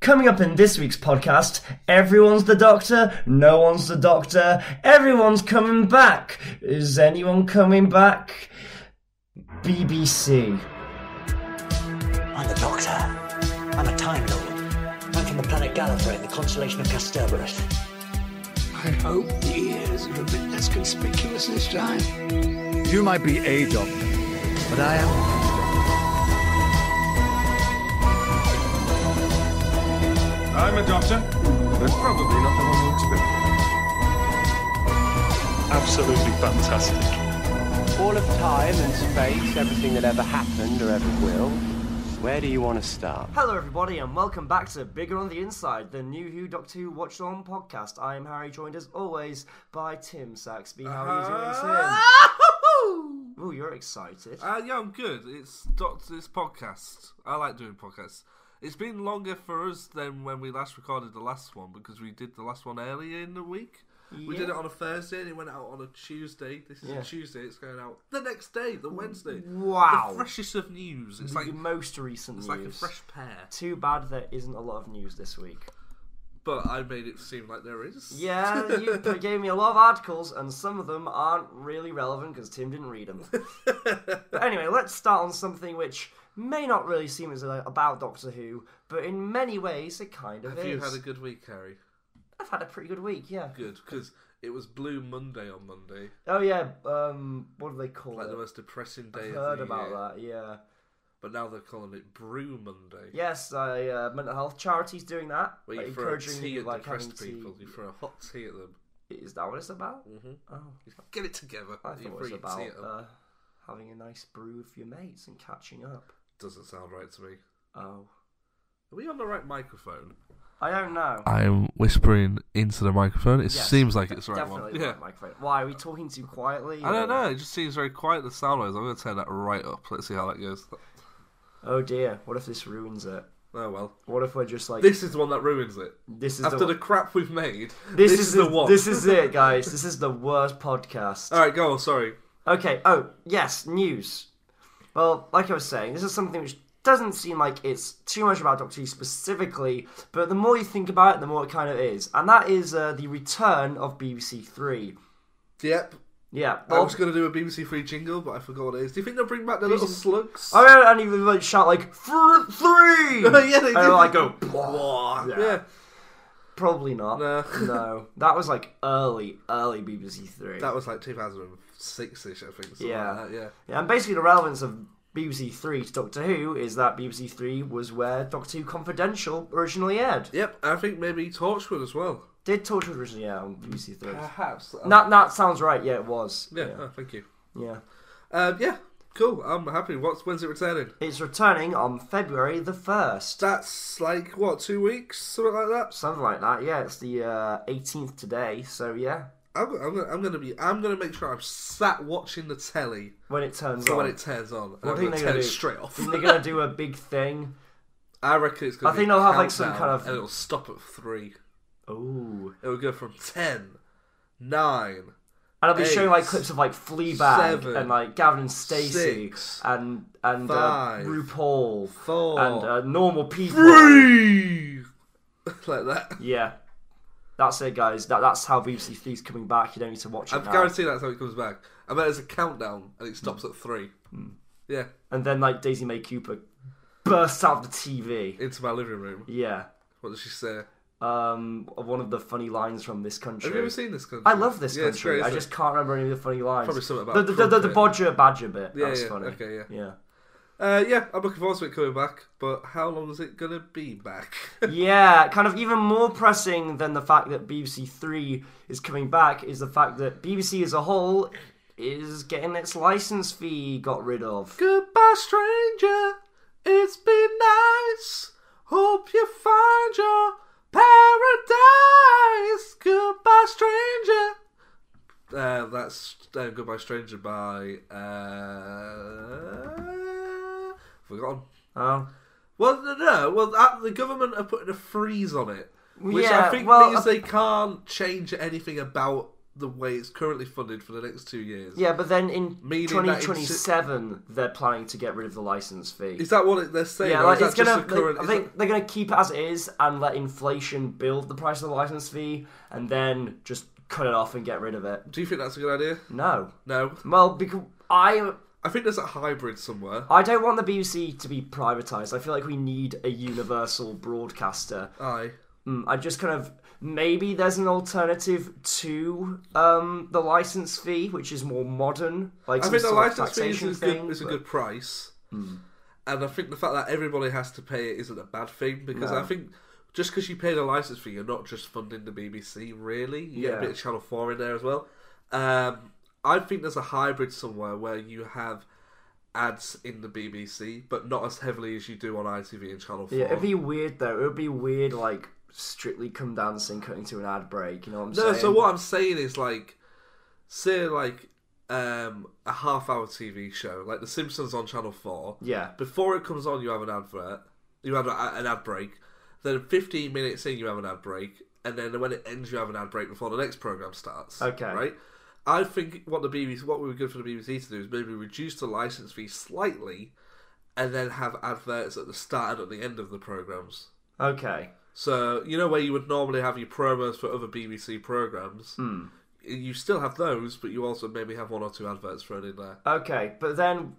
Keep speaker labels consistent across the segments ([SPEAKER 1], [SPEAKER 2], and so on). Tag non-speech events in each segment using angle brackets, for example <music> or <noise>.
[SPEAKER 1] Coming up in this week's podcast, everyone's the doctor, no one's the doctor, everyone's coming back. Is anyone coming back? BBC.
[SPEAKER 2] I'm the Doctor. I'm a Time Lord. I'm from the planet Gallifrey in the constellation of Casterbarus.
[SPEAKER 3] I hope the ears are a bit less conspicuous this time.
[SPEAKER 4] You might be a doctor, but I am.
[SPEAKER 5] I'm a doctor, but probably not the one you expect.
[SPEAKER 6] absolutely fantastic.
[SPEAKER 7] all of time and space, everything that ever happened or ever will. Where do you want to start?
[SPEAKER 1] Hello, everybody, and welcome back to Bigger on the Inside, the new Who Doctor Who Watch On podcast. I am Harry, joined as always by Tim Saxby. How are you doing, Tim? Oh, you're excited.
[SPEAKER 5] Uh-huh. Uh, yeah, I'm good. It's doctor. It's podcast. I like doing podcasts. It's been longer for us than when we last recorded the last one because we did the last one earlier in the week. We did
[SPEAKER 1] Yeah.
[SPEAKER 5] it on a Thursday and it went out on a Tuesday. This is
[SPEAKER 1] Yeah.
[SPEAKER 5] a Tuesday. It's going out the next day, the Wednesday.
[SPEAKER 1] Wow.
[SPEAKER 5] The freshest of news. It's like
[SPEAKER 1] the most recent
[SPEAKER 5] it's
[SPEAKER 1] news.
[SPEAKER 5] like a fresh pear.
[SPEAKER 1] Too bad there isn't a lot of news this week.
[SPEAKER 5] But I made it seem like there is.
[SPEAKER 1] Yeah,
[SPEAKER 5] <laughs>
[SPEAKER 1] you p- gave me a lot of articles, and some of them aren't really relevant because Tim didn't read
[SPEAKER 5] <laughs>
[SPEAKER 1] them. but anyway, let's start on something which may not really seem as a- about Doctor Who, but in many ways it kind of
[SPEAKER 5] Have
[SPEAKER 1] is.
[SPEAKER 5] you had a good week, Harry?
[SPEAKER 1] I've had a pretty good week, yeah.
[SPEAKER 5] Good, because it was Blue Monday on Monday,
[SPEAKER 1] Oh yeah, um, what do they call
[SPEAKER 5] like
[SPEAKER 1] it?
[SPEAKER 5] the most depressing day
[SPEAKER 1] I've
[SPEAKER 5] of
[SPEAKER 1] heard
[SPEAKER 5] the
[SPEAKER 1] about
[SPEAKER 5] year.
[SPEAKER 1] that, yeah.
[SPEAKER 5] But now they're calling it Brew Monday.
[SPEAKER 1] Yes, I, uh, mental health charity's doing that,
[SPEAKER 5] Where
[SPEAKER 1] like,
[SPEAKER 5] you throw a
[SPEAKER 1] encouraging
[SPEAKER 5] tea
[SPEAKER 1] you,
[SPEAKER 5] at
[SPEAKER 1] like
[SPEAKER 5] depressed
[SPEAKER 1] having
[SPEAKER 5] people,
[SPEAKER 1] tea.
[SPEAKER 5] you throw a hot tea at them.
[SPEAKER 1] Is that what it's about?
[SPEAKER 5] Mm-hmm.
[SPEAKER 1] Oh,
[SPEAKER 5] Get it together.
[SPEAKER 1] I thought
[SPEAKER 5] you
[SPEAKER 1] it
[SPEAKER 5] throw
[SPEAKER 1] was
[SPEAKER 5] your
[SPEAKER 1] about
[SPEAKER 5] tea at them.
[SPEAKER 1] uh, having a nice brew with your mates and catching up.
[SPEAKER 5] Doesn't sound right to me.
[SPEAKER 1] Oh,
[SPEAKER 5] Are we on the right microphone?
[SPEAKER 1] I don't know.
[SPEAKER 5] I'm whispering into the microphone. It
[SPEAKER 1] Yes,
[SPEAKER 5] seems like it's the right
[SPEAKER 1] Definitely
[SPEAKER 5] one.
[SPEAKER 1] the
[SPEAKER 5] Yeah.
[SPEAKER 1] right microphone. Why are we talking too quietly?
[SPEAKER 5] I don't
[SPEAKER 1] or-
[SPEAKER 5] know. It just seems very quiet. The sound wise. I'm going to turn that right up. Let's see how that goes.
[SPEAKER 1] Oh dear, what if this ruins it?
[SPEAKER 5] Oh well.
[SPEAKER 1] What if we're just like
[SPEAKER 5] This is the one that ruins it.
[SPEAKER 1] This is
[SPEAKER 5] after
[SPEAKER 1] the-
[SPEAKER 5] the, crap we've made.
[SPEAKER 1] This,
[SPEAKER 5] is, the one.
[SPEAKER 1] This is it, guys. This is the worst podcast.
[SPEAKER 5] <laughs> All right, go on. Sorry.
[SPEAKER 1] Okay. Oh yes, news. Well, like I was saying, this is something which doesn't seem like it's too much about Doctor Who specifically, but the more you think about it, the more it kind of is, and that is uh, the return of BBC Three.
[SPEAKER 5] Yep.
[SPEAKER 1] Yeah. Oh,
[SPEAKER 5] I
[SPEAKER 1] well-
[SPEAKER 5] was going to do a BBC Three jingle, but I forgot what it is. Do you think they'll bring back the little slugs?
[SPEAKER 1] I mean, and he would like, shout like "Thr- three.
[SPEAKER 5] <laughs> yeah,
[SPEAKER 1] and
[SPEAKER 5] they do.
[SPEAKER 1] I go
[SPEAKER 5] Yeah.
[SPEAKER 1] probably not.
[SPEAKER 5] No.
[SPEAKER 1] no,
[SPEAKER 5] <laughs>
[SPEAKER 1] that was like early, early BBC Three.
[SPEAKER 5] That was like 2006-ish, I think. something
[SPEAKER 1] Yeah.
[SPEAKER 5] like that, yeah.
[SPEAKER 1] Yeah, and basically the relevance of BBC Three to Doctor Who is that BBC Three was where Doctor Who Confidential originally aired.
[SPEAKER 5] Yep, I think maybe Torchwood as well.
[SPEAKER 1] Did Torchwood originally air on BBC Three?
[SPEAKER 5] Perhaps.
[SPEAKER 1] that that sounds right. Yeah, it was.
[SPEAKER 5] Ah. yeah, oh, thank you.
[SPEAKER 1] yeah.
[SPEAKER 5] Um, yeah, cool. I'm happy. What's when's it returning?
[SPEAKER 1] It's returning on February the first.
[SPEAKER 5] That's like what two weeks, something like that.
[SPEAKER 1] Something like that. Yeah, it's the uh, 18th today. So yeah,
[SPEAKER 5] I'm, I'm, gonna, I'm gonna be. I'm gonna make sure I'm sat watching the telly
[SPEAKER 1] when it turns
[SPEAKER 5] when
[SPEAKER 1] on.
[SPEAKER 5] it turns on. And
[SPEAKER 1] I
[SPEAKER 5] I'm
[SPEAKER 1] think
[SPEAKER 5] gonna
[SPEAKER 1] they're
[SPEAKER 5] turn
[SPEAKER 1] gonna do-
[SPEAKER 5] it straight off.
[SPEAKER 1] they're gonna do a big thing.
[SPEAKER 5] <laughs> I reckon it's gonna.
[SPEAKER 1] I
[SPEAKER 5] be
[SPEAKER 1] think
[SPEAKER 5] a
[SPEAKER 1] they'll have, like, some
[SPEAKER 5] countdown,
[SPEAKER 1] kind of-
[SPEAKER 5] And it'll stop at three.
[SPEAKER 1] Ooh.
[SPEAKER 5] It'll go from ten, nine,
[SPEAKER 1] And I'll be showing like
[SPEAKER 5] Eight,
[SPEAKER 1] clips of like Fleabag
[SPEAKER 5] seven,
[SPEAKER 1] and like Gavin and Stacey
[SPEAKER 5] six,
[SPEAKER 1] and and
[SPEAKER 5] five,
[SPEAKER 1] uh, RuPaul
[SPEAKER 5] four,
[SPEAKER 1] and uh, normal people.
[SPEAKER 5] three, like that.
[SPEAKER 1] <laughs> Yeah, that's it, guys. That that's how BBC Three's coming back. You don't need to watch it
[SPEAKER 5] I
[SPEAKER 1] now.
[SPEAKER 5] guarantee that's how it comes back. I bet there's a countdown and it stops at three.
[SPEAKER 1] Hmm.
[SPEAKER 5] Yeah,
[SPEAKER 1] And then like Daisy May Cooper bursts out of the TV.
[SPEAKER 5] into my living room.
[SPEAKER 1] Yeah,
[SPEAKER 5] What does she say?
[SPEAKER 1] um, one of the funny lines from this country.
[SPEAKER 5] Have you ever seen this country?
[SPEAKER 1] I love this
[SPEAKER 5] Yeah, it's
[SPEAKER 1] country.
[SPEAKER 5] great,
[SPEAKER 1] I
[SPEAKER 5] isn't
[SPEAKER 1] just
[SPEAKER 5] it?
[SPEAKER 1] can't remember any of the funny lines.
[SPEAKER 5] Probably something about
[SPEAKER 1] the the, the, the,
[SPEAKER 5] Trump,
[SPEAKER 1] Bodger Badger bit.
[SPEAKER 5] Yeah,
[SPEAKER 1] that's
[SPEAKER 5] yeah,
[SPEAKER 1] funny.
[SPEAKER 5] okay, yeah.
[SPEAKER 1] yeah.
[SPEAKER 5] Uh, yeah, I'm looking forward to it coming back, but how long is it gonna be back? <laughs>
[SPEAKER 1] Yeah, kind of even more pressing than the fact that BBC Three is coming back is the fact that BBC as a whole is getting its license fee got rid of.
[SPEAKER 5] Goodbye, stranger. It's been nice. Hope you find your paradise. Goodbye, stranger. Uh, that's uh, Goodbye, Stranger by. Uh, forgotten.
[SPEAKER 1] Oh,
[SPEAKER 5] Well, no, no. Well, that, the government are putting a freeze on it, which
[SPEAKER 1] Yeah,
[SPEAKER 5] I think
[SPEAKER 1] well,
[SPEAKER 5] means
[SPEAKER 1] I-
[SPEAKER 5] they can't change anything about the way it's currently funded for the next two years.
[SPEAKER 1] Yeah, but then in
[SPEAKER 5] Meaning that it's-
[SPEAKER 1] 2027, they're planning to get rid of the license fee.
[SPEAKER 5] Is that what it, they're saying?
[SPEAKER 1] yeah,
[SPEAKER 5] or
[SPEAKER 1] like
[SPEAKER 5] is that
[SPEAKER 1] it's gonna.
[SPEAKER 5] just the current?
[SPEAKER 1] I
[SPEAKER 5] is
[SPEAKER 1] think
[SPEAKER 5] that-
[SPEAKER 1] they're gonna keep it as it is and let inflation build the price of the license fee, and then just cut it off and get rid of it.
[SPEAKER 5] do you think that's a good idea?
[SPEAKER 1] No,
[SPEAKER 5] No,
[SPEAKER 1] well, because I
[SPEAKER 5] I think there's a hybrid somewhere.
[SPEAKER 1] I don't want the BBC to be privatised. I feel like we need a universal broadcaster.
[SPEAKER 5] Aye.
[SPEAKER 1] Mm, I just kind of maybe there's an alternative to um, the license fee, which is more modern. Like
[SPEAKER 5] I
[SPEAKER 1] some
[SPEAKER 5] think the
[SPEAKER 1] sort of
[SPEAKER 5] license fee is,
[SPEAKER 1] taxation
[SPEAKER 5] a
[SPEAKER 1] thing,
[SPEAKER 5] good, is a
[SPEAKER 1] but- Hmm.
[SPEAKER 5] good price, and I think the fact that everybody has to pay it isn't a bad thing because I think just because you pay the license fee, you're not just funding the BBC. Really, you get
[SPEAKER 1] Yeah.
[SPEAKER 5] a bit of Channel Four in there as well. Um, I think there's a hybrid somewhere where you have ads in the BBC, but not as heavily as you do on ITV and Channel Four.
[SPEAKER 1] Yeah, it'd be weird though. It would be weird, like strictly come dancing, cutting to an ad break. You know what I'm
[SPEAKER 5] No,
[SPEAKER 1] saying?
[SPEAKER 5] so what I'm saying is like, say like um, a half hour TV show, like The Simpsons on Channel Four.
[SPEAKER 1] Yeah.
[SPEAKER 5] Before it comes on, you have an advert. You have a, an ad break. Then 15 minutes in, you have an ad break, and then when it ends, you have an ad break before the next program starts.
[SPEAKER 1] Okay.
[SPEAKER 5] Right. I think what the BBC, what would be good for the BBC to do is maybe reduce the license fee slightly, and then have adverts at the start and at the end of the programs.
[SPEAKER 1] Okay.
[SPEAKER 5] So you know where you would normally have your promos for other BBC programs, you still have those, but you also maybe have one or two adverts thrown in there.
[SPEAKER 1] Okay, but then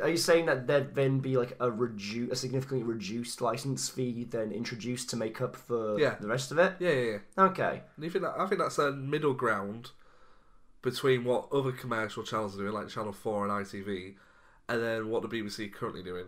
[SPEAKER 1] are you saying that there'd then be like a redu- a significantly reduced license fee then introduced to make up for
[SPEAKER 5] Yeah.
[SPEAKER 1] the rest of it?
[SPEAKER 5] Yeah, yeah. yeah.
[SPEAKER 1] Okay.
[SPEAKER 5] And you think that, I think that's a middle ground between what other commercial channels are doing, like Channel Four and ITV, and then what the BBC currently doing.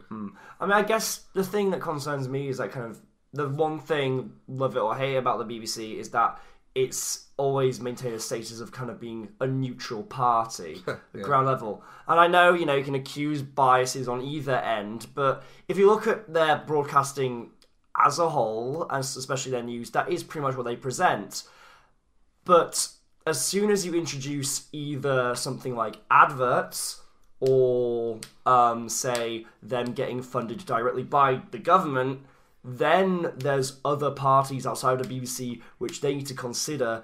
[SPEAKER 1] I mean, I guess the thing that concerns me is that kind of the one thing, love it or hate about the BBC, is that it's always maintained a status of kind of being a neutral party at ground level. And I know, you know, you can accuse biases on either end, but if you look at their broadcasting as a whole, and especially their news, that is pretty much what they present. But as soon as you introduce either something like adverts or, um, say, them getting funded directly by the government, then there's other parties outside of the BBC which they need to consider,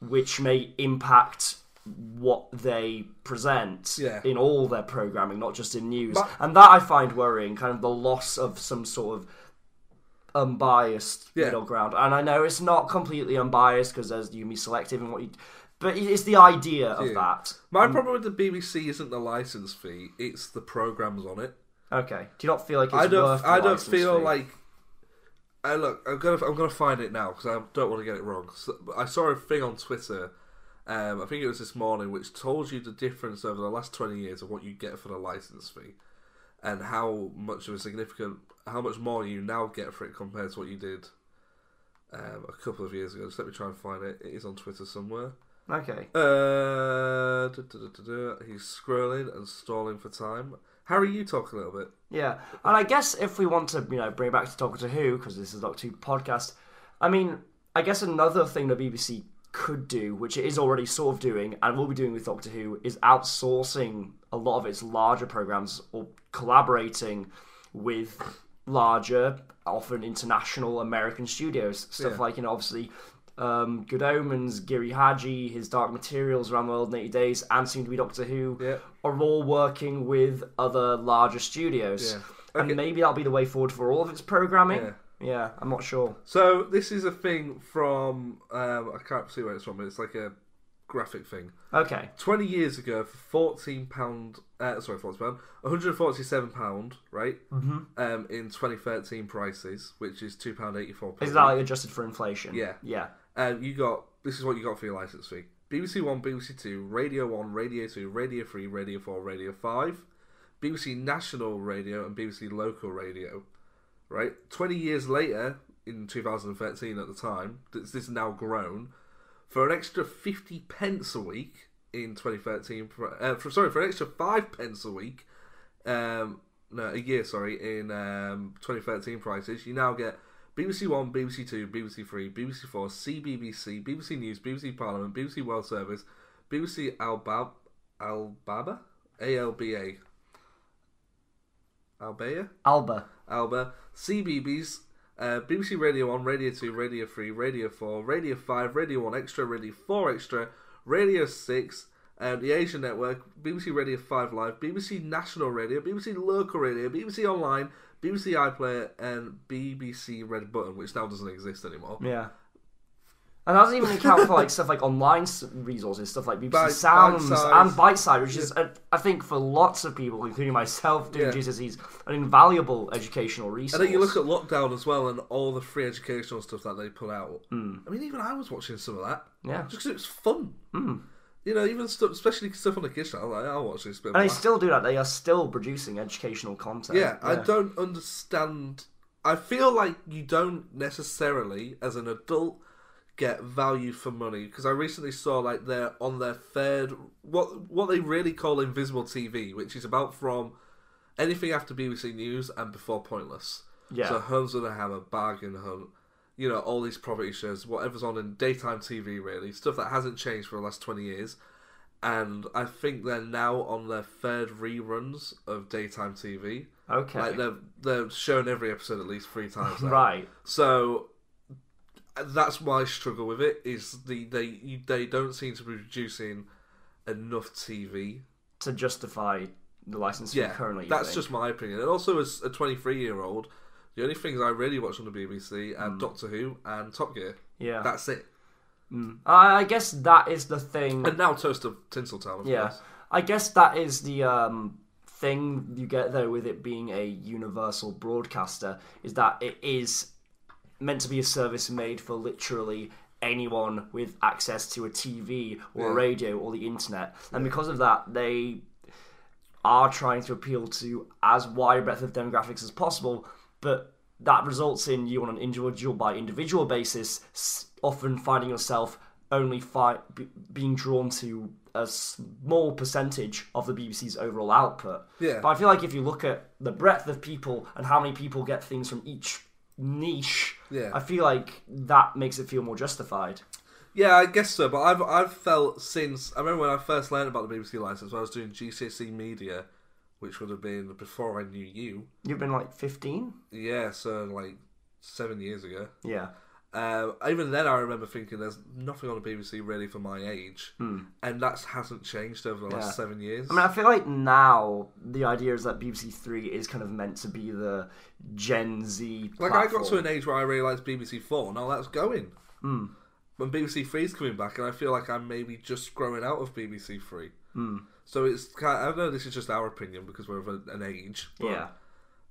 [SPEAKER 1] which may impact what they present
[SPEAKER 5] Yeah.
[SPEAKER 1] in all their programming, not just in news. and that I find worrying, kind of the loss of some sort of unbiased
[SPEAKER 5] Yeah.
[SPEAKER 1] middle ground. And I know it's not completely unbiased because there's you can be selective in what you, but it- it's the idea of that.
[SPEAKER 5] My problem with the BBC isn't the license fee; it's the programs on it.
[SPEAKER 1] Okay. Do you not feel like it's
[SPEAKER 5] I
[SPEAKER 1] worth?
[SPEAKER 5] don't.
[SPEAKER 1] the
[SPEAKER 5] I don't
[SPEAKER 1] license
[SPEAKER 5] feel
[SPEAKER 1] fee?
[SPEAKER 5] like. I look. I'm gonna. I'm gonna find it now because I don't want to get it wrong. So, but I saw a thing on Twitter. Um, I think it was this morning, which told you the difference over the last twenty years of what you get for the license fee, and how much of a significant, how much more you now get for it compared to what you did um, a couple of years ago. Just let me try and find it. It is on Twitter somewhere.
[SPEAKER 1] Okay.
[SPEAKER 5] Uh, duh, duh, duh, duh, duh. he's scrolling and stalling for time. Harry, you talk a little bit.
[SPEAKER 1] Yeah, and I guess if we want to, you know, bring it back to Doctor to Who because this is Doctor Who podcast. I mean, I guess another thing the BBC could do, which it is already sort of doing, and will be doing with Doctor Who, is outsourcing a lot of its larger programs or collaborating with larger, often international American studios. Stuff
[SPEAKER 5] Yeah.
[SPEAKER 1] like, you know, obviously. Um, Good Omens, Giri Haji, His Dark Materials, Around the World in 80 Days, and Soon to Be Doctor Who
[SPEAKER 5] Yeah.
[SPEAKER 1] are all working with other larger studios.
[SPEAKER 5] Yeah. Okay.
[SPEAKER 1] And maybe that'll be the way forward for all of its programming.
[SPEAKER 5] Yeah.
[SPEAKER 1] Yeah, I'm not sure.
[SPEAKER 5] So this is a thing from um, I can't see where it's from. but It's like a graphic thing.
[SPEAKER 1] Okay.
[SPEAKER 5] Twenty years ago, for fourteen pound, uh, sorry, fourteen pound, one hundred forty-seven pound, right? Mm-hmm. Um, in twenty thirteen prices, which is two pound eighty-four.
[SPEAKER 1] Is that like adjusted for inflation?
[SPEAKER 5] Yeah.
[SPEAKER 1] Yeah.
[SPEAKER 5] Um, you got this is what you got for your license fee: BBC One, BBC Two, Radio One, Radio Two, Radio Three, Radio Four, Radio Five, BBC National Radio, and BBC Local Radio. Right, twenty years later, in 2013, at the time, this this is now grown for an extra fifty pence a week in 2013. For, uh, for sorry, for an extra five pence a week. Um, no, a year, sorry, in um, 2013 prices, you now get BBC One, BBC Two, BBC Three, BBC Four, CBBC, BBC News, BBC Parliament, BBC World Service, BBC Albab, Albaba, ALBA, Albea,
[SPEAKER 1] Alba.
[SPEAKER 5] Alba, CBBS, uh, BBC Radio 1, Radio 2, Radio 3, Radio 4, Radio 5, Radio 1 Extra, Radio 4 Extra, Radio 6, um, the Asia Network, BBC Radio 5 Live, BBC National Radio, BBC Local Radio, BBC Online, BBC iPlayer, and BBC Red Button, which now doesn't exist anymore.
[SPEAKER 1] Yeah. And that doesn't even account for like <laughs> stuff like online s- resources, stuff like BBC
[SPEAKER 5] Bite-
[SPEAKER 1] Sounds
[SPEAKER 5] bite-size.
[SPEAKER 1] and Bite Side, which is, uh, I think, for lots of people, including myself, doing
[SPEAKER 5] Yeah.
[SPEAKER 1] GCSEs, an invaluable educational resource.
[SPEAKER 5] And then you look at lockdown as well, and all the free educational stuff that they put out. I mean, even I was watching some of that.
[SPEAKER 1] Hmm. Yeah. Hmm.
[SPEAKER 5] just because it was fun. You know, even stuff, especially stuff on the kitchen. I'm like, I'll watch this bit. of
[SPEAKER 1] and they
[SPEAKER 5] that."
[SPEAKER 1] still do that. They are still producing educational content.
[SPEAKER 5] yeah, I don't understand. I feel like you don't necessarily, as an adult, get value for money because I recently saw like they're on their third what what they really call invisible TV, which is about from anything after BBC News and before Pointless.
[SPEAKER 1] Yeah.
[SPEAKER 5] So Homes with a Hammer, Bargain Hunt, you know, all these property shows, whatever's on in daytime TV, really stuff that hasn't changed for the last twenty years. And I think they're now on their third reruns of daytime TV.
[SPEAKER 1] Okay.
[SPEAKER 5] Like they're they're shown every episode at least three times. now.
[SPEAKER 1] Right.
[SPEAKER 5] So that's my struggle with it is the they they don't seem to be producing enough TV.
[SPEAKER 1] To justify the license fee
[SPEAKER 5] Yeah,
[SPEAKER 1] currently. you
[SPEAKER 5] that's
[SPEAKER 1] think.
[SPEAKER 5] just my opinion. And also, as a 23 year old, the only things I really watch on the BBC are Doctor Who and Top Gear.
[SPEAKER 1] Hmm. Yeah.
[SPEAKER 5] that's it.
[SPEAKER 1] I I guess that is the thing.
[SPEAKER 5] And now Toast of Tinseltown, of
[SPEAKER 1] Yeah,
[SPEAKER 5] course.
[SPEAKER 1] I guess that is the um, thing you get though with it being a universal broadcaster is that it is meant to be a service made for literally anyone with access to a TV or a
[SPEAKER 5] Yeah.
[SPEAKER 1] radio or the internet, and because of that, they are trying to appeal to as wide a breadth of demographics as possible, but that results in you on an individual by individual basis s- often finding yourself only fi- b- being drawn to a small percentage of the BBC's overall output.
[SPEAKER 5] Yeah.
[SPEAKER 1] But I feel like if you look at the breadth of people and how many people get things from each niche,
[SPEAKER 5] Yeah.
[SPEAKER 1] I feel like that makes it feel more justified.
[SPEAKER 5] Yeah, I guess so. But I've I've felt since I remember when I first learned about the BBC license, when I was doing GCSE E media, which would have been before I knew you.
[SPEAKER 1] You've been like 15?
[SPEAKER 5] Yeah, so like seven years ago.
[SPEAKER 1] Yeah.
[SPEAKER 5] Uh, even then, I remember thinking there's nothing on the BBC really for my age, and that hasn't changed over the
[SPEAKER 1] Hmm. Yeah.
[SPEAKER 5] last seven years.
[SPEAKER 1] I mean, I feel like now the idea is that BBC Three is kind of meant to be the Gen Z.
[SPEAKER 5] like
[SPEAKER 1] platform.
[SPEAKER 5] I
[SPEAKER 1] Hmm.
[SPEAKER 5] got to an age where I realised BBC Four now that's going. When BBC Three's coming back, and I feel like I'm maybe just growing out of BBC Three.
[SPEAKER 1] Hmm.
[SPEAKER 5] So it's kind I know this is just our opinion because we're of a- an age. But
[SPEAKER 1] yeah,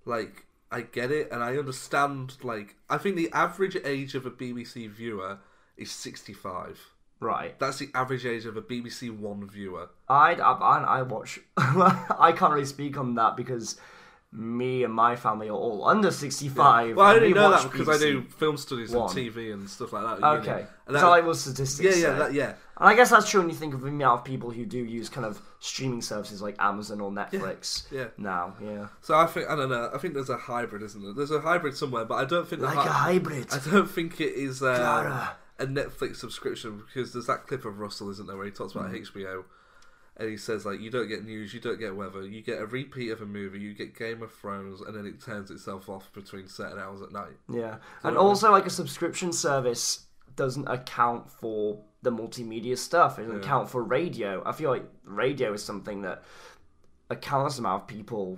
[SPEAKER 5] like I get it and I understand like I think the average age of a BBC viewer is 65.
[SPEAKER 1] right.
[SPEAKER 5] That's the average age of a BBC One viewer.
[SPEAKER 1] I I I watch. <laughs> I can't really speak on that because me and my family are all under sixty five.
[SPEAKER 5] Well, I only know that because I do film studies
[SPEAKER 1] One.
[SPEAKER 5] and TV and stuff like that. at uni.
[SPEAKER 1] Okay,
[SPEAKER 5] And that-
[SPEAKER 1] so like what statistics.
[SPEAKER 5] yeah, yeah,
[SPEAKER 1] say.
[SPEAKER 5] that, yeah.
[SPEAKER 1] And I guess that's true when you think of the amount of people who do use kind of streaming services like Amazon or Netflix
[SPEAKER 5] yeah.
[SPEAKER 1] now. Yeah,
[SPEAKER 5] So I think I don't know. I think there's a hybrid, isn't there? There's a hybrid somewhere, but I don't think the
[SPEAKER 1] like a
[SPEAKER 5] hy-
[SPEAKER 1] hybrid.
[SPEAKER 5] I don't think it is uh,
[SPEAKER 1] Clara.
[SPEAKER 5] a Netflix subscription because there's that clip of Russell, isn't there, where he talks about
[SPEAKER 1] Mm-hmm.
[SPEAKER 5] HBO and he says like, "You don't get news, you don't get weather, you get a repeat of a movie, you get Game of Thrones, and then it turns itself off between certain hours at night."
[SPEAKER 1] Yeah, and also like a subscription service doesn't account for the multimedia stuff. It doesn't account for radio. I feel like radio is something that a countless amount of people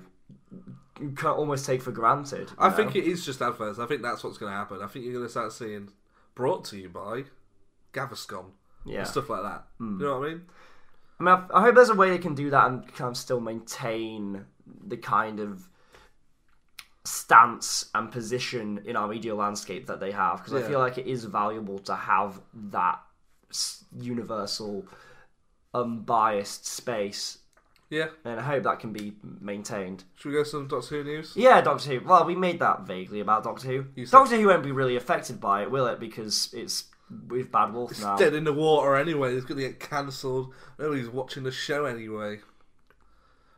[SPEAKER 1] can almost take for granted. you
[SPEAKER 5] I
[SPEAKER 1] know?
[SPEAKER 5] think it is just adverts. I think that's what's going to happen. I think you're going to start seeing brought to you by Gaviscon
[SPEAKER 1] yeah.
[SPEAKER 5] and stuff like that. You know what I mean?
[SPEAKER 1] I mean, I- I hope there's a way they can do that and kind of still maintain the kind of stance and position in our media landscape that they have because I
[SPEAKER 5] Yeah.
[SPEAKER 1] feel like it is valuable to have that s- universal, unbiased space,
[SPEAKER 5] Yeah.
[SPEAKER 1] and I hope that can be maintained.
[SPEAKER 5] Should we go to some Doctor Who news?
[SPEAKER 1] Yeah, Doctor Who. Well, we made that vaguely about Doctor Who.
[SPEAKER 5] You said-
[SPEAKER 1] Doctor Who won't be really affected by it, will it? Because it's with Bad Wolf now.
[SPEAKER 5] dead in the water anyway. It's going to get cancelled. Nobody's watching the show anyway.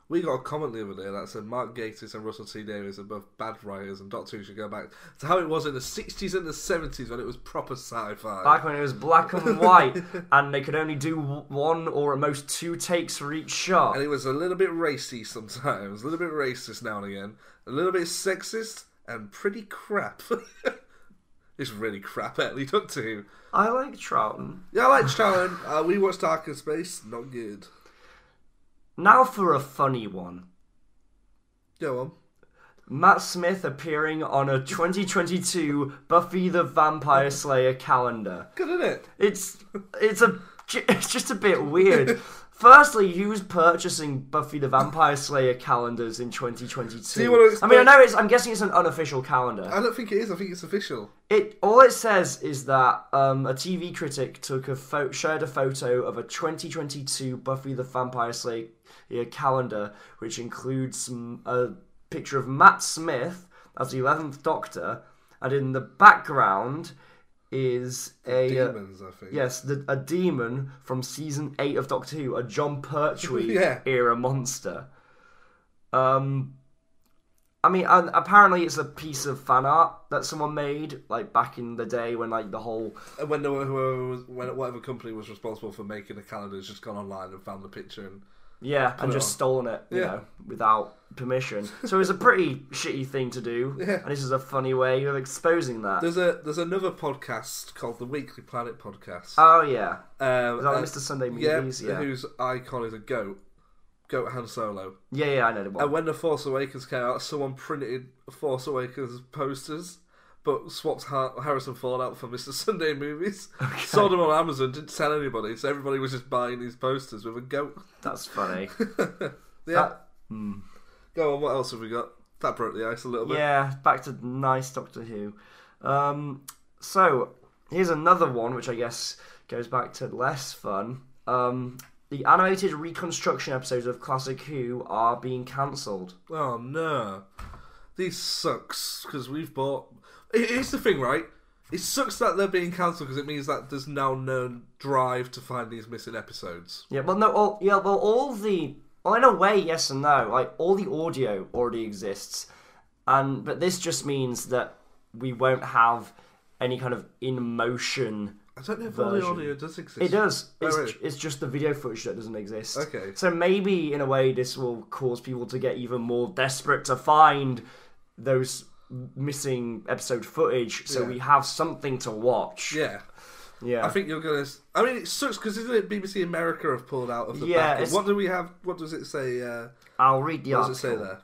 [SPEAKER 5] We got a comment the other day that said Mark Gatiss and Russell T Davies are both bad writers, and Doctor Who should go back to how it was in the 60s and the 70s when it was proper sci fi.
[SPEAKER 1] back when it was black and
[SPEAKER 5] <laughs>
[SPEAKER 1] white, and they could only do w- one or at most two takes for each shot.
[SPEAKER 5] And it was a little bit racy sometimes, a little bit racist now and again, a little bit sexist, and pretty crap. <laughs> It's really crap early Duck Two.
[SPEAKER 1] I like Trouton.
[SPEAKER 5] Yeah, I like Challenge.
[SPEAKER 1] <laughs>
[SPEAKER 5] Uh, we watched Dark in Space. Not good.
[SPEAKER 1] Now for a funny one.
[SPEAKER 5] Go on.
[SPEAKER 1] Matt Smith appearing on a 2022 Buffy the Vampire Slayer calendar.
[SPEAKER 5] Good, isn't it?
[SPEAKER 1] It's it's a <laughs> it's just a bit weird. Firstly, who's purchasing Buffy the Vampire Slayer calendars in 2022?
[SPEAKER 5] Do you wanna
[SPEAKER 1] I mean, I
[SPEAKER 5] explain-
[SPEAKER 1] know it's. I'm guessing it's an unofficial calendar.
[SPEAKER 5] I don't think it is. I think it's official.
[SPEAKER 1] It all it says is that um, a TV critic took a pho- shared a photo of a 2022 Buffy the Vampire Slayer calendar, which includes mm, a picture of Matt Smith as the 11th Doctor, and in the background is a uh,
[SPEAKER 5] Demons, I think.
[SPEAKER 1] Yes, the, a demon from season eight of Doctor Who, a John Pertwee
[SPEAKER 5] <laughs> Yeah.
[SPEAKER 1] era monster. Um, I mean, and apparently it's a piece of fan art that someone made, like back in the day when like the whole
[SPEAKER 5] And when no- whoever was, when whatever company was responsible for making the calendar has just gone online and found the picture and
[SPEAKER 1] yeah, and
[SPEAKER 5] it
[SPEAKER 1] just
[SPEAKER 5] on.
[SPEAKER 1] stolen it, you
[SPEAKER 5] Yeah.
[SPEAKER 1] know, without permission.
[SPEAKER 5] <laughs>
[SPEAKER 1] So it's a pretty shitty thing to do,
[SPEAKER 5] Yeah.
[SPEAKER 1] and this is a funny way of exposing that.
[SPEAKER 5] There's a there's another podcast called the Weekly Planet podcast.
[SPEAKER 1] Oh yeah,
[SPEAKER 5] um,
[SPEAKER 1] is that
[SPEAKER 5] and-
[SPEAKER 1] Mr. Sunday
[SPEAKER 5] yeah,
[SPEAKER 1] Movies? Yeah, yeah,
[SPEAKER 5] whose icon is a goat, goat Han Solo.
[SPEAKER 1] yeah, I know the one.
[SPEAKER 5] And when the Force Awakens came out, someone printed Force Awakens posters, but swapped Har- Harrison Ford out for Mr. <laughs> Sunday Movies. Sold them on Amazon, didn't tell anybody, so everybody was just buying these posters with a goat.
[SPEAKER 1] That's funny.
[SPEAKER 5] <laughs> Yeah. Go on. What else have we got? That broke the ice a little bit.
[SPEAKER 1] Yeah, back to nice Doctor Who. Um, so here's another one, which I guess goes back to less fun. Um, the animated reconstruction episodes of Classic Who are being cancelled.
[SPEAKER 5] Oh no, these sucks because we've bought. Here- Here's the thing, right? It sucks that they're being cancelled because it means that there's now no drive to find these missing episodes.
[SPEAKER 1] Yeah, well, no, all, yeah, well, all the, well, in a way, yes and no. Like all the audio already exists, and but this just means that we won't have any kind of in motion
[SPEAKER 5] I don't know if all the
[SPEAKER 1] Version.
[SPEAKER 5] audio does exist.
[SPEAKER 1] It does.
[SPEAKER 5] Oh,
[SPEAKER 1] It's,
[SPEAKER 5] really?
[SPEAKER 1] it's just the video footage that doesn't exist.
[SPEAKER 5] Okay.
[SPEAKER 1] So maybe in a way this will cause people to get even more desperate to find those missing episode footage, so
[SPEAKER 5] Yeah.
[SPEAKER 1] we have something to watch.
[SPEAKER 5] Yeah.
[SPEAKER 1] Yeah.
[SPEAKER 5] I think you're gonna. s- I mean, it sucks because isn't it BBC America have pulled out of the
[SPEAKER 1] Yeah,
[SPEAKER 5] back? end?
[SPEAKER 1] it's-
[SPEAKER 5] What do we have? What does it say? Uh,
[SPEAKER 1] I'll read the
[SPEAKER 5] what does
[SPEAKER 1] article.
[SPEAKER 5] it say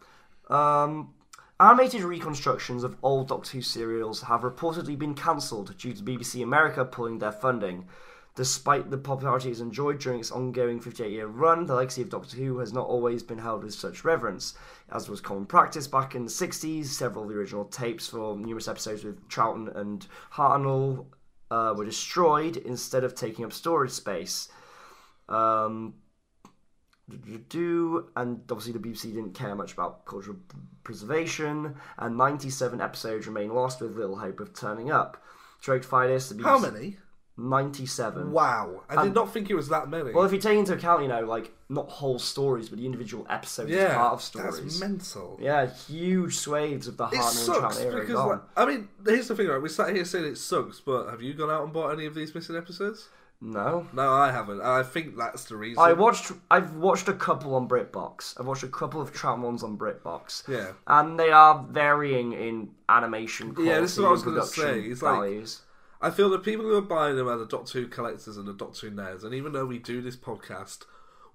[SPEAKER 5] there?
[SPEAKER 1] Um, animated reconstructions of old Doctor Who serials have reportedly been cancelled due to BBC America pulling their funding. Despite the popularity it's enjoyed during its ongoing 58 year run, the legacy of Doctor Who has not always been held with such reverence. As was common practice back in the 60s, several of the original tapes for numerous episodes with Troughton and Hartnell uh, were destroyed instead of taking up storage space. Um, do and obviously the BBC didn't care much about cultural p- preservation, and 97 episodes remain lost with little hope of turning up. To rectify this, the BBC
[SPEAKER 5] How many?
[SPEAKER 1] 97.
[SPEAKER 5] Wow, I did not think it was that many.
[SPEAKER 1] Um, Well, if you take into account, you know, like not whole stories, but the individual episodes as
[SPEAKER 5] yeah,
[SPEAKER 1] part of stories.
[SPEAKER 5] that's mental.
[SPEAKER 1] yeah, huge swathes of the
[SPEAKER 5] It
[SPEAKER 1] Hartnell and
[SPEAKER 5] sucks
[SPEAKER 1] Trout era
[SPEAKER 5] because,
[SPEAKER 1] gone.
[SPEAKER 5] like, I mean, here's the thing, right? We sat here saying it sucks, but have you gone out and bought any of these missing episodes?
[SPEAKER 1] no.
[SPEAKER 5] No, I haven't. I think that's the reason.
[SPEAKER 1] I watched. I've watched a couple on BritBox. I've watched a couple of Trout ones on BritBox.
[SPEAKER 5] Yeah.
[SPEAKER 1] and they are varying in animation quality.
[SPEAKER 5] Yeah, this is what I was
[SPEAKER 1] going
[SPEAKER 5] gonna
[SPEAKER 1] to
[SPEAKER 5] say. It's like-
[SPEAKER 1] values.
[SPEAKER 5] I feel that people who are buying them are the Doctor Who collectors and the Doctor Who nerds, and even though we do this podcast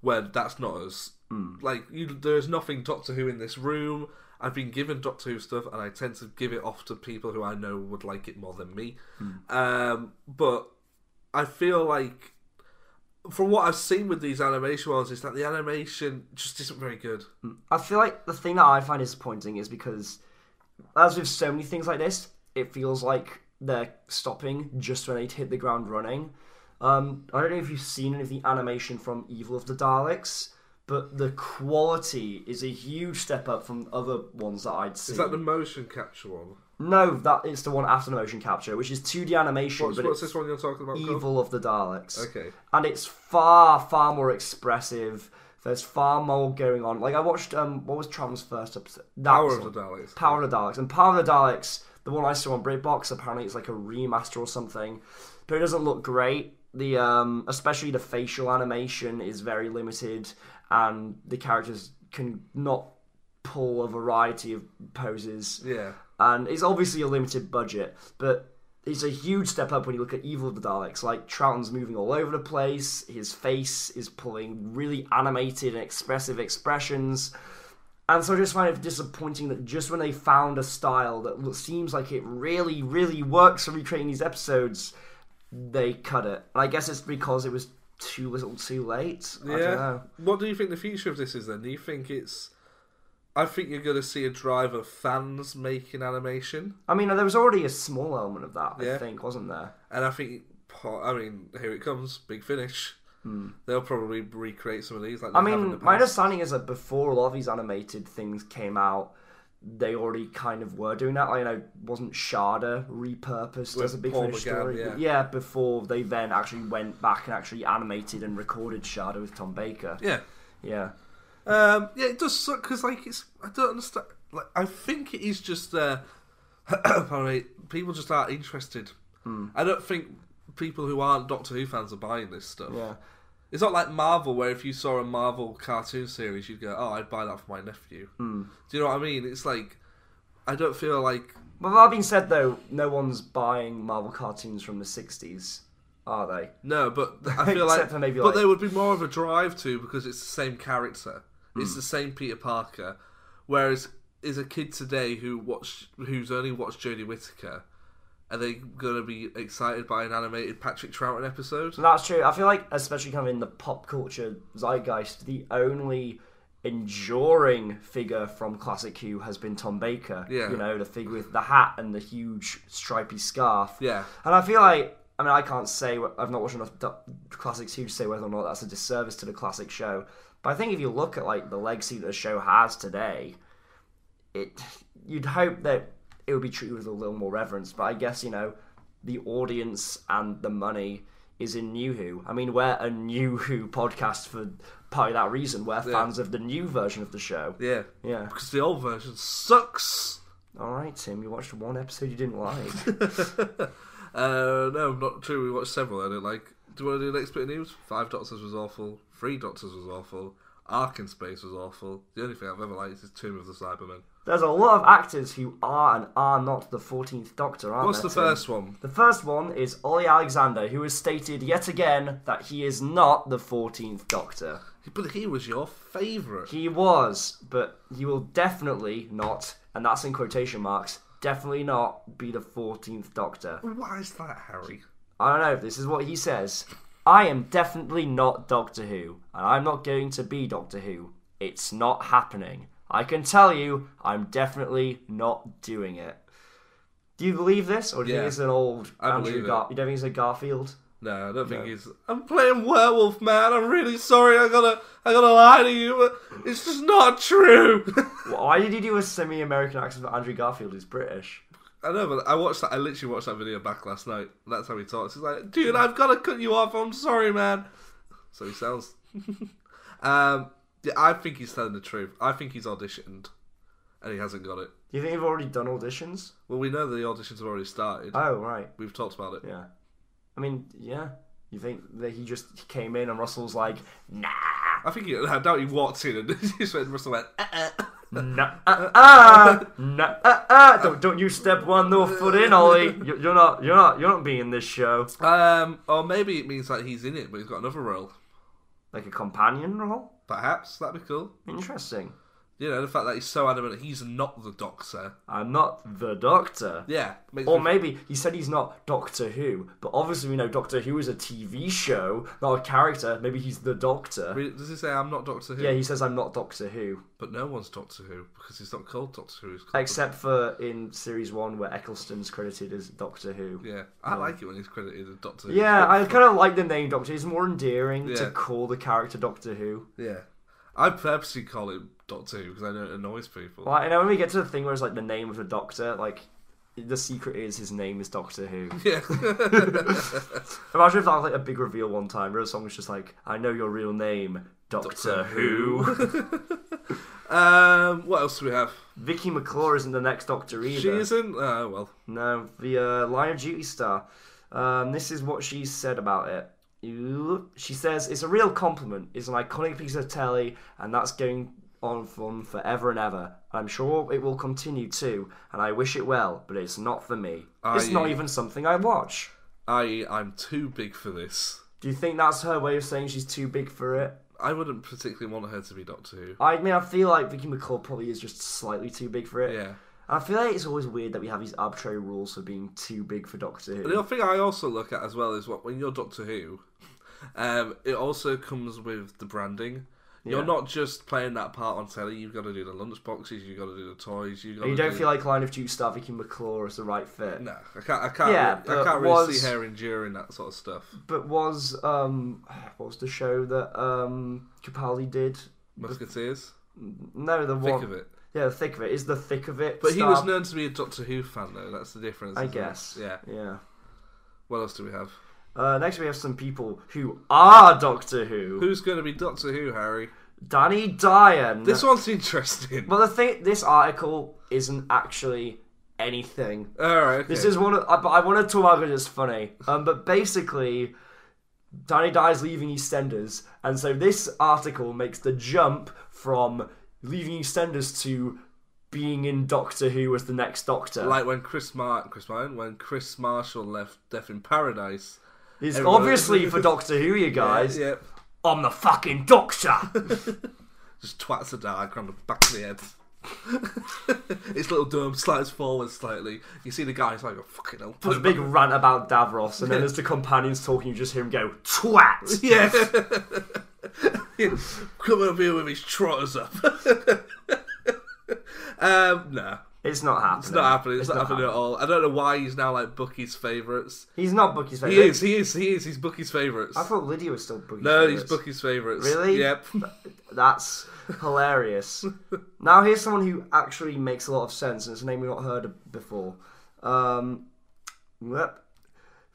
[SPEAKER 5] where that's not us,
[SPEAKER 1] Hmm.
[SPEAKER 5] like you, there's nothing Doctor Who in this room. I've been given Doctor Who stuff, and I tend to give it off to people who I know would like it more than me.
[SPEAKER 1] Hmm.
[SPEAKER 5] Um, but I feel like, from what I've seen with these animation ones, is that the animation just isn't very good.
[SPEAKER 1] I feel like the thing that I find disappointing is because, as with so many things like this, it feels like they're stopping just when they'd hit the ground running. Um, I don't know if you've seen any of the animation from Evil of the Daleks, but the quality is a huge step up from other ones that I'd seen.
[SPEAKER 5] Is that the motion capture one?
[SPEAKER 1] No, that it's the one after the motion capture, which is 2D animation,
[SPEAKER 5] What's,
[SPEAKER 1] but
[SPEAKER 5] what's
[SPEAKER 1] it's
[SPEAKER 5] this one you're talking about? called?
[SPEAKER 1] Evil of the Daleks.
[SPEAKER 5] Okay.
[SPEAKER 1] And it's far, far more expressive. There's far more going on. Like I watched um what was Tram's first episode? That
[SPEAKER 5] Power
[SPEAKER 1] was
[SPEAKER 5] of
[SPEAKER 1] one.
[SPEAKER 5] the Daleks.
[SPEAKER 1] Power of the Daleks. And Power of the Daleks, the one I saw on BritBox, apparently it's like a remaster or something. But it doesn't look great. The um especially the facial animation is very limited and the characters can not pull a variety of poses
[SPEAKER 5] Yeah.
[SPEAKER 1] and it's obviously a limited budget, but It's a huge step up when you look at Evil of the Daleks. Like Trouton's moving all over the place. His face is pulling really animated and expressive expressions. And so I just find it disappointing that just when they found a style that lo- seems like it really, really works for recreating these episodes, they cut it. And I guess it's because it was too little too late. I don't
[SPEAKER 5] Yeah.
[SPEAKER 1] know.
[SPEAKER 5] What do you think the future of this is then? Do you think it's. I think you're going to see a drive of fans making animation.
[SPEAKER 1] I mean, there was already a small element of that, I
[SPEAKER 5] Yeah.
[SPEAKER 1] think, wasn't there?
[SPEAKER 5] And I think, po- I mean, here it comes, big finish. They'll probably recreate some of these. Like
[SPEAKER 1] Hmm. I
[SPEAKER 5] they have in the
[SPEAKER 1] mean, my
[SPEAKER 5] past.
[SPEAKER 1] understanding is that before a lot of these animated things came out, they already kind of were doing that. Like, I know, wasn't Sharda repurposed as a big
[SPEAKER 5] Paul
[SPEAKER 1] finish
[SPEAKER 5] McGann,
[SPEAKER 1] story?
[SPEAKER 5] yeah.
[SPEAKER 1] before they then actually went back and actually animated and recorded Sharda with Tom Baker.
[SPEAKER 5] Yeah.
[SPEAKER 1] Yeah.
[SPEAKER 5] Um, yeah, it does suck because like it's I don't understand. Like I think it is just uh, <coughs> pardon me, people just aren't interested. I don't think people who aren't Doctor Who fans are buying this stuff.
[SPEAKER 1] Yeah.
[SPEAKER 5] It's not like Marvel, where if you saw a Marvel cartoon series, you'd go, "Oh, I'd buy that for my nephew." Do you know what I mean? It's like I don't feel like
[SPEAKER 1] But that being said, though, no one's buying Marvel cartoons from the 60s, are they?
[SPEAKER 5] No,
[SPEAKER 1] <laughs>
[SPEAKER 5] but I feel
[SPEAKER 1] Except
[SPEAKER 5] like,
[SPEAKER 1] for maybe,
[SPEAKER 5] but
[SPEAKER 1] like-
[SPEAKER 5] there would be more of a drive to because it's the same character,
[SPEAKER 1] Hmm.
[SPEAKER 5] it's the same Peter Parker. Whereas, is a kid today who watched, who's only watched Jodie Whittaker, are they gonna be excited by an animated Patrick Troughton episode?
[SPEAKER 1] That's true. I feel like, especially kind of in the pop culture zeitgeist, the only enduring figure from classic Who has been Tom Baker.
[SPEAKER 5] Yeah.
[SPEAKER 1] You know, the figure with the hat and the huge stripy scarf.
[SPEAKER 5] Yeah.
[SPEAKER 1] And I feel like, I mean, I can't say, wh- I've not watched enough du- classics Who to say whether or not that's a disservice to the classic show. But I think if you look at, like, the legacy that the show has today, it you'd hope that it would be treated with a little more reverence, but I guess you know the audience and the money is in New Who. I mean, we're a New Who podcast for partly that reason. We're fans of the new version of the show.
[SPEAKER 5] Yeah,
[SPEAKER 1] Yeah.
[SPEAKER 5] because the old version sucks.
[SPEAKER 1] All right, Tim, you watched one episode you didn't like.
[SPEAKER 5] Uh, no, not true. We watched several. I don't like. Do you want to do next bit of news? Five Doctors was awful. Three Doctors was awful. Ark in Space was awful. The only thing I've ever liked is Tomb of the Cybermen.
[SPEAKER 1] There's a lot of actors who are and are not the 14th Doctor, aren't
[SPEAKER 5] What's
[SPEAKER 1] there,
[SPEAKER 5] the
[SPEAKER 1] Tim?
[SPEAKER 5] first one?
[SPEAKER 1] The first one is Ollie Alexander, who has stated yet again that he is not the 14th Doctor.
[SPEAKER 5] But he was your favourite.
[SPEAKER 1] He was, but he will definitely not, and that's in quotation marks, definitely not be the 14th Doctor.
[SPEAKER 5] Why is that, Harry?
[SPEAKER 1] I don't know, this is what he says. I am definitely not Doctor Who, and I'm not going to be Doctor Who. It's not happening. I can tell you, I'm definitely not doing it. Do you believe this, or do you
[SPEAKER 5] Yeah.
[SPEAKER 1] think it's an old
[SPEAKER 5] I
[SPEAKER 1] Andrew
[SPEAKER 5] believe it.
[SPEAKER 1] Gar- You don't think it's a Garfield?
[SPEAKER 5] No, I don't think he's. I'm playing werewolf, man. I'm really sorry. I gotta, I gotta lie to you. But it's just not true. <laughs>
[SPEAKER 1] Why did he do a semi-American accent for Andrew Garfield, who's British?
[SPEAKER 5] I know, but I watched that. I literally watched that video back last night. That's how he talks. He's like, dude, I've gotta cut you off. I'm sorry, man. So
[SPEAKER 1] <laughs>
[SPEAKER 5] he sounds. um, yeah, I think he's telling the truth. I think he's auditioned, and he hasn't got it.
[SPEAKER 1] Do you think they've already done auditions?
[SPEAKER 5] Well, we know the auditions have already started.
[SPEAKER 1] Oh, right.
[SPEAKER 5] We've talked about it.
[SPEAKER 1] Yeah. I mean, yeah. You think that he just came in and Russell's like, nah,
[SPEAKER 5] I think he, I doubt he walked in and <laughs> just went. Russell went. Uh-uh.
[SPEAKER 1] nah, uh, uh, nah, uh, uh. Don't, don't you step one more foot in, Ollie. You- You're not, you're not, you're not being in this show
[SPEAKER 5] Um, or maybe it means that he's in it, but he's got another role.
[SPEAKER 1] like a companion role.
[SPEAKER 5] Perhaps that'd be cool.
[SPEAKER 1] Interesting.
[SPEAKER 5] You know, the fact that he's so adamant he's not the Doctor.
[SPEAKER 1] I'm not the Doctor.
[SPEAKER 5] Yeah, makes
[SPEAKER 1] Or
[SPEAKER 5] me-
[SPEAKER 1] maybe he said he's not Doctor Who, but obviously we know Doctor Who is a TV show, not a character. Maybe he's the Doctor.
[SPEAKER 5] Really- Does he say I'm not Doctor Who?
[SPEAKER 1] Yeah, he says I'm not Doctor Who,
[SPEAKER 5] But no one's Doctor Who because he's not called Doctor Who. He's called
[SPEAKER 1] except for in series one where Eccleston's credited as Doctor Who.
[SPEAKER 5] the- Yeah, I like it when he's credited as Doctor. Who.
[SPEAKER 1] Yeah, I kind of like the name Doctor. It's more endearing
[SPEAKER 5] Yeah.
[SPEAKER 1] to call the character Doctor Who.
[SPEAKER 5] yeah. I purposely call him Doctor Who because I know it annoys people.
[SPEAKER 1] Like, and then when we get to the thing where it's like the name of the Doctor, like the secret is his name is Doctor Who.
[SPEAKER 5] Yeah,
[SPEAKER 1] <laughs> Imagine if that was like a big reveal one time, where the song was just like, "I know your real name, Doctor, Who."
[SPEAKER 5] um, what else do we have?
[SPEAKER 1] Vicky McClure isn't the next Doctor either.
[SPEAKER 5] She isn't. Oh well,
[SPEAKER 1] No, the uh, Line of Duty star. Um, this is what she said about it. Ooh. She says, It's a real compliment. It's an iconic piece of telly, and that's going on fun forever and ever. I'm sure it will continue too, and I wish it well, but it's not for me. It's
[SPEAKER 5] I-
[SPEAKER 1] not even something I watch.
[SPEAKER 5] I I'm too big for this.
[SPEAKER 1] Do you think that's her way of saying she's too big for it?
[SPEAKER 5] I wouldn't particularly want her to be Doctor Who.
[SPEAKER 1] I mean, I feel like Vicky McCall probably is just slightly too big for it.
[SPEAKER 5] Yeah.
[SPEAKER 1] I feel like it's always weird that we have these arbitrary rules for being too big for Doctor Who.
[SPEAKER 5] The other thing I also look at as well is what when you're Doctor Who, um, it also comes with the branding. You're
[SPEAKER 1] Yeah.
[SPEAKER 5] not just playing that part on telly. You've got to do the lunchboxes. You've got to do the toys. You've got
[SPEAKER 1] You
[SPEAKER 5] to
[SPEAKER 1] don't
[SPEAKER 5] do...
[SPEAKER 1] feel like Line of Duty star Vicky McClure is the right fit.
[SPEAKER 5] no. I can't. I can't.
[SPEAKER 1] Yeah,
[SPEAKER 5] really- I
[SPEAKER 1] but
[SPEAKER 5] can't really
[SPEAKER 1] was-
[SPEAKER 5] see her enduring that sort of stuff.
[SPEAKER 1] But was um <sighs> what was the show that um Capaldi did?
[SPEAKER 5] Musketeers.
[SPEAKER 1] No, the
[SPEAKER 5] Think
[SPEAKER 1] one
[SPEAKER 5] of it.
[SPEAKER 1] Yeah, the thick of it is the thick of it.
[SPEAKER 5] But he
[SPEAKER 1] star-
[SPEAKER 5] was known to be a Doctor Who fan, though. That's the difference.
[SPEAKER 1] I
[SPEAKER 5] isn't it?
[SPEAKER 1] guess.
[SPEAKER 5] Yeah.
[SPEAKER 1] Yeah.
[SPEAKER 5] What else do we have?
[SPEAKER 1] Uh, next we have some people who are Doctor Who.
[SPEAKER 5] Who's going to be Doctor Who, Harry?
[SPEAKER 1] Danny Dyan.
[SPEAKER 5] This one's interesting.
[SPEAKER 1] Well, the thing, this article isn't actually anything.
[SPEAKER 5] All right. Okay.
[SPEAKER 1] This is one. Of, I, but I want to talk about it. 'cause It's funny. Um, but basically, Danny Dye's leaving EastEnders, and so this article makes the jump from leaving EastEnders to being in Doctor Who as the next Doctor.
[SPEAKER 5] like when Chris Mar- Chris Martin, when Chris Marshall left Death in Paradise.
[SPEAKER 1] it's
[SPEAKER 5] everyone-
[SPEAKER 1] obviously for Doctor Who,
[SPEAKER 5] <laughs>
[SPEAKER 1] you guys.
[SPEAKER 5] Yep.
[SPEAKER 1] I'm the fucking
[SPEAKER 5] <laughs>
[SPEAKER 1] Doctor.
[SPEAKER 5] Just twats a dog on the back of the head. <laughs> His little dome slides forward slightly. You see the guy, he's like, oh, fucking hell. Put <laughs>
[SPEAKER 1] There's
[SPEAKER 5] it
[SPEAKER 1] a big
[SPEAKER 5] back.
[SPEAKER 1] rant about Davros, and then as the companions talking, you just hear him go, twat!
[SPEAKER 5] <laughs> Yeah. <laughs> Come over here with his trotters up. <laughs> um, nah.
[SPEAKER 1] It's not happening.
[SPEAKER 5] It's not happening. It's, not happening at all. I don't know why he's now like Bucky's favourites.
[SPEAKER 1] He's not Bucky's favourite.
[SPEAKER 5] He is, he is, he is. He's Bucky's favourites.
[SPEAKER 1] I thought Lydia was still Bucky's
[SPEAKER 5] No,
[SPEAKER 1] favourites.
[SPEAKER 5] he's Bucky's favourites.
[SPEAKER 1] Really?
[SPEAKER 5] Yep.
[SPEAKER 1] That's hilarious. now here's someone who actually makes a lot of sense, and it's a name we've not heard of before. Um, yep.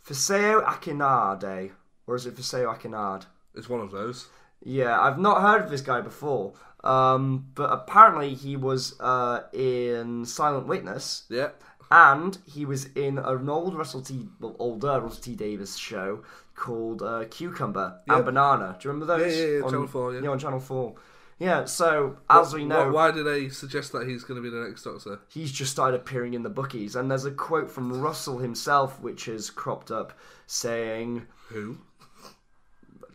[SPEAKER 1] Faseo Akinade. Or is it Faseo Akinade?
[SPEAKER 5] It's one of those.
[SPEAKER 1] Yeah, I've not heard of this guy before. Um, but apparently he was uh, in Silent Witness.
[SPEAKER 5] Yep.
[SPEAKER 1] And he was in an old Russell T, well, older Russell T Davis show called uh, Cucumber and Banana. Do you remember those?
[SPEAKER 5] Yeah, yeah, yeah, Channel 4, yeah.
[SPEAKER 1] on Channel Four. Yeah. So as we know,
[SPEAKER 5] Why, why do they suggest that he's going to be the next Doctor?
[SPEAKER 1] he's just started appearing in the bookies, and there's a quote from Russell himself which has cropped up saying,
[SPEAKER 5] Who?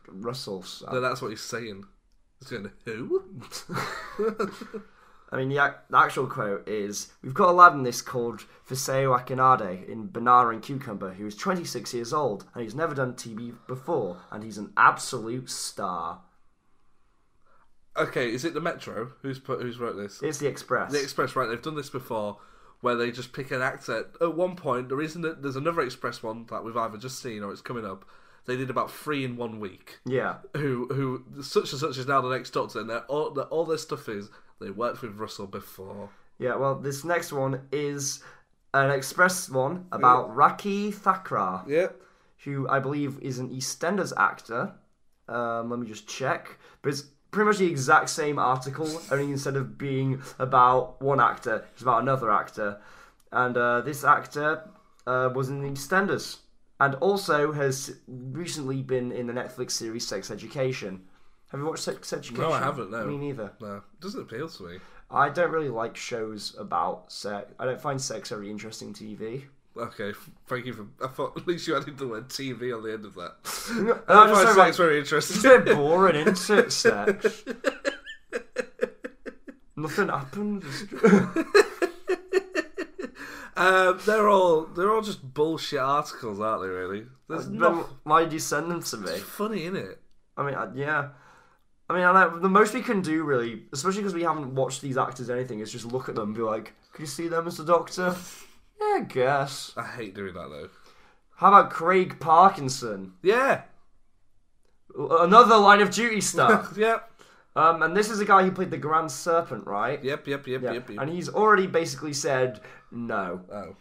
[SPEAKER 1] "Russell."
[SPEAKER 5] No, that's what he's saying. He's going, who?
[SPEAKER 1] I mean, the, ac- the actual quote is We've got a lad in this called Fiseo Akinade in Banana and Cucumber who is 26 years old and he's never done TV before and he's an absolute star.
[SPEAKER 5] Okay, is it the Metro? Who's put? Who's wrote this?
[SPEAKER 1] It's The Express.
[SPEAKER 5] the Express, right? They've done this before, where they just pick an actor. At one point, there isn't. A, there's another Express one that we've either just seen or it's coming up. They did about three in one week.
[SPEAKER 1] yeah.
[SPEAKER 5] Who, who, such and such is now the next Doctor, and they're all, they're, all their stuff is they worked with Russell before.
[SPEAKER 1] Yeah, well, this next one is an Express one about Raki Thakra,
[SPEAKER 5] Yep.
[SPEAKER 1] who I believe is an EastEnders actor. Um, let me just check. But it's pretty much the exact same article, only instead of being about one actor, it's about another actor. And uh, this actor uh, was in the EastEnders and also has recently been in the Netflix series Sex Education. Have you watched Sex Education?
[SPEAKER 5] No, I haven't. No,
[SPEAKER 1] Me neither.
[SPEAKER 5] No, doesn't appeal to me.
[SPEAKER 1] I don't really like shows about sex. I don't find sex very interesting TV.
[SPEAKER 5] Okay, thank you for. I thought at least you added the word TV on the end of that.
[SPEAKER 1] And
[SPEAKER 5] I
[SPEAKER 1] I'm
[SPEAKER 5] find
[SPEAKER 1] just
[SPEAKER 5] sex
[SPEAKER 1] like, <laughs>
[SPEAKER 5] very <laughs>
[SPEAKER 1] it's
[SPEAKER 5] interesting.
[SPEAKER 1] a bit boring, isn't it,
[SPEAKER 5] <laughs>
[SPEAKER 1] sex? Nothing happens.
[SPEAKER 5] Um, they're all they're all just bullshit articles, aren't they? Really, there's
[SPEAKER 1] Then
[SPEAKER 5] no
[SPEAKER 1] why do you send them to me?
[SPEAKER 5] funny in it.
[SPEAKER 1] I mean, I, yeah. I mean, I know, the most we can do, really, especially because we haven't watched these actors or anything, is just look at them and be like, "Can you see them as the
[SPEAKER 5] <laughs>
[SPEAKER 1] Doctor?" Yeah, I guess.
[SPEAKER 5] I hate doing that though.
[SPEAKER 1] How about Craig Parkinson,
[SPEAKER 5] Yeah,
[SPEAKER 1] another Line of Duty star?
[SPEAKER 5] <laughs> yep,
[SPEAKER 1] um, and this is a guy who played the Grand Serpent, right?
[SPEAKER 5] yep, yep, yep,
[SPEAKER 1] Yeah,
[SPEAKER 5] yep. yep.
[SPEAKER 1] and he's already basically said no.
[SPEAKER 5] oh,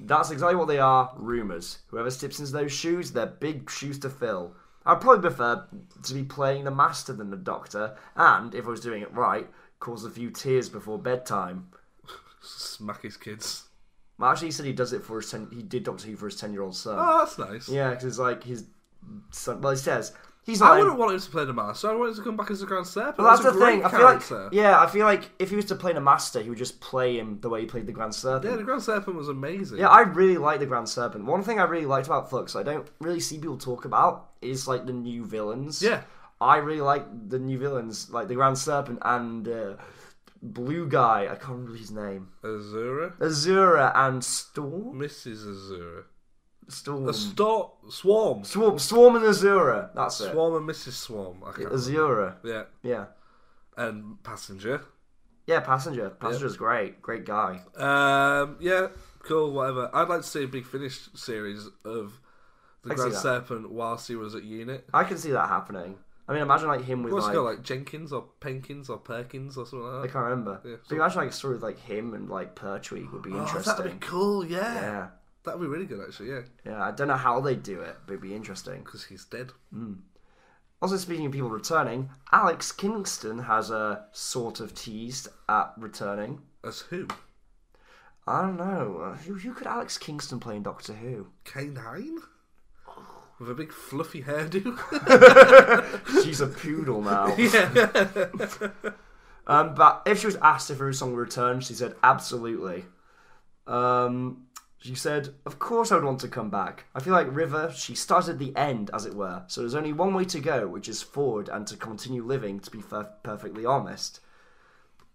[SPEAKER 1] That's exactly what they are. Rumors. Whoever steps into those shoes, they're big shoes to fill. I'd probably prefer to be playing the master than the doctor, and if I was doing it right, cause a few tears before bedtime.
[SPEAKER 5] smack his kids.
[SPEAKER 1] Well, actually, he said he does it for his ten. He did Doctor Who for his ten-year-old son.
[SPEAKER 5] Oh, that's nice.
[SPEAKER 1] Yeah, because like his son. Well, he says He's
[SPEAKER 5] I
[SPEAKER 1] not.
[SPEAKER 5] wouldn't want him to play the master. I want him to come back as a Grand Serpent.
[SPEAKER 1] Well, that's
[SPEAKER 5] a
[SPEAKER 1] the
[SPEAKER 5] great
[SPEAKER 1] thing. I feel
[SPEAKER 5] character.
[SPEAKER 1] like, yeah, I feel like if he was to play in a master, he would just play him the way he played the Grand Serpent.
[SPEAKER 5] Yeah, the Grand Serpent was amazing.
[SPEAKER 1] Yeah, I really like the Grand Serpent. One thing I really liked about Flux, I don't really see people talk about, is like the new villains.
[SPEAKER 5] Yeah.
[SPEAKER 1] I really like the new villains, like the Grand Serpent and uh, Blue Guy. I can't remember his name.
[SPEAKER 5] Azura,
[SPEAKER 1] Azura and Storm.
[SPEAKER 5] Mrs. Azura,
[SPEAKER 1] Storm.
[SPEAKER 5] a sto- Swarm,
[SPEAKER 1] Swarm. Swarm and Azura. That's it.
[SPEAKER 5] Swarm, and Mrs. Swarm. I can't
[SPEAKER 1] Azura.
[SPEAKER 5] remember.
[SPEAKER 1] Yeah.
[SPEAKER 5] Yeah, and Passenger.
[SPEAKER 1] Yeah. Passenger. Passenger's great. Great guy.
[SPEAKER 5] Um, yeah, cool, whatever. I'd like to see a big finish series of the
[SPEAKER 1] I can see
[SPEAKER 5] Grand
[SPEAKER 1] that.
[SPEAKER 5] Serpent whilst he was at unit.
[SPEAKER 1] I can see that happening. I mean, imagine like him with
[SPEAKER 5] What's
[SPEAKER 1] like,
[SPEAKER 5] it called, like Jenkins or Penkins or Perkins or something
[SPEAKER 1] I
[SPEAKER 5] like that?
[SPEAKER 1] can't remember.
[SPEAKER 5] Yeah,
[SPEAKER 1] but
[SPEAKER 5] so-
[SPEAKER 1] imagine like a story with like him and like Pertwee would be
[SPEAKER 5] Oh,
[SPEAKER 1] interesting.
[SPEAKER 5] that'd be cool, yeah.
[SPEAKER 1] Yeah.
[SPEAKER 5] That'd be really good, actually, yeah.
[SPEAKER 1] Yeah, I don't know how they do it, but it'd be interesting.
[SPEAKER 5] Because he's dead.
[SPEAKER 1] Also, speaking of people returning, Alex Kingston has a sort of teased at returning.
[SPEAKER 5] As who?
[SPEAKER 1] I don't know. uh, Who, who could Alex Kingston play in Doctor Who?
[SPEAKER 5] K9? With a big fluffy hairdo? <laughs>
[SPEAKER 1] She's a poodle now.
[SPEAKER 5] yeah.
[SPEAKER 1] <laughs> Um, but if she was asked if her song would return, she said absolutely. Um, she said, "Of course, I would want to come back. I feel like River. She started the end, as it were. So there's only one way to go, which is forward and to continue living. To be fer- perfectly honest,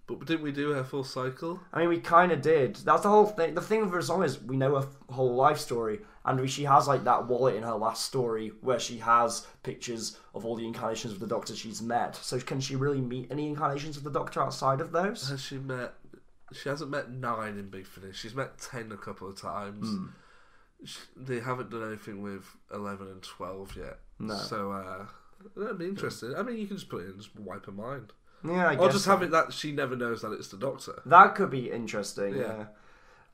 [SPEAKER 5] But didn't we do her full cycle?
[SPEAKER 1] I mean, we kind of did. That's the whole thing. The thing with her song is we know her f- whole life story, and we, she has like that wallet in her last story where she has pictures of all the incarnations of the Doctor she's met. So can she really meet any incarnations of the Doctor outside of those?
[SPEAKER 5] <laughs> Has she met. She hasn't met nine in Big Finish. She's met ten a couple of times.
[SPEAKER 1] Hmm.
[SPEAKER 5] Sh They haven't done anything with eleven and twelve yet. No. So uh, that'd be interesting. I mean, you can just put it in, and just wipe her mind,
[SPEAKER 1] Yeah, I guess.
[SPEAKER 5] or just
[SPEAKER 1] so.
[SPEAKER 5] have it that she never knows that it's the Doctor. <laughs>
[SPEAKER 1] That could be interesting. Yeah.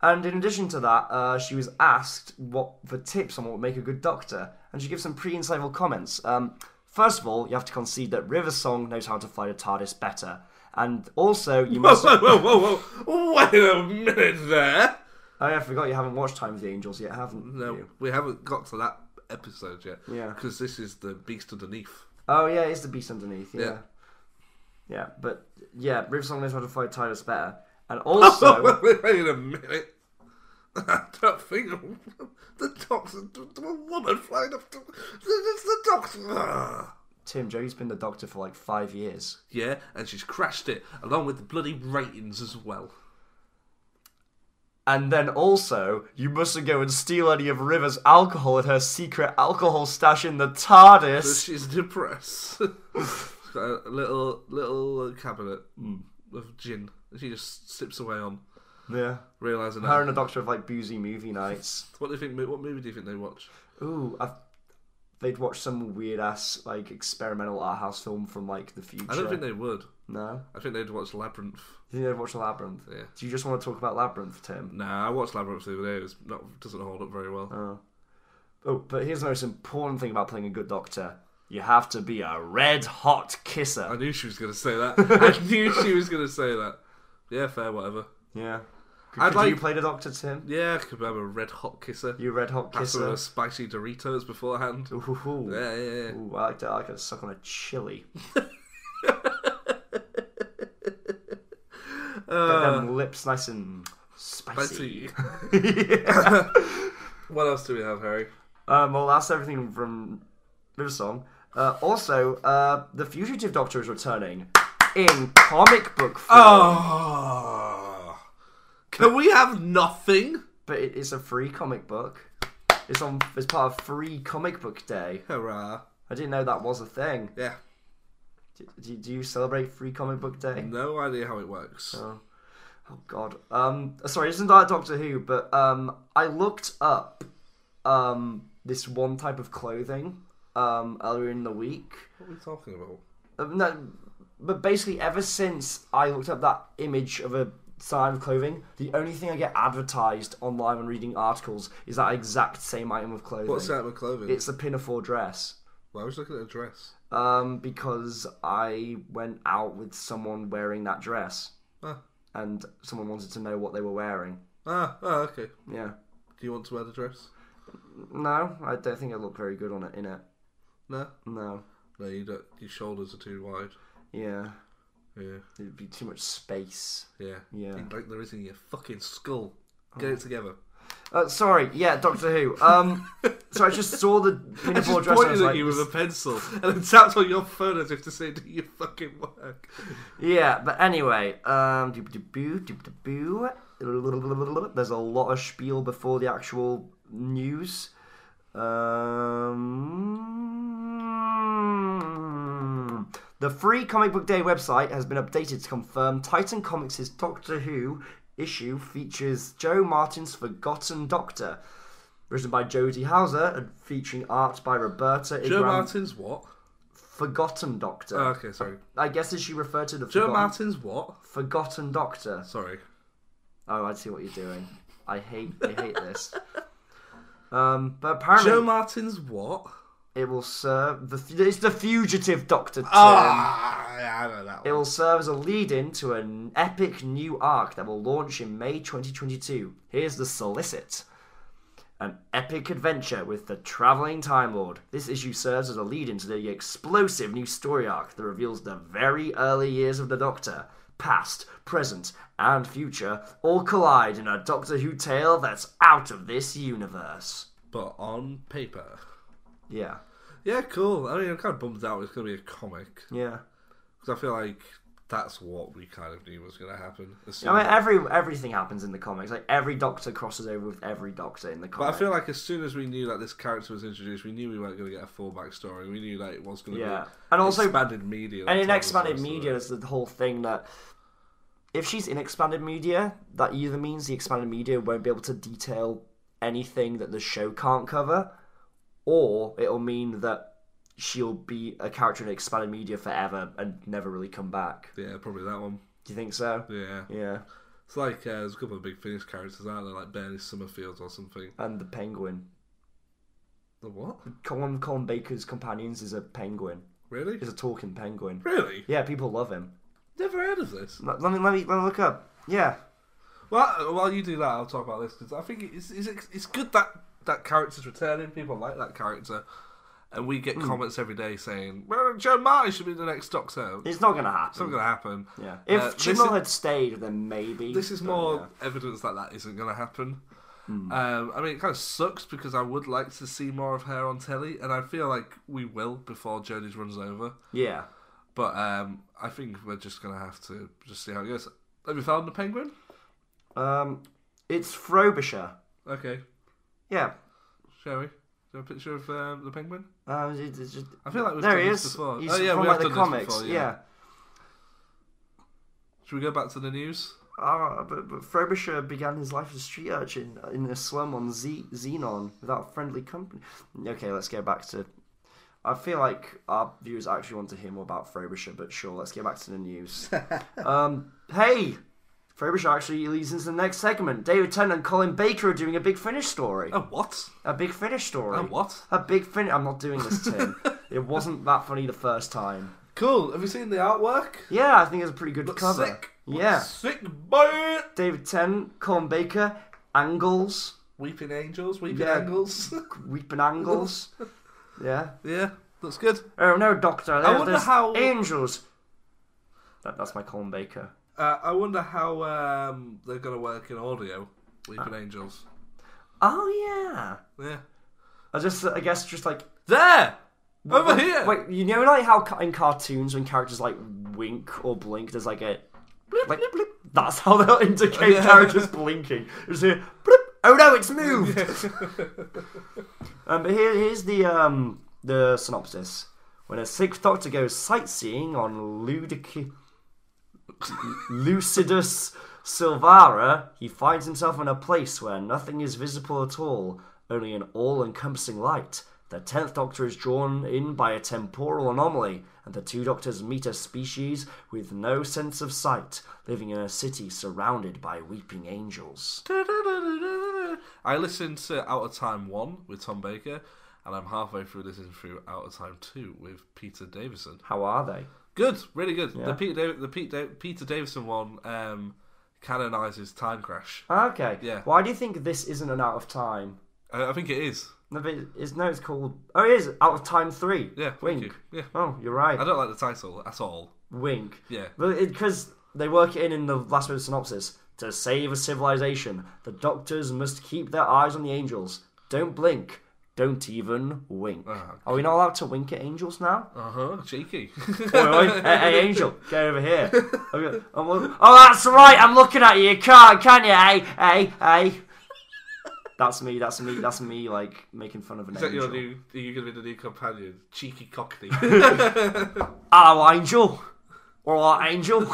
[SPEAKER 1] And in addition to that, uh, she was asked what for tips on what would make a good doctor, and she gives some pretty insightful comments. Um, first of all, you have to concede that River Song knows how to fly the TARDIS better, and also you
[SPEAKER 5] Whoa,
[SPEAKER 1] must.
[SPEAKER 5] <laughs> whoa, whoa, whoa, whoa! Wait a minute there.
[SPEAKER 1] Oh, yeah, I forgot you haven't watched Time of the Angels yet, haven't
[SPEAKER 5] No,
[SPEAKER 1] you?
[SPEAKER 5] we haven't got to that episode yet.
[SPEAKER 1] Yeah.
[SPEAKER 5] Because this is the Beast Underneath.
[SPEAKER 1] Oh yeah, it's the beast underneath. Yeah. yeah.
[SPEAKER 5] Yeah.
[SPEAKER 1] but yeah, River Song knows how to fly TARDIS better, and
[SPEAKER 5] <laughs>
[SPEAKER 1] also.
[SPEAKER 5] wait, wait a minute. <laughs> I don't think <laughs> the doctor, the woman flying up to. It's the doctor.
[SPEAKER 1] Tim, Joey's been the doctor for like five years.
[SPEAKER 5] Yeah, and she's crashed it, along with the bloody ratings as well.
[SPEAKER 1] And then also, you mustn't go and steal any of River's alcohol at her secret alcohol stash in the
[SPEAKER 5] So
[SPEAKER 1] TARDIS.
[SPEAKER 5] she's depressed. <laughs> she's got a little, little cabinet
[SPEAKER 1] Hmm.
[SPEAKER 5] of gin that she just sips away on,
[SPEAKER 1] Yeah.
[SPEAKER 5] realising
[SPEAKER 1] Her
[SPEAKER 5] that.
[SPEAKER 1] and the Doctor have like boozy movie nights.
[SPEAKER 5] What do you think? What movie do you think they watch?
[SPEAKER 1] Ooh, I've, they'd watch some weird ass like experimental art house film from like the future.
[SPEAKER 5] I don't think they would.
[SPEAKER 1] No,
[SPEAKER 5] I think they'd watch Labyrinth.
[SPEAKER 1] you think they'd watch Labyrinth.
[SPEAKER 5] Yeah.
[SPEAKER 1] Do you just want to talk about Labyrinth, Tim?
[SPEAKER 5] Nah, I watched Labyrinth the other day. It was not doesn't hold up very well.
[SPEAKER 1] Oh, but here's the most important thing about playing a good Doctor: you have to be a red hot kisser.
[SPEAKER 5] I knew she was going to
[SPEAKER 1] <laughs>
[SPEAKER 5] say that. I knew she was going to say that. Yeah, fair, whatever.
[SPEAKER 1] Yeah. Could,
[SPEAKER 5] I'd
[SPEAKER 1] could you
[SPEAKER 5] like-
[SPEAKER 1] play the Doctor, Tim?
[SPEAKER 5] Yeah, I could have a red hot kisser.
[SPEAKER 1] You red hot
[SPEAKER 5] Have some of
[SPEAKER 1] kisser.
[SPEAKER 5] those spicy Doritos beforehand.
[SPEAKER 1] Ooh.
[SPEAKER 5] Yeah, yeah, yeah.
[SPEAKER 1] Ooh, I like to, I like to suck on a
[SPEAKER 5] <laughs>
[SPEAKER 1] chili. Get them lips nice and spicy.
[SPEAKER 5] Uh,
[SPEAKER 1] <laughs>
[SPEAKER 5] Spicy. what else do we have, Harry?
[SPEAKER 1] Um, well, that's everything from River Song. Uh, also, uh, the Fugitive Doctor is returning in comic book form, Ah.
[SPEAKER 5] Oh, can we have nothing?
[SPEAKER 1] but it, it's a free comic book. It's on. It's part of Free Comic Book Day.
[SPEAKER 5] Hurrah!
[SPEAKER 1] I didn't know that was a thing.
[SPEAKER 5] Yeah,
[SPEAKER 1] Do, do, do you celebrate Free Comic Book Day?
[SPEAKER 5] no idea how it works.
[SPEAKER 1] Oh God. Um, sorry, isn't that Doctor Who? But um, I looked up um this one type of clothing um earlier in the week.
[SPEAKER 5] What are we talking about?
[SPEAKER 1] Um, no, but basically, ever since I looked up that image of a sign of clothing, the only thing I get advertised online when reading articles is that exact same item of clothing.
[SPEAKER 5] What's that with clothing?
[SPEAKER 1] It's a pinafore dress.
[SPEAKER 5] Well, I was looking at a dress.
[SPEAKER 1] Um, because I went out with someone wearing that dress,
[SPEAKER 5] Ah,
[SPEAKER 1] and someone wanted to know what they were wearing.
[SPEAKER 5] ah, ah okay.
[SPEAKER 1] Yeah.
[SPEAKER 5] Do you want to wear the dress?
[SPEAKER 1] No, I don't think I look very good on it in it.
[SPEAKER 5] No.
[SPEAKER 1] No.
[SPEAKER 5] No, you don't, your shoulders are too wide.
[SPEAKER 1] Yeah,
[SPEAKER 5] Yeah,
[SPEAKER 1] it'd be too much space.
[SPEAKER 5] yeah, Oh.
[SPEAKER 1] Yeah.
[SPEAKER 5] Like there is in your fucking skull. Get it together.
[SPEAKER 1] Uh, sorry, yeah, Doctor Who. Um, so I just saw the
[SPEAKER 5] <laughs> I
[SPEAKER 1] pinafore
[SPEAKER 5] just
[SPEAKER 1] dress. I was
[SPEAKER 5] pointed at
[SPEAKER 1] like,
[SPEAKER 5] you with a pencil <laughs> and then tapped on your phone as if to say, "Do your fucking work."
[SPEAKER 1] yeah, but anyway, um, doop doop boo, doop doop boo. There's a lot of spiel before the actual news. Um, the free comic book day website has been updated to confirm Titan Comics' Doctor Who issue features Joe Martin's Forgotten Doctor, written by Jodie Hauser and featuring art by Roberta
[SPEAKER 5] Joe
[SPEAKER 1] Ingram.
[SPEAKER 5] Martin's what?
[SPEAKER 1] Forgotten Doctor.
[SPEAKER 5] Oh, okay, sorry.
[SPEAKER 1] I guess is she referred to the
[SPEAKER 5] Joe
[SPEAKER 1] forgotten,
[SPEAKER 5] Martin's what?
[SPEAKER 1] forgotten Doctor?
[SPEAKER 5] Sorry.
[SPEAKER 1] Oh, I see what you're doing. I hate, I hate this. Um, but apparently
[SPEAKER 5] Joe Martin's what?
[SPEAKER 1] it will serve the fu- it's the fugitive Doctor. Term.
[SPEAKER 5] Ah, yeah, I know that
[SPEAKER 1] It
[SPEAKER 5] one.
[SPEAKER 1] will serve as a lead-in to an epic new arc that will launch in May 2022. Here's the solicit. An epic adventure with the Traveling Time Lord. This issue serves as a lead in to the explosive new story arc that reveals the very early years of the Doctor. Past, present, and future all collide in a Doctor Who tale that's out of this universe.
[SPEAKER 5] But on paper.
[SPEAKER 1] Yeah,
[SPEAKER 5] Yeah, cool. I mean, I'm kind of bummed out. It's going to be a comic
[SPEAKER 1] yeah.
[SPEAKER 5] because I feel like that's what we kind of knew was going to happen. As soon
[SPEAKER 1] I mean,
[SPEAKER 5] as-
[SPEAKER 1] every everything happens in the comics. Like every Doctor crosses over with every Doctor in the
[SPEAKER 5] but I
[SPEAKER 1] comics.
[SPEAKER 5] feel like as soon as we knew that this character was introduced, we knew we weren't going to get a full backstory. We knew that it was going to
[SPEAKER 1] Yeah.
[SPEAKER 5] be
[SPEAKER 1] And also-
[SPEAKER 5] expanded media.
[SPEAKER 1] and
[SPEAKER 5] on
[SPEAKER 1] in
[SPEAKER 5] top of
[SPEAKER 1] expanded
[SPEAKER 5] the rest of
[SPEAKER 1] media
[SPEAKER 5] it.
[SPEAKER 1] is the whole thing that if she's in expanded media that either means the expanded media won't be able to detail anything that the show can't cover or it'll mean that she'll be a character in expanded media forever and never really come back
[SPEAKER 5] yeah, probably that one.
[SPEAKER 1] do you think so
[SPEAKER 5] Yeah,
[SPEAKER 1] yeah
[SPEAKER 5] it's like uh, there's a couple of big Finnish characters out there, like Bernie Summerfield or something.
[SPEAKER 1] and the penguin
[SPEAKER 5] The what?
[SPEAKER 1] colin, colin baker's companions is a penguin
[SPEAKER 5] Really?
[SPEAKER 1] is a talking penguin
[SPEAKER 5] Really?
[SPEAKER 1] yeah people love him
[SPEAKER 5] Never heard of this.
[SPEAKER 1] let let me let me, let me look up yeah
[SPEAKER 5] Well, uh, while you do that, I'll talk about this because I think it's, it's it's good that that character's returning. People like that character, and we
[SPEAKER 1] Hmm.
[SPEAKER 5] get comments every day saying, "Well, Joe Martin should be the next Doctor." It's
[SPEAKER 1] it's not gonna happen
[SPEAKER 5] not going to happen.
[SPEAKER 1] Yeah.
[SPEAKER 5] Uh,
[SPEAKER 1] If uh,
[SPEAKER 5] this is-
[SPEAKER 1] had stayed, then maybe.
[SPEAKER 5] this is
[SPEAKER 1] but
[SPEAKER 5] more evidence that that isn't going to happen. Um, I mean, it kind of sucks because I would like to see more of her on telly, and I feel like we will before Jody's runs over.
[SPEAKER 1] Yeah.
[SPEAKER 5] But um, I think we're just going to have to just see how it goes. Have you found the penguin?
[SPEAKER 1] yeah. Um, it's Frobisher.
[SPEAKER 5] Okay,
[SPEAKER 1] Yeah.
[SPEAKER 5] shall we? Is there a picture of um, the penguin?
[SPEAKER 1] Uh, it's, it's just,
[SPEAKER 5] I feel like we've
[SPEAKER 1] there
[SPEAKER 5] done
[SPEAKER 1] he
[SPEAKER 5] this
[SPEAKER 1] is.
[SPEAKER 5] before.
[SPEAKER 1] He's
[SPEAKER 5] Oh, yeah,
[SPEAKER 1] from
[SPEAKER 5] we
[SPEAKER 1] like the
[SPEAKER 5] have done this
[SPEAKER 1] comics.
[SPEAKER 5] before,
[SPEAKER 1] yeah.
[SPEAKER 5] yeah. Should we go back to the news?
[SPEAKER 1] Uh, but, but Frobisher began his life as a street urchin in a slum on Z- Xenon without friendly company. Okay, let's go back to. I feel like our viewers actually want to hear more about Frobisher, but sure, let's get back to the
[SPEAKER 5] <laughs>
[SPEAKER 1] news. um, hey! Frobisher actually leads into the next segment. David Tennant and Colin Baker are doing a big finish story.
[SPEAKER 5] A what?
[SPEAKER 1] A big finish story.
[SPEAKER 5] Oh. A what?
[SPEAKER 1] A big finish. I'm not doing this,
[SPEAKER 5] <laughs>
[SPEAKER 1] Tim. it wasn't that funny the first time.
[SPEAKER 5] Cool. Have you seen the artwork?
[SPEAKER 1] Yeah, I think it's a pretty good cover.
[SPEAKER 5] Sick.
[SPEAKER 1] Yeah.
[SPEAKER 5] Sick boy.
[SPEAKER 1] David Tennant, Colin Baker, Angles,
[SPEAKER 5] Weeping angels. Weeping
[SPEAKER 1] Yeah.
[SPEAKER 5] angels. <laughs>
[SPEAKER 1] Weeping Angles. yeah.
[SPEAKER 5] yeah, looks good.
[SPEAKER 1] Oh no, Doctor. There's,
[SPEAKER 5] wonder
[SPEAKER 1] there's
[SPEAKER 5] how-
[SPEAKER 1] Angels. That, that's my Colin Baker.
[SPEAKER 5] Uh, I wonder how um, they're going to work in audio.
[SPEAKER 1] Ah.
[SPEAKER 5] Weeping angels.
[SPEAKER 1] Oh yeah.
[SPEAKER 5] Yeah.
[SPEAKER 1] I just, I guess, just like
[SPEAKER 5] There. Over here.
[SPEAKER 1] Wait, you know like how ca- in cartoons when characters like wink or blink, there's like a blip, blip, blip. That's how they'll indicate
[SPEAKER 5] Yeah.
[SPEAKER 1] characters blinking. It's a blip. Oh no, it's moved. <laughs> um, but here, here's the um the synopsis. When a sixth doctor goes sightseeing on Ludic- Lucidus Silvara, he finds himself in a place where nothing is visible at all, only an all encompassing light. The tenth doctor is drawn in by a temporal anomaly, and the two doctors meet a species with no sense of sight, living in a city surrounded by weeping angels.
[SPEAKER 5] I listened to Out of Time 1 with Tom Baker, and I'm halfway through listening through Out of Time 2 with Peter Davison.
[SPEAKER 1] How are they?
[SPEAKER 5] Good, really good.
[SPEAKER 1] Yeah.
[SPEAKER 5] The Peter Dav- the Pete da- Peter Davison one um, canonizes Time Crash.
[SPEAKER 1] Okay.
[SPEAKER 5] Yeah.
[SPEAKER 1] Why do you think this isn't an out of time?
[SPEAKER 5] I, I think it is.
[SPEAKER 1] No, but it's, no, it's called. Oh, it is Out of Time Three.
[SPEAKER 5] Yeah, thank
[SPEAKER 1] Wink.
[SPEAKER 5] you. Yeah.
[SPEAKER 1] Oh, you're right.
[SPEAKER 5] I don't like the title at all.
[SPEAKER 1] Wink.
[SPEAKER 5] Yeah.
[SPEAKER 1] But because they work it in in the last bit of synopsis to save a civilization, the doctors must keep their eyes on the angels. Don't blink. Don't even wink.
[SPEAKER 5] Ah,
[SPEAKER 1] Are we not allowed to wink at angels
[SPEAKER 5] <laughs>
[SPEAKER 1] now?
[SPEAKER 5] Uh huh. Cheeky.
[SPEAKER 1] Oi,
[SPEAKER 5] <laughs>
[SPEAKER 1] oi. Hey, hey, angel, get over here. I'm go- I'm look- oh, that's right. I'm looking at you. You can't, can you? Hey, hey, hey. That's me. That's me. That's me. Like making fun of an
[SPEAKER 5] Is that
[SPEAKER 1] angel.
[SPEAKER 5] your new? Are you going to be the new companion? Cheeky
[SPEAKER 1] <laughs>
[SPEAKER 5] Cockney.
[SPEAKER 1] Hello, angel. Or our angel.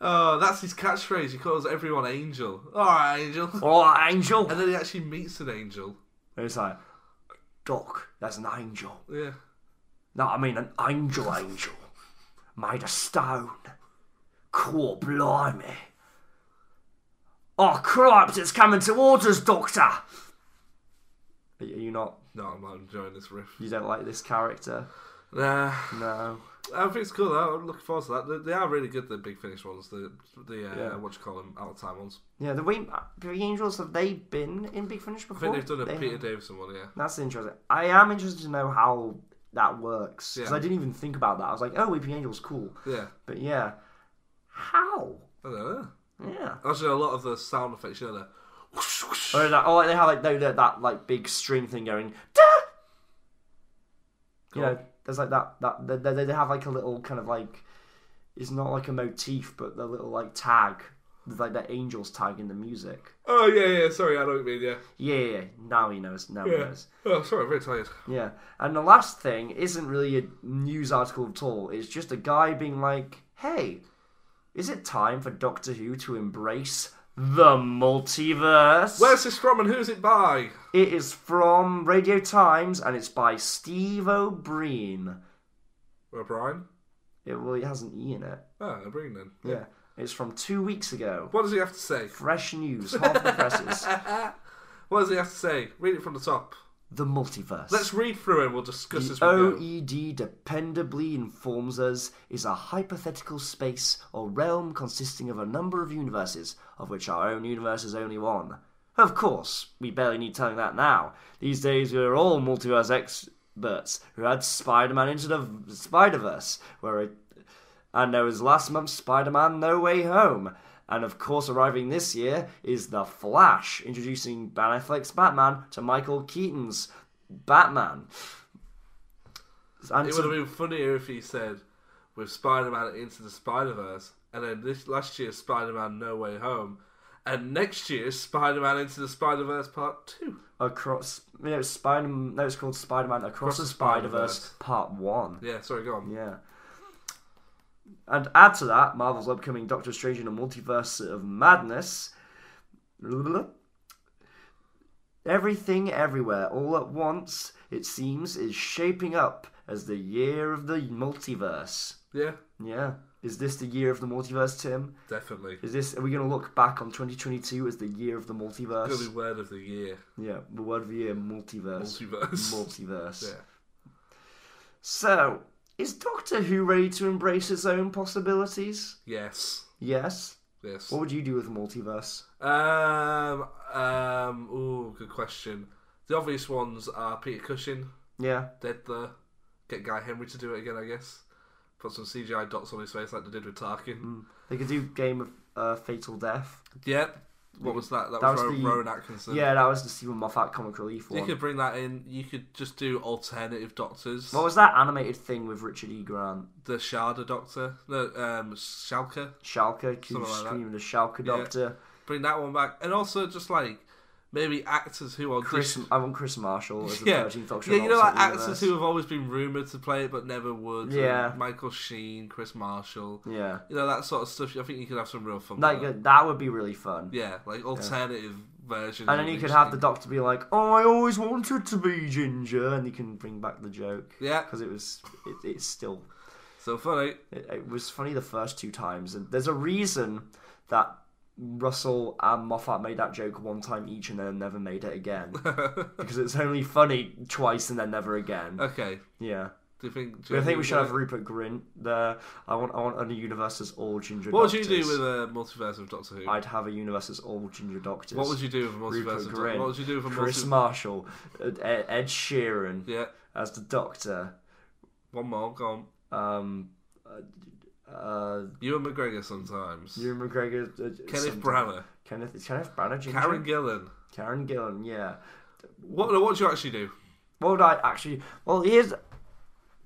[SPEAKER 5] oh, that's his catchphrase. He calls everyone Angel. All right, Angel. <laughs>
[SPEAKER 1] Or our angel.
[SPEAKER 5] And then he actually meets an angel.
[SPEAKER 1] And it's like, Doc, there's an angel.
[SPEAKER 5] Yeah.
[SPEAKER 1] No, I mean an angel angel. Made of stone. Cool blimey. Oh, cripes, it's coming towards us, Doctor! Are are you not?
[SPEAKER 5] No, I'm not enjoying this riff.
[SPEAKER 1] You don't like this character?
[SPEAKER 5] Nah,
[SPEAKER 1] No.
[SPEAKER 5] I think it's cool. Though. I'm looking forward to that. They, they are really good. The big finish ones. The the uh,
[SPEAKER 1] Yeah.
[SPEAKER 5] what you call them? Out of time ones.
[SPEAKER 1] Yeah, the Wing the Angels, have they been in Big Finish
[SPEAKER 5] I
[SPEAKER 1] before?
[SPEAKER 5] think they've done a
[SPEAKER 1] They
[SPEAKER 5] Peter
[SPEAKER 1] have.
[SPEAKER 5] Davison one. Yeah.
[SPEAKER 1] That's interesting. I am interested to know how that works. Because
[SPEAKER 5] Yeah.
[SPEAKER 1] I didn't even think about that. I was like, oh, Weeping Angel's cool.
[SPEAKER 5] Yeah.
[SPEAKER 1] But yeah. How?
[SPEAKER 5] I don't know.
[SPEAKER 1] Yeah.
[SPEAKER 5] Actually, a lot of the sound effects. You know, the whoosh, whoosh.
[SPEAKER 1] Or, that, or like they have like that, that, that like big string thing going. "Da!" You know, there's like that that they- they, they have like a little kind of like it's not like a motif, but the little like tag, There's, like the angels tag in the music.
[SPEAKER 5] Oh yeah, yeah. Sorry, I know what you mean. Yeah.
[SPEAKER 1] Yeah, yeah, yeah. now he knows. Now he
[SPEAKER 5] Yeah.
[SPEAKER 1] knows.
[SPEAKER 5] Oh, sorry, I'm very tired.
[SPEAKER 1] Yeah, and the last thing isn't really a news article at all. It's just a guy being like, "Hey, is it time for Doctor Who to embrace the multiverse?"
[SPEAKER 5] Where's this from and who's it by?
[SPEAKER 1] It is from Radio Times and it's by Steve O'Brien.
[SPEAKER 5] O'Brien.
[SPEAKER 1] It well, it has an E in it.
[SPEAKER 5] Ah, O'Brien then.
[SPEAKER 1] Yeah. It's from two weeks ago.
[SPEAKER 5] What does he have to say?
[SPEAKER 1] Fresh news, half the presses.
[SPEAKER 5] What does he have to say? Read it from the top.
[SPEAKER 1] The multiverse.
[SPEAKER 5] Let's read through and we'll discuss
[SPEAKER 1] the
[SPEAKER 5] this.
[SPEAKER 1] OED E dependably informs us is a hypothetical space or realm consisting of a number of universes, of which our own universe is only one. Of course, we barely need telling that now. These days we're all multiverse experts who had Spider Man into the Spider Verse, where it and there was last month's Spider Man No Way Home. And of course, arriving this year is The Flash, introducing Ben Affleck's Batman to Michael Keaton's Batman. And
[SPEAKER 5] It
[SPEAKER 1] to-
[SPEAKER 5] would have been funnier if he said, "With Spider-Man into the Spider-Verse," and then this last year's Spider-Man No Way Home, and next year's Spider-Man into the Spider-Verse Part Two.
[SPEAKER 1] across, you know, Spider. No, it's called Spider Man Across the
[SPEAKER 5] the
[SPEAKER 1] Spider Verse
[SPEAKER 5] Spider-Verse.
[SPEAKER 1] Part One.
[SPEAKER 5] Yeah, sorry, go on.
[SPEAKER 1] Yeah. And add to that, Marvel's upcoming Doctor Strange in a Multiverse of Madness. Everything Everywhere All at Once, it seems, is shaping up as the year of the multiverse.
[SPEAKER 5] Yeah,
[SPEAKER 1] Yeah. Is this the year of the multiverse, Tim?
[SPEAKER 5] definitely.
[SPEAKER 1] Is this are we gonna look back on twenty twenty two as the year of the
[SPEAKER 5] It's gonna
[SPEAKER 1] multiverse?
[SPEAKER 5] be word of the year.
[SPEAKER 1] Yeah, the word of the year multiverse.
[SPEAKER 5] Multiverse.
[SPEAKER 1] Multiverse.
[SPEAKER 5] Yeah.
[SPEAKER 1] So, is Doctor Who ready to embrace its own possibilities?
[SPEAKER 5] Yes.
[SPEAKER 1] Yes.
[SPEAKER 5] Yes.
[SPEAKER 1] What would you do with multiverse?
[SPEAKER 5] Um. Um. Ooh, good question. The obvious ones are Peter Cushing,
[SPEAKER 1] Yeah.
[SPEAKER 5] dead there. Get Guy Henry to do it again, I guess. Put some CGI dots on his face like they did with Tarkin.
[SPEAKER 1] They could do Game of uh, Fatal Death.
[SPEAKER 5] Yep. What was that? That,
[SPEAKER 1] Mm. That
[SPEAKER 5] was,
[SPEAKER 1] was
[SPEAKER 5] Ro-
[SPEAKER 1] the-
[SPEAKER 5] Rowan Atkinson.
[SPEAKER 1] yeah, that was the Stephen Moffat comic relief
[SPEAKER 5] You
[SPEAKER 1] one.
[SPEAKER 5] could bring that in. You could just do alternative doctors.
[SPEAKER 1] What was that animated thing with Richard E. Grant?
[SPEAKER 5] the Sharda Doctor? No, um, Shalka.
[SPEAKER 1] Schalke,
[SPEAKER 5] Something
[SPEAKER 1] Cube
[SPEAKER 5] like that.
[SPEAKER 1] Scream, the Schalke
[SPEAKER 5] Yeah.
[SPEAKER 1] Doctor.
[SPEAKER 5] Bring that one back, and also just like maybe actors who are
[SPEAKER 1] Chris, I want Chris Marshall as the
[SPEAKER 5] yeah,
[SPEAKER 1] 13th Doctor.
[SPEAKER 5] yeah,
[SPEAKER 1] in
[SPEAKER 5] you know, like
[SPEAKER 1] alternate
[SPEAKER 5] actors who
[SPEAKER 1] universe.
[SPEAKER 5] have always been rumored to play it but never would. and
[SPEAKER 1] Yeah.
[SPEAKER 5] Michael Sheen, Chris Marshall.
[SPEAKER 1] Yeah.
[SPEAKER 5] You know that sort of stuff. I think you could have some real fun. with
[SPEAKER 1] Like,
[SPEAKER 5] that.
[SPEAKER 1] uh, that would be really fun.
[SPEAKER 5] yeah, like alternative versions.
[SPEAKER 1] And then
[SPEAKER 5] of
[SPEAKER 1] you
[SPEAKER 5] each
[SPEAKER 1] could have the
[SPEAKER 5] thing.
[SPEAKER 1] Doctor be like, "Oh, I always wanted to be Ginger," and you can bring back the joke.
[SPEAKER 5] Yeah.
[SPEAKER 1] because it was, it, it's still,
[SPEAKER 5] So funny.
[SPEAKER 1] it, it was funny the first two times, and there's a reason that Russell and Moffat made that joke one time each, and then never
[SPEAKER 5] <laughs>
[SPEAKER 1] made it again because it's only funny twice and then never again.
[SPEAKER 5] Okay,
[SPEAKER 1] Yeah,
[SPEAKER 5] Do you think? Do
[SPEAKER 1] I
[SPEAKER 5] Uh, you
[SPEAKER 1] think we should have
[SPEAKER 5] What
[SPEAKER 1] Rupert Grint there. I want I want a universe that's all ginger.
[SPEAKER 5] would you
[SPEAKER 1] doctors.
[SPEAKER 5] do with a multiverse of Doctor Who?
[SPEAKER 1] I'd have a universe that's all ginger doctors.
[SPEAKER 5] What would you do with a multiverse
[SPEAKER 1] Rupert
[SPEAKER 5] of Doctor
[SPEAKER 1] Grint.
[SPEAKER 5] What would you do with a
[SPEAKER 1] Chris
[SPEAKER 5] multiverse?
[SPEAKER 1] Marshall, Ed, Ed Sheeran
[SPEAKER 5] Yeah,
[SPEAKER 1] as the Doctor.
[SPEAKER 5] one more. Go on.
[SPEAKER 1] Um, uh,
[SPEAKER 5] You and McGregor sometimes.
[SPEAKER 1] Ewan McGregor. Uh,
[SPEAKER 5] Kenneth
[SPEAKER 1] some-
[SPEAKER 5] Branagh,
[SPEAKER 1] Kenneth is Kenneth Branagh. Ginger?
[SPEAKER 5] Karen Gillan.
[SPEAKER 1] Karen Gillan. Yeah.
[SPEAKER 5] What? What would you actually do?
[SPEAKER 1] What would I actually? Well, here's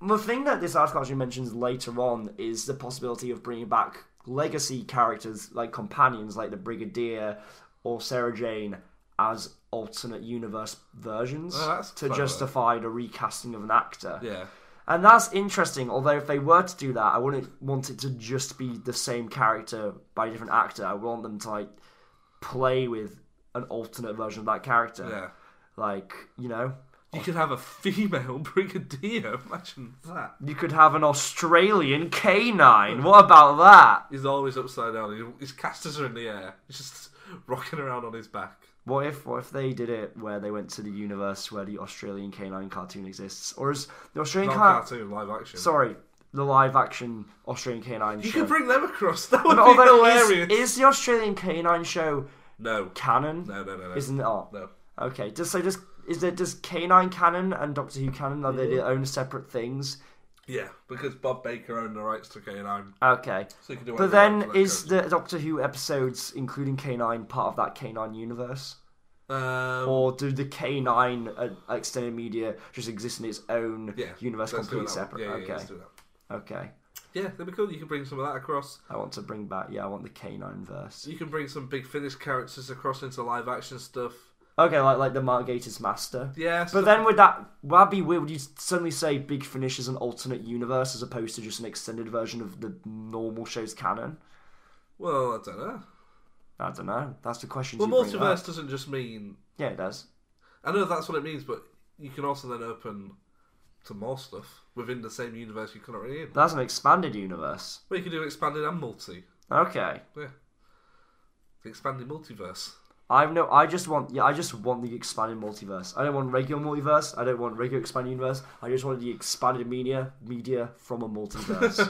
[SPEAKER 1] the thing that this article actually mentions later on is the possibility of bringing back legacy characters like companions, like the Brigadier or Sarah Jane, as alternate universe versions
[SPEAKER 5] Oh, that's
[SPEAKER 1] to
[SPEAKER 5] clever.
[SPEAKER 1] justify the recasting of an actor.
[SPEAKER 5] Yeah.
[SPEAKER 1] And that's interesting. Although if they were to do that, I wouldn't want it to just be the same character by a different actor. I want them to like play with an alternate version of that character.
[SPEAKER 5] Yeah.
[SPEAKER 1] Like you know,
[SPEAKER 5] You could have a female <laughs> brigadier. Imagine that.
[SPEAKER 1] You could have an Australian canine. What about that?
[SPEAKER 5] He's always upside down. He- His casters are in the air. He's just rocking around on his back.
[SPEAKER 1] What if what if they did it where they went to the universe where the Australian canine cartoon exists, or is the Australian
[SPEAKER 5] Not
[SPEAKER 1] canine?
[SPEAKER 5] cartoon, live action.
[SPEAKER 1] Sorry, the live action Australian canine
[SPEAKER 5] You
[SPEAKER 1] show.
[SPEAKER 5] could bring them across. <laughs> That would
[SPEAKER 1] But
[SPEAKER 5] be
[SPEAKER 1] although is-
[SPEAKER 5] hilarious.
[SPEAKER 1] Is, the Australian canine show
[SPEAKER 5] No.
[SPEAKER 1] canon?
[SPEAKER 5] No, no, no, no.
[SPEAKER 1] Isn't it? Oh.
[SPEAKER 5] No.
[SPEAKER 1] Okay. Just so just is there does canine canon and Doctor Who canon are they their own separate things?
[SPEAKER 5] Yeah, because Bob Baker owned the rights to K9.
[SPEAKER 1] Okay.
[SPEAKER 5] So you can do
[SPEAKER 1] But
[SPEAKER 5] whatever you
[SPEAKER 1] then
[SPEAKER 5] want to that
[SPEAKER 1] is the Doctor Who episodes including canine part of that canine universe?
[SPEAKER 5] Um,
[SPEAKER 1] Or do the K9 uh, extended media just exist in its own
[SPEAKER 5] yeah,
[SPEAKER 1] universe,
[SPEAKER 5] let's do
[SPEAKER 1] completely
[SPEAKER 5] that one.
[SPEAKER 1] separate?
[SPEAKER 5] Yeah, yeah,
[SPEAKER 1] okay,
[SPEAKER 5] let's do that.
[SPEAKER 1] okay.
[SPEAKER 5] Yeah, that'd be cool. You can bring some of that across.
[SPEAKER 1] I want to bring back. Yeah, I want the K9 verse.
[SPEAKER 5] You can bring some big Finnish characters across into live action stuff.
[SPEAKER 1] Okay, like like the Margator's Master.
[SPEAKER 5] Yeah, stuff-
[SPEAKER 1] But then would that would that be weird? Would you suddenly say Big Finish is an alternate universe as opposed to just an extended version of the normal show's canon?
[SPEAKER 5] Well, I don't know.
[SPEAKER 1] I don't know. That's the question.
[SPEAKER 5] Well,
[SPEAKER 1] you bring up.
[SPEAKER 5] multiverse doesn't just mean.
[SPEAKER 1] Yeah, it does.
[SPEAKER 5] I know that's what it means, but you can also then open to more stuff within the same universe you currently in.
[SPEAKER 1] That's an expanded universe.
[SPEAKER 5] Well, you can do expanded and multi.
[SPEAKER 1] Okay.
[SPEAKER 5] Yeah. The expanded multiverse.
[SPEAKER 1] I've no. I just want. Yeah, I just want the expanded multiverse. I don't want regular multiverse. I don't want regular expanded universe. I just want the expanded media media from a multiverse.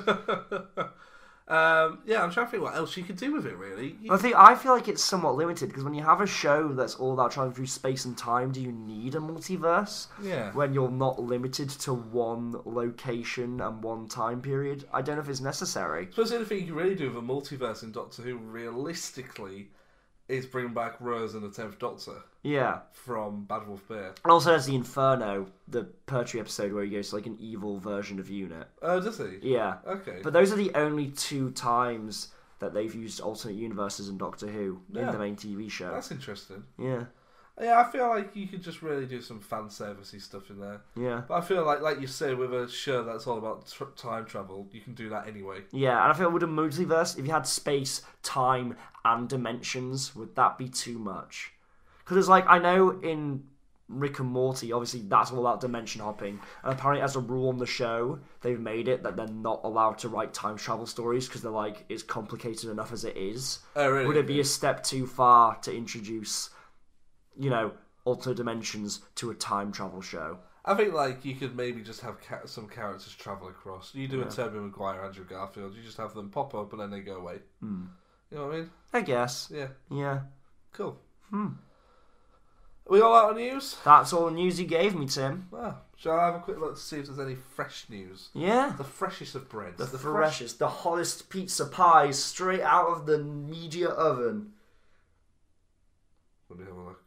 [SPEAKER 5] Um, yeah, I'm trying to think what else you could do with it, really. You-
[SPEAKER 1] I think I feel like it's somewhat limited because when you have a show that's all about traveling through space and time, do you need a multiverse?
[SPEAKER 5] Yeah.
[SPEAKER 1] When you're not limited to one location and one time period, I don't know if it's necessary.
[SPEAKER 5] suppose the only thing you can really do with a multiverse in Doctor Who, realistically, is bring back Rose and the Tenth Doctor
[SPEAKER 1] Yeah.
[SPEAKER 5] from Bad Wolf Bear.
[SPEAKER 1] And also, there's the Inferno, the Pertwee episode where he goes to like an evil version of Unit.
[SPEAKER 5] Oh, does he?
[SPEAKER 1] Yeah.
[SPEAKER 5] Okay.
[SPEAKER 1] But those are the only two times that they've used alternate universes in Doctor Who in
[SPEAKER 5] Yeah.
[SPEAKER 1] the main TV show.
[SPEAKER 5] That's interesting.
[SPEAKER 1] Yeah,
[SPEAKER 5] Yeah, I feel like you could just really do some fan servicey stuff in there.
[SPEAKER 1] yeah,
[SPEAKER 5] But I feel like, like you say, with a show that's all about tr- time travel, you can do that anyway.
[SPEAKER 1] yeah. And I feel with a multiverse, if you had space, time, and dimensions, would that be too much? Because it's like I know in Rick and Morty, obviously that's all about dimension hopping, and apparently as a rule on the show, they've made it that they're not allowed to write time travel stories because they're like it's complicated enough as it is.
[SPEAKER 5] Oh, really?
[SPEAKER 1] Would it be a step too far to introduce, you know, alternate dimensions to a time travel show?
[SPEAKER 5] I think like you could maybe just have ca- some characters travel across. You do a Tobey Maguire, Andrew Garfield. You just have them pop up and then they go away. Mm.
[SPEAKER 1] Hmm.
[SPEAKER 5] You know what I mean?
[SPEAKER 1] I guess.
[SPEAKER 5] Yeah,
[SPEAKER 1] Yeah.
[SPEAKER 5] cool. Hmm. Are we all out of news?
[SPEAKER 1] That's all the news you gave me, Tim.
[SPEAKER 5] Well, shall I have a quick look to see if there's any fresh news?
[SPEAKER 1] Yeah.
[SPEAKER 5] The freshest of breads.
[SPEAKER 1] The, freshest, the hottest pizza pies straight out of the media oven.
[SPEAKER 5] Let me have a look.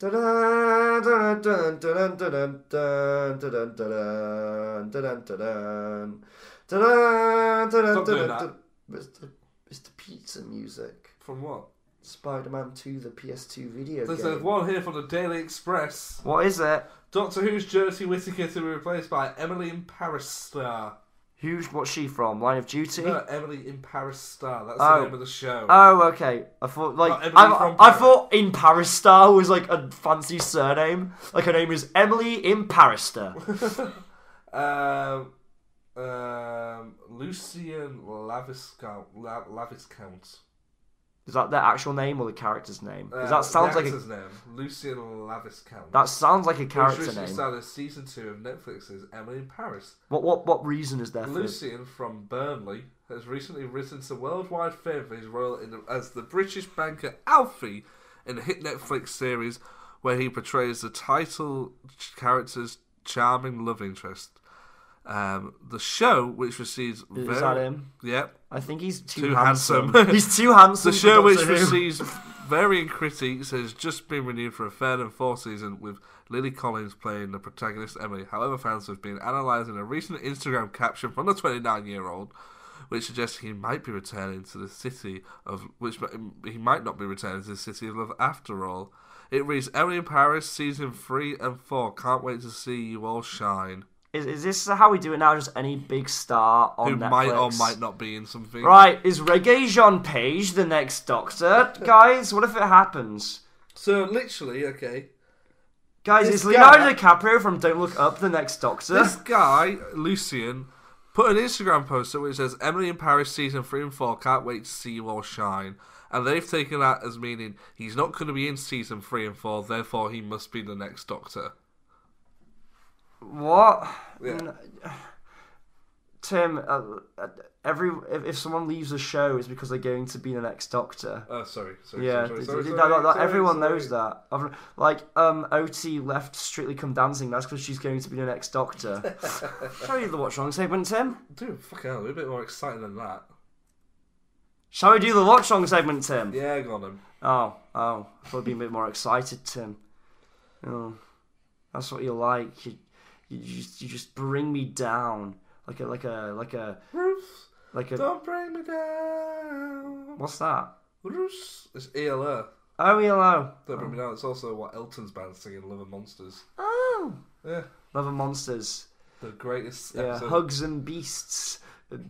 [SPEAKER 1] Dun-dun, dun-dun, dun-dun, dun-dun, dun-dun, dun-dun, dun-dun, dun-dun. Dun-dun, dun-dun,
[SPEAKER 5] Stop doing
[SPEAKER 1] dun-dun,
[SPEAKER 5] that.
[SPEAKER 1] dun- It's the- it's the pizza music.
[SPEAKER 5] From what?
[SPEAKER 1] Spider-Man 2, the PS2 video
[SPEAKER 5] There's
[SPEAKER 1] game.
[SPEAKER 5] a one here from the Daily Express.
[SPEAKER 1] What is it?
[SPEAKER 5] Doctor Who's Jodie Whittaker to be replaced by Emily in Paris star.
[SPEAKER 1] Who's what's she from? Line of Duty.
[SPEAKER 5] No, Emily in Paris star. That's
[SPEAKER 1] Oh.
[SPEAKER 5] the name of the show.
[SPEAKER 1] Oh, okay. I thought like
[SPEAKER 5] Not Emily
[SPEAKER 1] I,
[SPEAKER 5] from
[SPEAKER 1] I
[SPEAKER 5] Paris.
[SPEAKER 1] thought in Paris Star was like a fancy surname. Like her name is Emily in Paris Star. Oh.
[SPEAKER 5] <laughs> Um, um, Lucien Laviscount. La- Laviscount.
[SPEAKER 1] Is that their actual name or the character's name? Because
[SPEAKER 5] Uh,
[SPEAKER 1] that sounds
[SPEAKER 5] the
[SPEAKER 1] like a,
[SPEAKER 5] actor's name, Lucien Laviscount.
[SPEAKER 1] that sounds like a
[SPEAKER 5] Who's
[SPEAKER 1] character
[SPEAKER 5] recently
[SPEAKER 1] name.
[SPEAKER 5] started season two of Netflix's Emily in Paris.
[SPEAKER 1] What what what reason is there for this?
[SPEAKER 5] Lucien from Burnley has recently risen to worldwide fame for his role in as the British banker Alfie in the hit Netflix series where he portrays the title character's charming love interest. Um, the show, which receives
[SPEAKER 1] Is that him?
[SPEAKER 5] Yep.
[SPEAKER 1] I think he's too,
[SPEAKER 5] Too
[SPEAKER 1] handsome.
[SPEAKER 5] handsome.
[SPEAKER 1] <laughs> he's too handsome.
[SPEAKER 5] The
[SPEAKER 1] for
[SPEAKER 5] show, which
[SPEAKER 1] Doctor Who.
[SPEAKER 5] receives varying critiques, has just been renewed for a third and fourth season, with Lily Collins playing the protagonist Emily. However, fans have been analysing a recent Instagram caption from the 29-year-old, which suggests he might be returning to the city of which he might not be returning to the city of love after all. It reads Emily in Paris, season three and four. Can't wait to see you all shine.
[SPEAKER 1] Is, is this how we do it now? Just any big star on
[SPEAKER 5] Who
[SPEAKER 1] Netflix?
[SPEAKER 5] might or might not be in something.
[SPEAKER 1] Right, is Reggae Jean Page the next
[SPEAKER 5] <laughs>
[SPEAKER 1] Doctor? Guys, what if it happens?
[SPEAKER 5] So literally, okay,
[SPEAKER 1] Guys,
[SPEAKER 5] This
[SPEAKER 1] is Leonardo
[SPEAKER 5] guy-
[SPEAKER 1] DiCaprio from Don't Look Up the next Doctor?
[SPEAKER 5] This guy, Lucian, put an Instagram poster which says Emily in Paris season three and four, can't wait to see you all shine. And they've taken that as meaning he's not going to be in season three and four, therefore he must be the next Doctor.
[SPEAKER 1] What? <sighs>
[SPEAKER 5] Yeah.
[SPEAKER 1] Mm. Tim, uh, uh, every if, if someone leaves a show, it's because they're going to be the next Doctor.
[SPEAKER 5] Oh, sorry. sorry
[SPEAKER 1] Yeah,
[SPEAKER 5] sorry,
[SPEAKER 1] th-
[SPEAKER 5] sorry,
[SPEAKER 1] th-
[SPEAKER 5] sorry,
[SPEAKER 1] that- that-
[SPEAKER 5] sorry,
[SPEAKER 1] everyone
[SPEAKER 5] sorry.
[SPEAKER 1] knows that. I've- Like, um, OT left Strictly Come Dancing. That's because she's going to be the next Doctor.
[SPEAKER 5] <laughs>
[SPEAKER 1] Shall we do the watch along segment, Tim?
[SPEAKER 5] Dude, fuck hell, we're a bit more exciting than that.
[SPEAKER 1] Shall we do the watch along segment, Tim?
[SPEAKER 5] Yeah, go on then.
[SPEAKER 1] Oh, oh, I thought I'd be a bit more excited, Tim. Oh, that's what you like. You, you just, you just bring me down like a, like a, like a,
[SPEAKER 5] Roofs,
[SPEAKER 1] like a.
[SPEAKER 5] don't bring me down.
[SPEAKER 1] What's that?
[SPEAKER 5] Roofs. It's ELO.
[SPEAKER 1] Oh, hello.
[SPEAKER 5] Don't bring me down. It's also what Elton's band singing, Love and Monsters.
[SPEAKER 1] Oh,
[SPEAKER 5] Yeah.
[SPEAKER 1] love and monsters.
[SPEAKER 5] The greatest
[SPEAKER 1] Yeah,
[SPEAKER 5] episode.
[SPEAKER 1] hugs and beasts,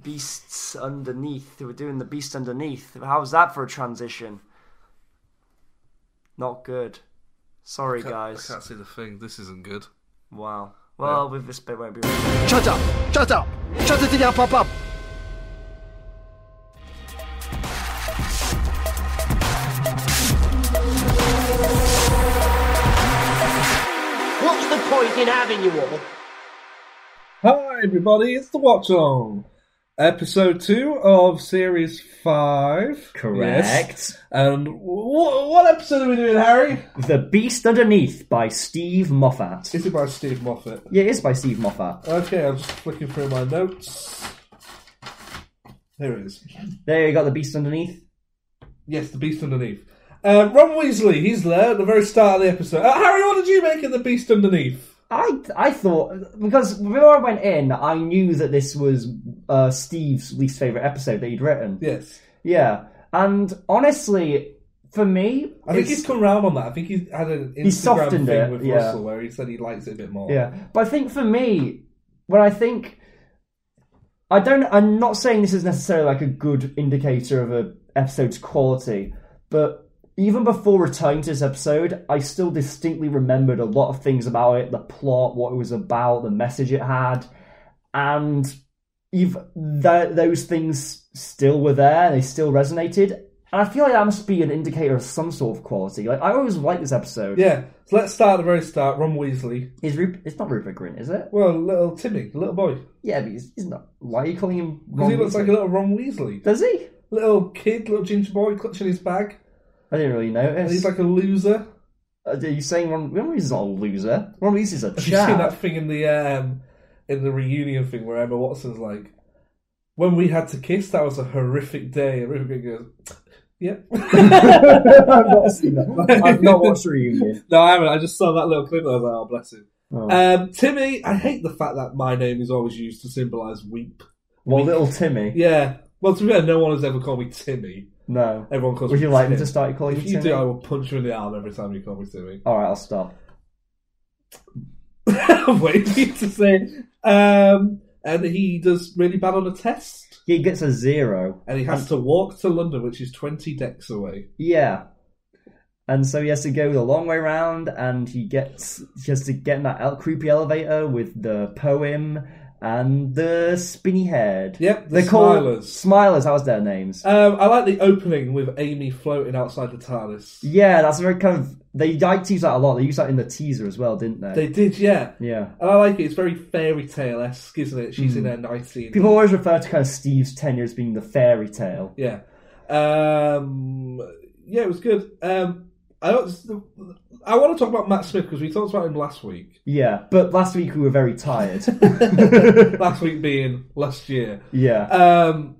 [SPEAKER 1] beasts underneath. We're doing the beast underneath. How's that for a transition? Not good. Sorry,
[SPEAKER 5] I
[SPEAKER 1] guys.
[SPEAKER 5] can't see the thing. This isn't good.
[SPEAKER 1] Wow. Well, with this bit won't be.
[SPEAKER 4] Shut up! Shut up! Shut it up, up, up!
[SPEAKER 2] What's the point in having you all?
[SPEAKER 5] Hi, everybody, it's the Watch On. Episode 2 of Series 5. Yes. And wh- what episode are we doing, Harry?
[SPEAKER 1] The Beast Underneath by Steve Moffat.
[SPEAKER 5] Is it by Steve Moffat?
[SPEAKER 1] Yeah, it is by Steve Moffat.
[SPEAKER 5] Okay, I'm just flicking through my notes. There it is.
[SPEAKER 1] There you got the Beast Underneath.
[SPEAKER 5] Yes, The Beast Underneath. Um, Ron Weasley, he's there at the very start of the episode. Uh, Harry, what did you make of The Beast Underneath?
[SPEAKER 1] I I thought because before I went in, I knew that this was uh, Steve's least favorite episode that he'd written.
[SPEAKER 5] Yes.
[SPEAKER 1] Yeah, and honestly, for me,
[SPEAKER 5] I think
[SPEAKER 1] it's-
[SPEAKER 5] he's come round on that. I think he's had an Instagram
[SPEAKER 1] softened
[SPEAKER 5] thing
[SPEAKER 1] it,
[SPEAKER 5] with
[SPEAKER 1] yeah.
[SPEAKER 5] Russell where he said he likes it a bit more.
[SPEAKER 1] Yeah, but I think for me, when I think, I don't. I'm not saying this is necessarily like a good indicator of a episode's quality, but even before returning to this episode, I still distinctly remembered a lot of things about it: the plot, what it was about, the message it had, and you've th- those things still were there. They still resonated. And I feel like that must be an indicator of some sort of quality. Like I always like this episode.
[SPEAKER 5] Yeah, so let's start at the very start. Ron Weasley.
[SPEAKER 1] Is Rup- it's not Rupert Grint, is it?
[SPEAKER 5] Well, little Timmy, little boy.
[SPEAKER 1] Yeah, but he's, he's not. Why are you calling him?
[SPEAKER 5] Because
[SPEAKER 1] Ron
[SPEAKER 5] he looks
[SPEAKER 1] Weasley?
[SPEAKER 5] like a little Ron Weasley.
[SPEAKER 1] Does he?
[SPEAKER 5] Little kid, little ginger boy clutching his bag.
[SPEAKER 1] I didn't really
[SPEAKER 5] And
[SPEAKER 1] notice.
[SPEAKER 5] he's like a loser.
[SPEAKER 1] Uh, Are you saying Ron? Ron Weasley's not a loser. Ron Weasley's a
[SPEAKER 5] <laughs> Have you
[SPEAKER 1] <laughs>
[SPEAKER 5] seen that
[SPEAKER 1] chap.
[SPEAKER 5] thing in the um, in the reunion thing where Emma Watson's like, when we had to kiss, that was a horrific day. And Rupert Grint goes, <laughs> yep.
[SPEAKER 1] I've not seen that. I've not watched reunion.
[SPEAKER 5] no, I haven't. I just saw that little clip and I was like, oh, bless him.
[SPEAKER 1] Oh.
[SPEAKER 5] Um, Timmy, I hate the fact that my name is always used to symbolise weep.
[SPEAKER 1] well, little Timmy.
[SPEAKER 5] Yeah. Well, to be fair, no one has ever called me Timmy.
[SPEAKER 1] No.
[SPEAKER 5] Everyone calls
[SPEAKER 1] Would
[SPEAKER 5] me
[SPEAKER 1] you like me
[SPEAKER 5] Tim.
[SPEAKER 1] to start calling
[SPEAKER 5] If
[SPEAKER 1] you
[SPEAKER 5] you
[SPEAKER 1] Timmy?
[SPEAKER 5] do, I will punch you in the arm every time you call me <laughs> Timmy.
[SPEAKER 1] All right, I'll stop.
[SPEAKER 5] I'm waiting for you to say. Um, and he does really bad on a test.
[SPEAKER 1] He gets a zero.
[SPEAKER 5] And he has to walk to London, which is 20 decks away.
[SPEAKER 1] Yeah. And so he has to go the long way round, and he gets he has to get in that el- creepy elevator with the poem, and the spinny haired.
[SPEAKER 5] Yep, the
[SPEAKER 1] they're called
[SPEAKER 5] Smilers.
[SPEAKER 1] Smilers. That was their names.
[SPEAKER 5] Um, I like the opening with Amy floating outside the TARDIS.
[SPEAKER 1] yeah, that's a very kind of. They liked to use that a lot. They used that in the teaser as well, didn't they?
[SPEAKER 5] They did, yeah.
[SPEAKER 1] yeah.
[SPEAKER 5] And I like it. It's very fairy tale esque, isn't it? She's in her 19.
[SPEAKER 1] People always refer to kind of Steve's tenure as being the fairy tale.
[SPEAKER 5] Yeah. Um, yeah, it was good. Um, I, don't- I want to talk about Matt Smith because we talked about him last week.
[SPEAKER 1] Yeah, but last week we were very
[SPEAKER 5] <laughs>
[SPEAKER 1] tired. <laughs>
[SPEAKER 5] last week being last year.
[SPEAKER 1] yeah.
[SPEAKER 5] Um,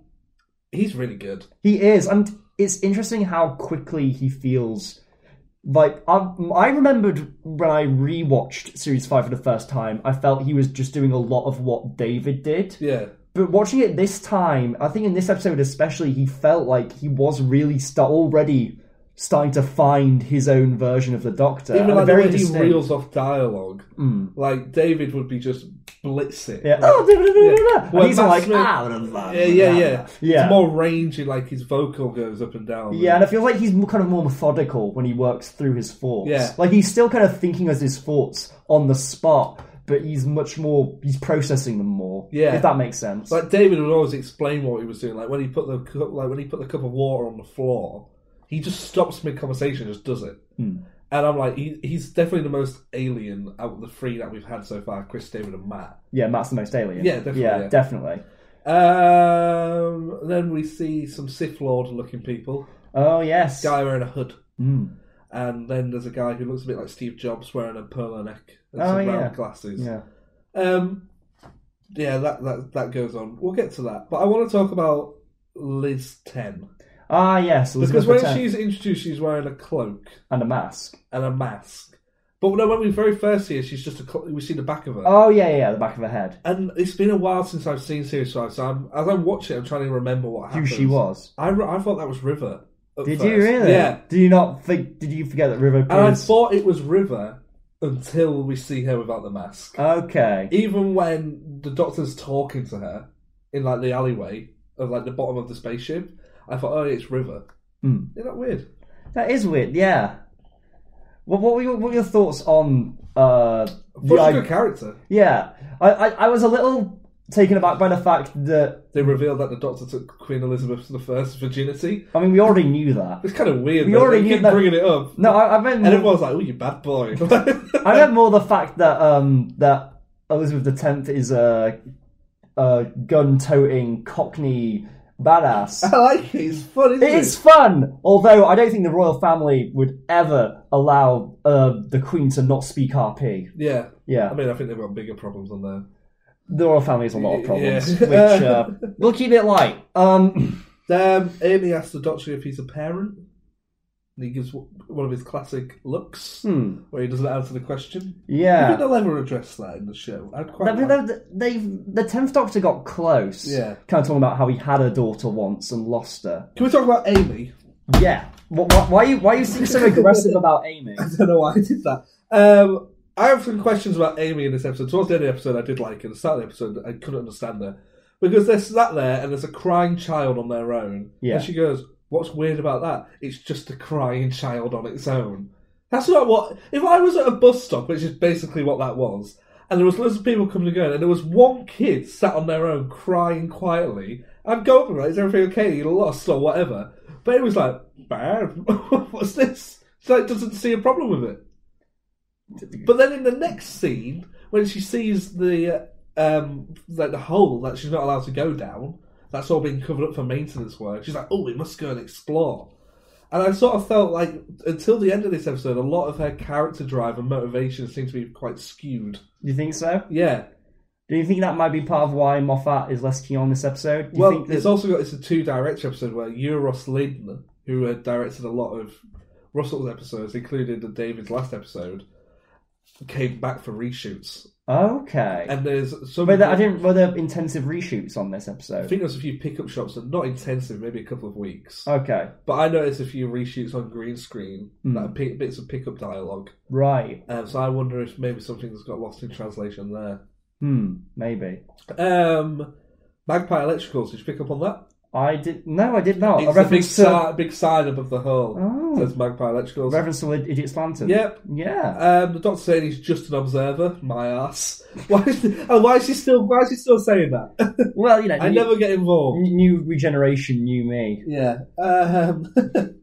[SPEAKER 5] he's really good.
[SPEAKER 1] He is, and it's interesting how quickly he feels. Like I, I remembered when I rewatched series five for the first time, I felt he was just doing a lot of what David did.
[SPEAKER 5] Yeah.
[SPEAKER 1] But watching it this time, I think in this episode especially, he felt like he was really sta- already starting to find his own version of the Doctor.
[SPEAKER 5] Even
[SPEAKER 1] and
[SPEAKER 5] like
[SPEAKER 1] a
[SPEAKER 5] the
[SPEAKER 1] very
[SPEAKER 5] way he
[SPEAKER 1] distinct- Hmm.
[SPEAKER 5] reels off dialogue, like David would be just blitzing.
[SPEAKER 1] Yeah.
[SPEAKER 5] Like,
[SPEAKER 1] Oh, da- da- da- da- da.
[SPEAKER 5] Well,
[SPEAKER 1] And he's all
[SPEAKER 5] Matt
[SPEAKER 1] like,
[SPEAKER 5] Smith-
[SPEAKER 1] ah, blah, blah,
[SPEAKER 5] yeah, yeah,
[SPEAKER 1] blah,
[SPEAKER 5] yeah.
[SPEAKER 1] blah." Yeah.
[SPEAKER 5] It's more rangy, like his vocal goes up and down.
[SPEAKER 1] Yeah, and I feel like he's more- kind of more methodical when he works through his thoughts.
[SPEAKER 5] Yeah.
[SPEAKER 1] Like he's still kind of thinking as his thoughts on the spot, but he's much more he's processing them more.
[SPEAKER 5] Yeah.
[SPEAKER 1] If that makes sense.
[SPEAKER 5] Like David would always explain what he was doing. Like when he put the cup, like when he put the cup of water on the floor, he just stops mid conversation, just does it.
[SPEAKER 1] Hmm.
[SPEAKER 5] And I'm like, he, he's definitely the most alien out of the three that we've had so far: Chris, David, and Matt.
[SPEAKER 1] yeah, Matt's the most alien.
[SPEAKER 5] Yeah, definitely,
[SPEAKER 1] Yeah,
[SPEAKER 5] yeah.
[SPEAKER 1] definitely.
[SPEAKER 5] Um, then we see some Sith Lord looking people,
[SPEAKER 1] Oh yes.
[SPEAKER 5] guy wearing a hood,
[SPEAKER 1] Mm.
[SPEAKER 5] and then there's a guy who looks a bit like Steve Jobs wearing a pearl neck and
[SPEAKER 1] Oh,
[SPEAKER 5] some
[SPEAKER 1] yeah.
[SPEAKER 5] round glasses.
[SPEAKER 1] Yeah.
[SPEAKER 5] Um, yeah, that, that that goes on. We'll get to that, but I want to talk about Liz Ten.
[SPEAKER 1] Ah yes, Elizabeth
[SPEAKER 5] Because when
[SPEAKER 1] Pretend-
[SPEAKER 5] she's introduced, she's wearing a cloak
[SPEAKER 1] and a mask.
[SPEAKER 5] and a mask. But no, when we very first see her, she's just a clo- we see the back of her.
[SPEAKER 1] Oh yeah, yeah, yeah, the back of her head.
[SPEAKER 5] and it's been a while since I've seen Series Five, so I'm, as I watch it, I'm trying to remember what
[SPEAKER 1] Who
[SPEAKER 5] happened.
[SPEAKER 1] she was.
[SPEAKER 5] I, re- I thought that was River. at
[SPEAKER 1] Did
[SPEAKER 5] first.
[SPEAKER 1] you really?
[SPEAKER 5] Yeah.
[SPEAKER 1] Did you not think did you forget that River
[SPEAKER 5] And I
[SPEAKER 1] appears?
[SPEAKER 5] thought it was River until we see her without the
[SPEAKER 1] Uh,
[SPEAKER 5] mask.
[SPEAKER 1] Okay.
[SPEAKER 5] Even when the Doctor's talking to her in like the alleyway of like the bottom of the spaceship, I thought, oh, it's River.
[SPEAKER 1] Hmm.
[SPEAKER 5] Isn't that weird?
[SPEAKER 1] That is weird, yeah. Well, what were your, what were your thoughts on uh,
[SPEAKER 5] But
[SPEAKER 1] the
[SPEAKER 5] it's a
[SPEAKER 1] idea?
[SPEAKER 5] good character.
[SPEAKER 1] Yeah, I, I, I was a little taken aback by the fact that
[SPEAKER 5] They revealed that the Doctor took Queen Elizabeth I's virginity.
[SPEAKER 1] I mean we already knew that.
[SPEAKER 5] It's kind of weird.
[SPEAKER 1] We
[SPEAKER 5] though.
[SPEAKER 1] already
[SPEAKER 5] they keep
[SPEAKER 1] knew that-
[SPEAKER 5] bringing it up,
[SPEAKER 1] No, I, I meant
[SPEAKER 5] and
[SPEAKER 1] more,
[SPEAKER 5] everyone's like, "Oh, you bad boy." <laughs>
[SPEAKER 1] I meant more the fact that um that Elizabeth the Tenth is a, a gun-toting Cockney badass.
[SPEAKER 5] I like it. It's fun, isn't
[SPEAKER 1] It
[SPEAKER 5] it?
[SPEAKER 1] is fun, although I don't think the royal family would ever allow uh, the Queen to not speak RP.
[SPEAKER 5] Yeah.
[SPEAKER 1] Yeah,
[SPEAKER 5] I mean, I think they've got bigger problems on there.
[SPEAKER 1] the royal family has a lot of
[SPEAKER 5] <laughs>
[SPEAKER 1] problems,
[SPEAKER 5] Yeah.
[SPEAKER 1] which uh, we'll keep it light. Um, <clears throat>
[SPEAKER 5] Um, Amy asks the Doctor if he's a parent. And he gives w- one of his classic looks
[SPEAKER 1] hmm,
[SPEAKER 5] where he doesn't answer the question. I think
[SPEAKER 1] yeah.
[SPEAKER 5] they'll ever address that in the show. I'd quite.
[SPEAKER 1] I mean,
[SPEAKER 5] like-
[SPEAKER 1] they- they've the tenth Doctor got close.
[SPEAKER 5] Yeah.
[SPEAKER 1] kind of talking about how he had a daughter once and lost her.
[SPEAKER 5] Can we talk about Amy? <laughs>
[SPEAKER 1] Yeah. Wh- wh- Why are you why are you seem so aggressive about Amy?
[SPEAKER 5] I don't know why I did that. Um, I have some questions about Amy in this episode. Towards the end of the episode, I did like her. At the start of the episode, I couldn't understand her. Because they're sat there and there's a crying child on their own.
[SPEAKER 1] Yeah.
[SPEAKER 5] And she goes, What's weird about that? It's just a crying child on its own. That's not what. If I was at a bus stop, which is basically what that was, and there was loads of people coming and going, and there was one kid sat on their own crying quietly, I'd go up and be like, Is everything okay? You lost or whatever. But it was like, Bad. <laughs> What's this? She like, doesn't see a problem with it. But then in the next scene, when she sees the uh, um like the hole that she's not allowed to go down, that's all been covered up for maintenance work. She's like, "Oh, we must go and explore." And I sort of felt like until the end of this episode, a lot of her character drive and motivation seemed to be quite skewed.
[SPEAKER 1] Do you think so?
[SPEAKER 5] Yeah.
[SPEAKER 1] Do you think that might be part of why Moffat is less keen on this episode? Do you
[SPEAKER 5] Well,
[SPEAKER 1] think
[SPEAKER 5] it's also got it's a two director episode where Euros Lynn, who had directed a lot of Russell's episodes, including the David's last episode, came back for reshoots.
[SPEAKER 1] okay.
[SPEAKER 5] And there's some.
[SPEAKER 1] Whether I didn't were there intensive reshoots on this
[SPEAKER 5] I
[SPEAKER 1] episode?
[SPEAKER 5] Mm-hmm. think there was a few pickup shots, and not intensive, maybe a couple of weeks.
[SPEAKER 1] Okay,
[SPEAKER 5] But I noticed a few reshoots on green screen,
[SPEAKER 1] Hmm.
[SPEAKER 5] like pi- bits of pickup dialogue.
[SPEAKER 1] right.
[SPEAKER 5] Um, so I wonder if maybe something's got lost in translation there.
[SPEAKER 1] Hmm, maybe.
[SPEAKER 5] Um, Magpie Electricals, did you pick up on that?
[SPEAKER 1] I did no, I did not.
[SPEAKER 5] It's
[SPEAKER 1] Oh, a
[SPEAKER 5] the big,
[SPEAKER 1] reference to Oh.
[SPEAKER 5] si- big sign above the hull. Says Magpie Electricals.
[SPEAKER 1] reference to Idiot's Lantern.
[SPEAKER 5] Yep.
[SPEAKER 1] Yeah.
[SPEAKER 5] Um, the doctor saying he's just an observer. My ass. <laughs> Why? Is and why is he still? Why is he still saying that?
[SPEAKER 1] well, you know,
[SPEAKER 5] I
[SPEAKER 1] new,
[SPEAKER 5] never get involved.
[SPEAKER 1] new regeneration, new me.
[SPEAKER 5] Yeah. Um, <laughs>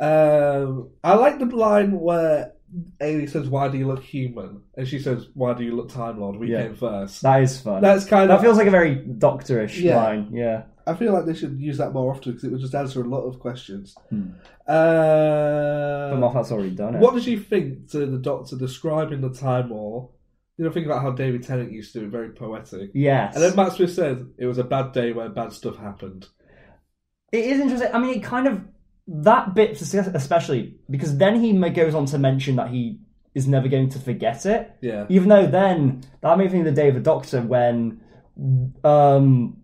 [SPEAKER 5] um, I like the line where Amy says, "Why do you look human?" and she says, "Why do you look Time Lord?" We
[SPEAKER 1] Yeah.
[SPEAKER 5] came first.
[SPEAKER 1] That is fun.
[SPEAKER 5] That's kind
[SPEAKER 1] that
[SPEAKER 5] of.
[SPEAKER 1] feels like a very doctorish
[SPEAKER 5] Yeah.
[SPEAKER 1] line. Yeah.
[SPEAKER 5] I feel like they should use that more often because it would just answer a lot of questions.
[SPEAKER 1] Hmm.
[SPEAKER 5] Uh,
[SPEAKER 1] But Moffat's already done it.
[SPEAKER 5] What did you think to the Doctor describing the Time War? You know, think about how David Tennant used to do it, very poetic.
[SPEAKER 1] Yes.
[SPEAKER 5] And then Matt Smith said it was a bad day where bad stuff happened.
[SPEAKER 1] It is interesting. I mean, it kind of that bit especially because then he ma- goes on to mention that he is never going to forget it.
[SPEAKER 5] Yeah.
[SPEAKER 1] Even though then that made me think of the day of the Doctor when um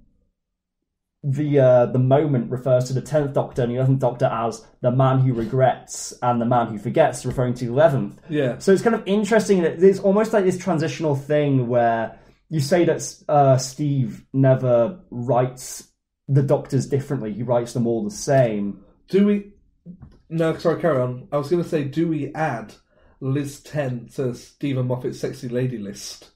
[SPEAKER 1] the uh, the moment refers to the tenth Doctor and the eleventh Doctor as the man who regrets and the man who forgets, referring to the eleventh.
[SPEAKER 5] Yeah.
[SPEAKER 1] So it's kind of interesting that it's almost like this transitional thing where you say that uh, Steve never writes the doctors differently; he writes them all the same.
[SPEAKER 5] Do we. No, sorry, carry on. I was going to say, do we add Liz 10 to Stephen Moffat's sexy lady list?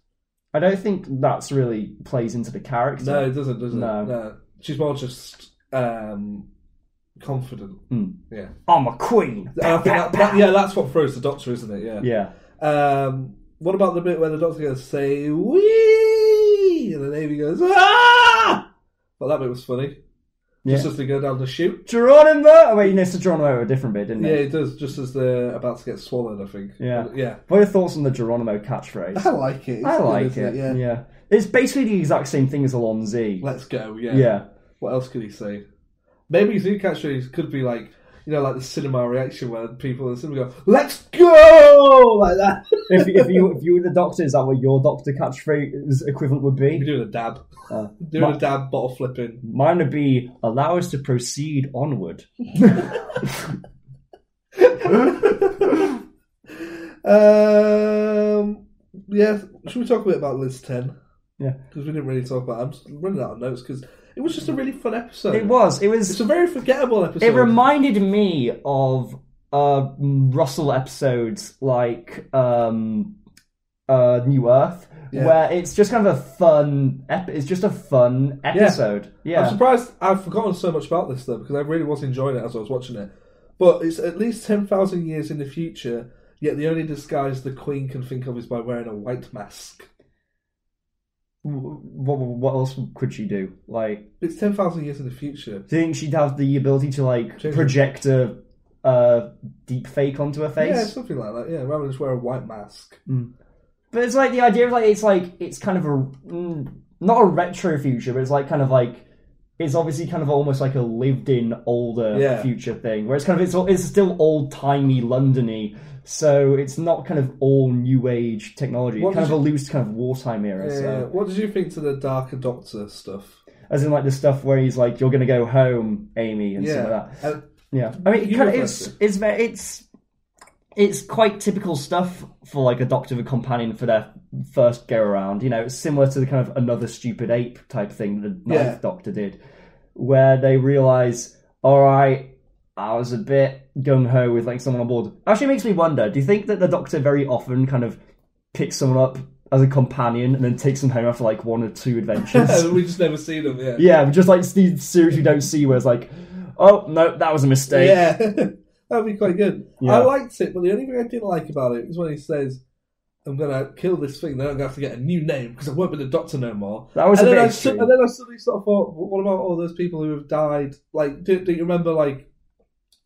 [SPEAKER 1] I don't think that's really plays into the character.
[SPEAKER 5] No, it doesn't, does it?
[SPEAKER 1] No.
[SPEAKER 5] She's more just um, confident.
[SPEAKER 1] Hmm.
[SPEAKER 5] Yeah.
[SPEAKER 1] I'm a queen.
[SPEAKER 5] And I think that, that- yeah, that's what throws the Doctor, isn't it? Yeah.
[SPEAKER 1] Yeah,
[SPEAKER 5] Um, what about the bit where the doctor goes, say, wee! And then Amy goes, ah! Well, that bit was funny. Just
[SPEAKER 1] Yeah.
[SPEAKER 5] as they go down the chute.
[SPEAKER 1] Geronimo. Oh wait, no, it's the Geronimo a different bit, didn't
[SPEAKER 5] Yeah,
[SPEAKER 1] it?
[SPEAKER 5] it does, just as they're about to get swallowed, I think.
[SPEAKER 1] Yeah.
[SPEAKER 5] Yeah.
[SPEAKER 1] What are your thoughts on the Geronimo
[SPEAKER 5] <laughs>
[SPEAKER 1] catchphrase?
[SPEAKER 5] I like it. It's
[SPEAKER 1] I
[SPEAKER 5] good,
[SPEAKER 1] like
[SPEAKER 5] isn't
[SPEAKER 1] it. it's basically the exact same thing as Alon Z.
[SPEAKER 5] Let's go, yeah.
[SPEAKER 1] yeah.
[SPEAKER 5] What else could he say? Maybe his new catchphrase could be like, you know, like the cinema reaction where people in the cinema go, let's go! Like <laughs> that.
[SPEAKER 1] if, if you if you were the doctor, is that what your doctor catchphrase equivalent would
[SPEAKER 5] <laughs> You're
[SPEAKER 1] be?
[SPEAKER 5] doing a dab.
[SPEAKER 1] Uh,
[SPEAKER 5] Doing
[SPEAKER 1] my-
[SPEAKER 5] a dab, bottle flipping.
[SPEAKER 1] Mine would be allow us to proceed onward.
[SPEAKER 5] <laughs> Um, yeah, should we talk a bit about Liz 10?
[SPEAKER 1] Yeah.
[SPEAKER 5] Because we didn't really talk about it. I'm just running out of notes because it was just a really fun episode.
[SPEAKER 1] It was. It
[SPEAKER 5] It's
[SPEAKER 1] was.
[SPEAKER 5] a very forgettable episode.
[SPEAKER 1] It reminded me of uh, Russell episodes like um, uh, New Earth,
[SPEAKER 5] Yeah.
[SPEAKER 1] where it's just kind of a fun. Ep- it's just a fun episode. Yeah.
[SPEAKER 5] I'm surprised I've forgotten so much about this, though, because I really was enjoying it as I was watching it. But it's at least 10,000 years in the future, yet the only disguise the Queen can think of is by wearing a white mask.
[SPEAKER 1] What, what else could she do? Like,
[SPEAKER 5] It's 10,000 years in the future.
[SPEAKER 1] do you think she'd have the ability to like
[SPEAKER 5] Change it.
[SPEAKER 1] project a uh, deep fake onto her face?
[SPEAKER 5] Yeah, something like that, yeah, rather than just wear a white mask.
[SPEAKER 1] But it's like the idea of like it's like it's kind of a mm, not a retro future, but it's like kind of like it's obviously kind of almost like a lived-in older
[SPEAKER 5] Yeah.
[SPEAKER 1] future thing, where it's kind of it's all- it's still old-timey Londony, so it's not kind of all new age technology.
[SPEAKER 5] What
[SPEAKER 1] it kind of
[SPEAKER 5] did you-
[SPEAKER 1] alludes to kind of wartime era.
[SPEAKER 5] Yeah.
[SPEAKER 1] So
[SPEAKER 5] What did you think to the Darker Doctor stuff?
[SPEAKER 1] as in like the stuff where he's like, "You're gonna go home, Amy," and stuff like that.
[SPEAKER 5] Uh,
[SPEAKER 1] Yeah, I mean, it
[SPEAKER 5] You
[SPEAKER 1] kind of,
[SPEAKER 5] referred
[SPEAKER 1] it's
[SPEAKER 5] to
[SPEAKER 1] it's very it's it's quite typical stuff for like a Doctor of a Companion for their first go around. You know, it's similar to the kind of another stupid ape type thing that the
[SPEAKER 5] Yeah.
[SPEAKER 1] Ninth Doctor did, where they realize, all right, I was a bit gung ho with like someone on board. Actually, it makes me wonder. Do you think that the Doctor very often kind of picks someone up as a companion and then takes them home after like one or two adventures?
[SPEAKER 5] <laughs> we just never seen them, yeah.
[SPEAKER 1] yeah, just like the series we don't see where it's like. Oh no, that was a mistake.
[SPEAKER 5] Yeah. <laughs> That'd be quite good.
[SPEAKER 1] Yeah.
[SPEAKER 5] I liked it, but the only thing I didn't like about it is when he says, I'm gonna kill this thing, then I'm gonna have to get a new name because I won't be the doctor no more.
[SPEAKER 1] That was
[SPEAKER 5] and
[SPEAKER 1] a bit
[SPEAKER 5] then I su-
[SPEAKER 1] extreme.
[SPEAKER 5] and then I suddenly sort of thought, "Wh- what about all those people who have died? Like, do, do you remember, like,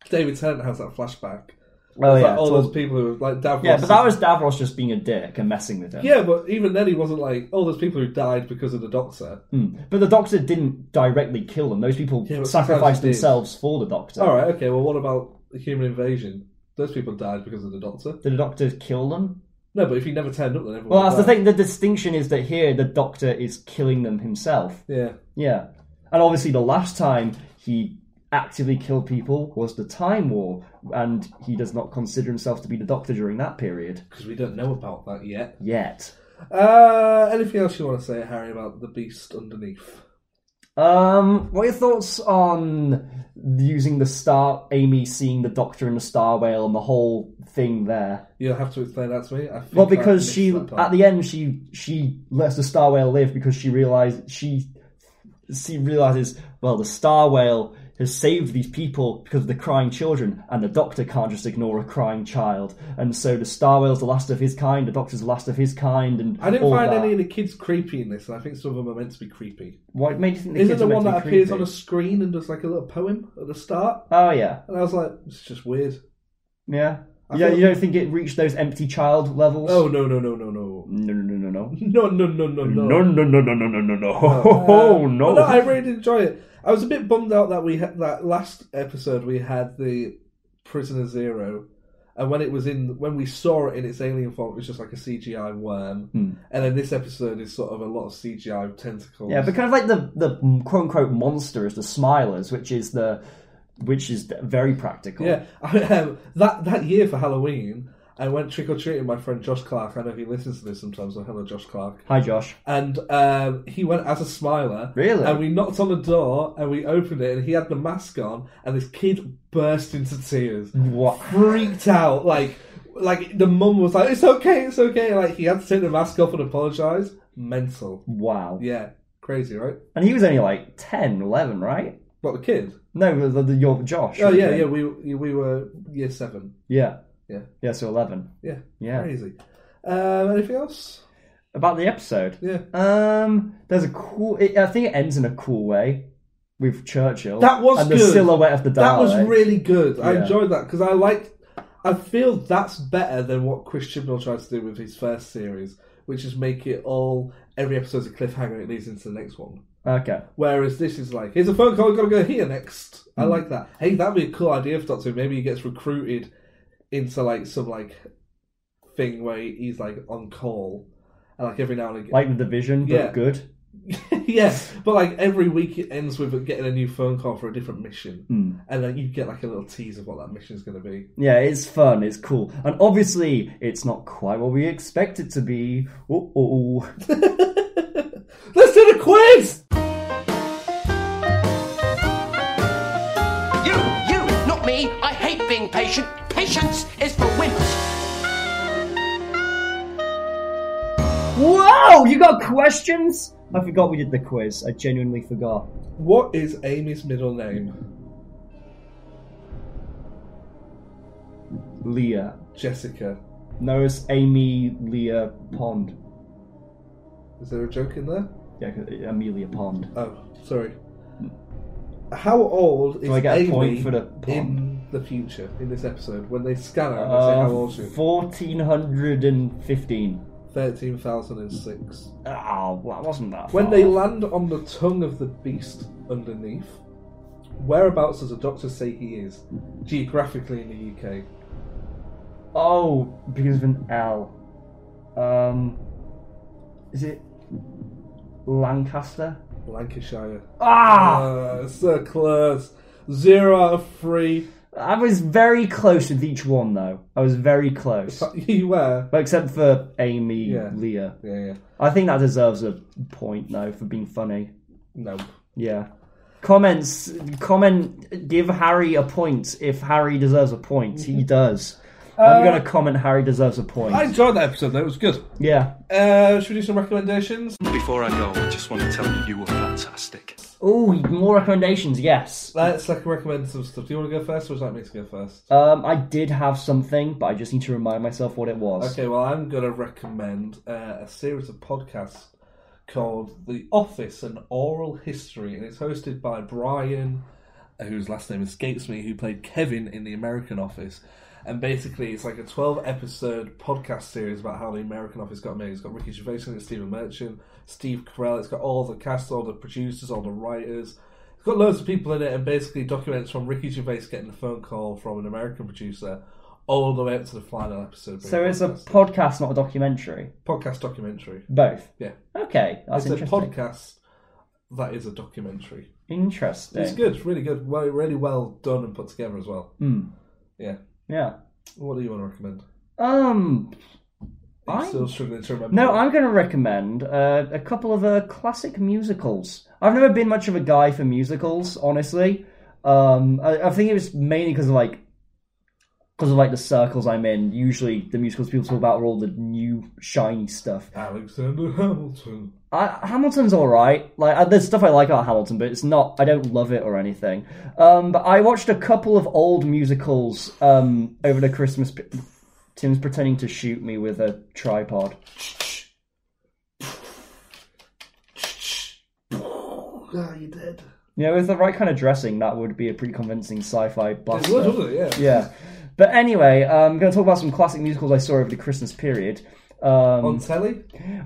[SPEAKER 5] David Tennant has that flashback?
[SPEAKER 1] Well,
[SPEAKER 5] It's
[SPEAKER 1] Oh, yeah,
[SPEAKER 5] like all
[SPEAKER 1] it's all-
[SPEAKER 5] those people who have, like, Davros.
[SPEAKER 1] yeah, but that was Davros just being a dick and messing with him.
[SPEAKER 5] Yeah, but even then he wasn't like, all those people who died because of the doctor.
[SPEAKER 1] Hmm. But the Doctor didn't directly kill them. Those people
[SPEAKER 5] Yeah, but sometimes
[SPEAKER 1] sacrificed
[SPEAKER 5] he did.
[SPEAKER 1] themselves for the Doctor.
[SPEAKER 5] All right, okay. Well, what about the human invasion? Those people died because of the Doctor.
[SPEAKER 1] Did the Doctor kill them?
[SPEAKER 5] No, but if he never turned up, then everyone.
[SPEAKER 1] Well, that's the
[SPEAKER 5] died.
[SPEAKER 1] thing. The distinction is that here the Doctor is killing them himself.
[SPEAKER 5] Yeah,
[SPEAKER 1] Yeah. And obviously, the last time he actively killed people was the Time War, and he does not consider himself to be the Doctor during that period
[SPEAKER 5] because we don't know about that yet.
[SPEAKER 1] yet.
[SPEAKER 5] Uh, anything else you want to say, Harry, about the beast underneath?
[SPEAKER 1] Um, what are your thoughts on using the star, Amy seeing the Doctor and the Star Whale and the whole thing there?
[SPEAKER 5] You'll have to explain that to me. I think
[SPEAKER 1] Well,
[SPEAKER 5] I
[SPEAKER 1] because
[SPEAKER 5] missed
[SPEAKER 1] she
[SPEAKER 5] that part.
[SPEAKER 1] at the end she she lets the star whale live because she realized she she realizes well the star whale has saved these people because of the crying children and the doctor can't just ignore a crying child and so the star whale's the last of his kind the doctor's the last of his kind and
[SPEAKER 5] I didn't
[SPEAKER 1] all
[SPEAKER 5] find
[SPEAKER 1] that.
[SPEAKER 5] any of the kids creepy in this, and I think some of them are meant to be creepy.
[SPEAKER 1] What made you think the
[SPEAKER 5] Isn't
[SPEAKER 1] kids
[SPEAKER 5] the
[SPEAKER 1] are meant
[SPEAKER 5] one
[SPEAKER 1] to be
[SPEAKER 5] that appears on
[SPEAKER 1] creepy?
[SPEAKER 5] a screen and does like a little poem at the start?
[SPEAKER 1] Oh yeah,
[SPEAKER 5] And I was like, it's just weird.
[SPEAKER 1] yeah, yeah.
[SPEAKER 5] thought-
[SPEAKER 1] You don't think it reached those empty child levels?
[SPEAKER 5] Oh no no no no no <laughs>
[SPEAKER 1] no, no, no, no, no.
[SPEAKER 5] no no no no Uh,
[SPEAKER 8] No, no, no, no, no, no, no,
[SPEAKER 1] <laughs>
[SPEAKER 8] no.
[SPEAKER 5] <laughs>
[SPEAKER 8] Oh,
[SPEAKER 5] Um, But
[SPEAKER 8] no.
[SPEAKER 5] no, I really did enjoy it. I was a bit bummed out that we had that last episode we had the Prisoner Zero, and when it was in when we saw it in its alien form, it was just like a CGI worm.
[SPEAKER 1] Hmm.
[SPEAKER 5] And then this episode is sort of a lot of CGI tentacles.
[SPEAKER 1] Yeah, but kind of like the the quote unquote monster is the Smilers, which is the which is very practical.
[SPEAKER 5] Yeah, <laughs> I, um, that that year for Halloween, I went trick or treating. My friend Josh Clark. I know he listens to this sometimes. So hello, Josh Clark.
[SPEAKER 1] Hi, Josh.
[SPEAKER 5] And um, he went as a smiler.
[SPEAKER 1] Really?
[SPEAKER 5] And we knocked on the door and we opened it, and he had the mask on, and this kid burst into tears,
[SPEAKER 1] What?
[SPEAKER 5] freaked out, like. Like the mum was like, "It's okay, it's okay." Like he had to take the mask off and apologise. Mental,
[SPEAKER 1] Wow.
[SPEAKER 5] yeah, crazy, right?
[SPEAKER 1] And he was only like 10, 11, right?
[SPEAKER 5] What the kid?
[SPEAKER 1] No, the, the, the- your Josh.
[SPEAKER 5] Oh
[SPEAKER 1] right?
[SPEAKER 5] yeah, yeah. We we were year seven.
[SPEAKER 1] yeah,
[SPEAKER 5] Yeah.
[SPEAKER 1] yeah. So eleven.
[SPEAKER 5] Yeah,
[SPEAKER 1] Yeah.
[SPEAKER 5] crazy. Um, anything else?
[SPEAKER 1] About the episode.
[SPEAKER 5] Yeah.
[SPEAKER 1] Um, there's a cool. It, I think it ends in a cool way with Churchill.
[SPEAKER 5] That was
[SPEAKER 1] and the
[SPEAKER 5] good.
[SPEAKER 1] silhouette of the Dalek.
[SPEAKER 5] That was really good. I
[SPEAKER 1] Yeah.
[SPEAKER 5] enjoyed that because I liked. I feel that's better than what Chris Chibnall tried to do with his first series, which is make it all every episode's a cliffhanger and it leads into the next one.
[SPEAKER 1] okay.
[SPEAKER 5] Whereas this is like, here's a phone call, gotta go here next.
[SPEAKER 1] Mm.
[SPEAKER 5] I like that. Hey, that'd be a cool idea for Doctor. Who. Maybe he gets recruited into like some like thing where he's like on call, and like every now and again, <laughs>
[SPEAKER 1] Like the division, but
[SPEAKER 5] Yeah.
[SPEAKER 1] good.
[SPEAKER 5] yes, but like every week it ends with getting a new phone call for a different mission, and then you get like a little tease of what that mission's going to be.
[SPEAKER 1] Hmm. Yeah, it's fun. It's cool, and obviously, it's not quite what we expect it to be.
[SPEAKER 5] <laughs>
[SPEAKER 1] Oh,
[SPEAKER 5] Let's do the quiz.
[SPEAKER 2] You, you, not me. I hate being patient. Patience is for wimps.
[SPEAKER 1] whoa! You got questions? I forgot we did the quiz. I genuinely forgot.
[SPEAKER 5] What is Amy's middle name?
[SPEAKER 1] Leah.
[SPEAKER 5] Jessica.
[SPEAKER 1] No, it's Amy Leah Pond.
[SPEAKER 5] Is there a joke in there?
[SPEAKER 1] Yeah, 'cause- uh, Amelia Pond.
[SPEAKER 5] Oh, sorry. How old is
[SPEAKER 1] I get a
[SPEAKER 5] Amy
[SPEAKER 1] point for the
[SPEAKER 5] in the future in this episode when they scan her and they say
[SPEAKER 1] Uh,
[SPEAKER 5] how old she is?
[SPEAKER 1] 1415.
[SPEAKER 5] Thirteen thousand and six.
[SPEAKER 1] Oh, well, that wasn't that
[SPEAKER 5] When
[SPEAKER 1] far.
[SPEAKER 5] they land on the tongue of the beast underneath, whereabouts does the doctor say he is? Geographically in the UK.
[SPEAKER 1] Oh, because of an L. Um. Is it. Lancaster?
[SPEAKER 5] Lancashire.
[SPEAKER 1] Ah!
[SPEAKER 5] Uh, so close. Zero out of three.
[SPEAKER 1] I was very close with each one, though. I was very close.
[SPEAKER 5] <laughs> You were.
[SPEAKER 1] Well, Except for Amy,
[SPEAKER 5] Yeah.
[SPEAKER 1] Leah.
[SPEAKER 5] Yeah, yeah.
[SPEAKER 1] I think that deserves a point, though, for being funny.
[SPEAKER 5] No.
[SPEAKER 1] Yeah. Comments. Comment. Give Harry a point if Harry deserves a point. He does. I'm going to comment Harry deserves a point.
[SPEAKER 5] Mm-hmm. Uh, I enjoyed that episode though, it was good.
[SPEAKER 1] Yeah.
[SPEAKER 5] Uh, should we do some recommendations?
[SPEAKER 6] Before I go, I just want to tell you you were fantastic.
[SPEAKER 1] Oh, more recommendations. Yes.
[SPEAKER 5] Let's like recommend some stuff. Do you want to go first or would you like me to go first?
[SPEAKER 1] Um, I did have something, but I just need to remind myself what it was.
[SPEAKER 5] Okay, well, I'm going to recommend uh, a series of podcasts called The Office and Oral History, and it's hosted by Brian, uh, whose last name escapes me, who played Kevin in The American Office. And basically, it's like a 12 episode podcast series about how The American Office got made. It's got Ricky Gervais in it, Stephen Merchant, Steve Carell, it's got all the cast, all the producers, all the writers. It's got loads of people in it, and basically documents from Ricky Gervais getting a phone call from an American producer. All the way up to the final episode.
[SPEAKER 1] So it's a
[SPEAKER 5] Fantastic
[SPEAKER 1] podcast, not a documentary.
[SPEAKER 5] podcast documentary.
[SPEAKER 1] Both.
[SPEAKER 5] Yeah,
[SPEAKER 1] Okay, that's
[SPEAKER 5] it's a
[SPEAKER 1] interesting.
[SPEAKER 5] podcast that is a documentary.
[SPEAKER 1] interesting.
[SPEAKER 5] It's good, really good, well, really well done and put together as well.
[SPEAKER 1] Hmm.
[SPEAKER 5] Yeah.
[SPEAKER 1] Yeah.
[SPEAKER 5] What do you want to recommend?
[SPEAKER 1] Um.
[SPEAKER 5] I'm
[SPEAKER 1] I
[SPEAKER 5] still struggling to remember.
[SPEAKER 1] no, I'm going to recommend uh, a couple of uh, classic musicals. I've never been much of a guy for musicals, honestly. Um, I, I think it was mainly because of like because of like the circles I'm in. Usually, the musicals people talk about are all the new shiny stuff.
[SPEAKER 5] Alexander Hamilton.
[SPEAKER 1] I, Hamilton's all right. Like I, there's stuff I like about Hamilton, but it's not. I don't love it or anything. Um, but I watched a couple of old musicals um, over the Christmas. pe- Tim's pretending to shoot me with a tripod.
[SPEAKER 5] Ah, you did.
[SPEAKER 1] You know, with the right kind of dressing, that would be a pretty convincing sci-fi
[SPEAKER 5] It
[SPEAKER 1] blaster.
[SPEAKER 5] was, wasn't it? Yeah.
[SPEAKER 1] Yeah. But anyway, um, I'm going to talk about some classic musicals I saw over the Christmas period. Um,
[SPEAKER 5] On telly?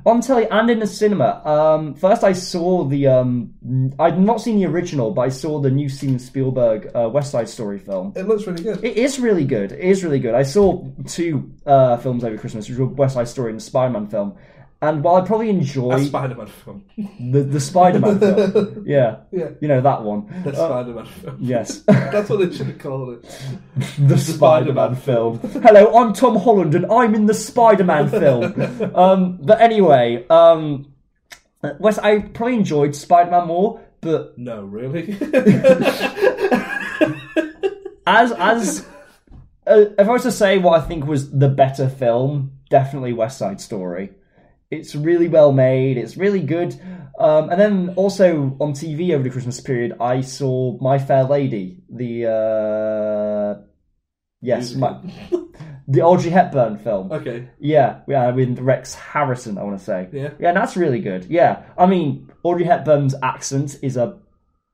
[SPEAKER 1] on telly and in the cinema. Um, first, I saw the. Um, n- I'd not seen the original, but I saw the new Steven Spielberg uh, West Side Story film.
[SPEAKER 5] It looks really good.
[SPEAKER 1] It is really good. It is really good. I saw two uh, films over Christmas, which were West Side Story and the Spider Man film. And while I probably
[SPEAKER 5] A
[SPEAKER 1] enjoy
[SPEAKER 5] Spider Man film.
[SPEAKER 1] the, the Spider Man film, yeah,
[SPEAKER 5] Yeah.
[SPEAKER 1] you know, that one. Uh,
[SPEAKER 5] The Spider Man film.
[SPEAKER 1] Yes.
[SPEAKER 5] <laughs>
[SPEAKER 1] <laughs>
[SPEAKER 5] That's what they should have called it.
[SPEAKER 1] the Spider-Man film. Hello, I'm Tom Holland, and I'm in the Spider-Man film. Um, but anyway, um, Wes, I probably enjoyed Spider-Man more, but
[SPEAKER 5] No, really? <laughs>
[SPEAKER 1] as as uh, if I was to say what I think was the better film, definitely West Side Story. It's really well made. It's really good. Um, and then also on TV over the Christmas period, I saw My Fair Lady, the uh, yes, my, <laughs> the Audrey Hepburn film.
[SPEAKER 5] okay.
[SPEAKER 1] Yeah, yeah, with Rex Harrison, I want to say.
[SPEAKER 5] Yeah.
[SPEAKER 1] yeah, and that's really good. Yeah, I mean, Audrey Hepburn's accent is a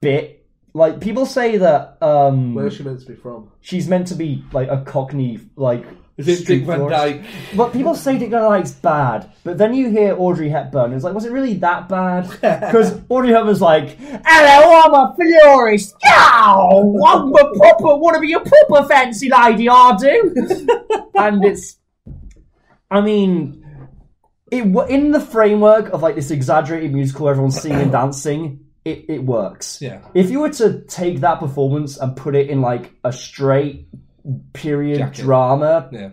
[SPEAKER 1] bit like people say that um,
[SPEAKER 5] Where's she meant to be from?
[SPEAKER 1] she's meant to be like a Cockney, like.
[SPEAKER 5] Is it
[SPEAKER 1] street
[SPEAKER 5] Dick Van
[SPEAKER 1] florist.
[SPEAKER 5] Dyke?
[SPEAKER 1] But people say Dick Van Dyke's bad, but then you hear Audrey Hepburn, and it's like, was it really that
[SPEAKER 5] <laughs>
[SPEAKER 1] bad? Because Audrey Hepburn's like, "Hello, I'm a florist. Yow! I'm a proper, want to be a proper fancy lady, I
[SPEAKER 5] <laughs>
[SPEAKER 1] do." and it's, I mean. It, wo- in the framework of like this exaggerated musical, everyone's singing and dancing. It, it works.
[SPEAKER 5] Yeah.
[SPEAKER 1] If you were to take that performance and put it in like a straight period
[SPEAKER 5] Jacket.
[SPEAKER 1] drama,
[SPEAKER 5] Yeah.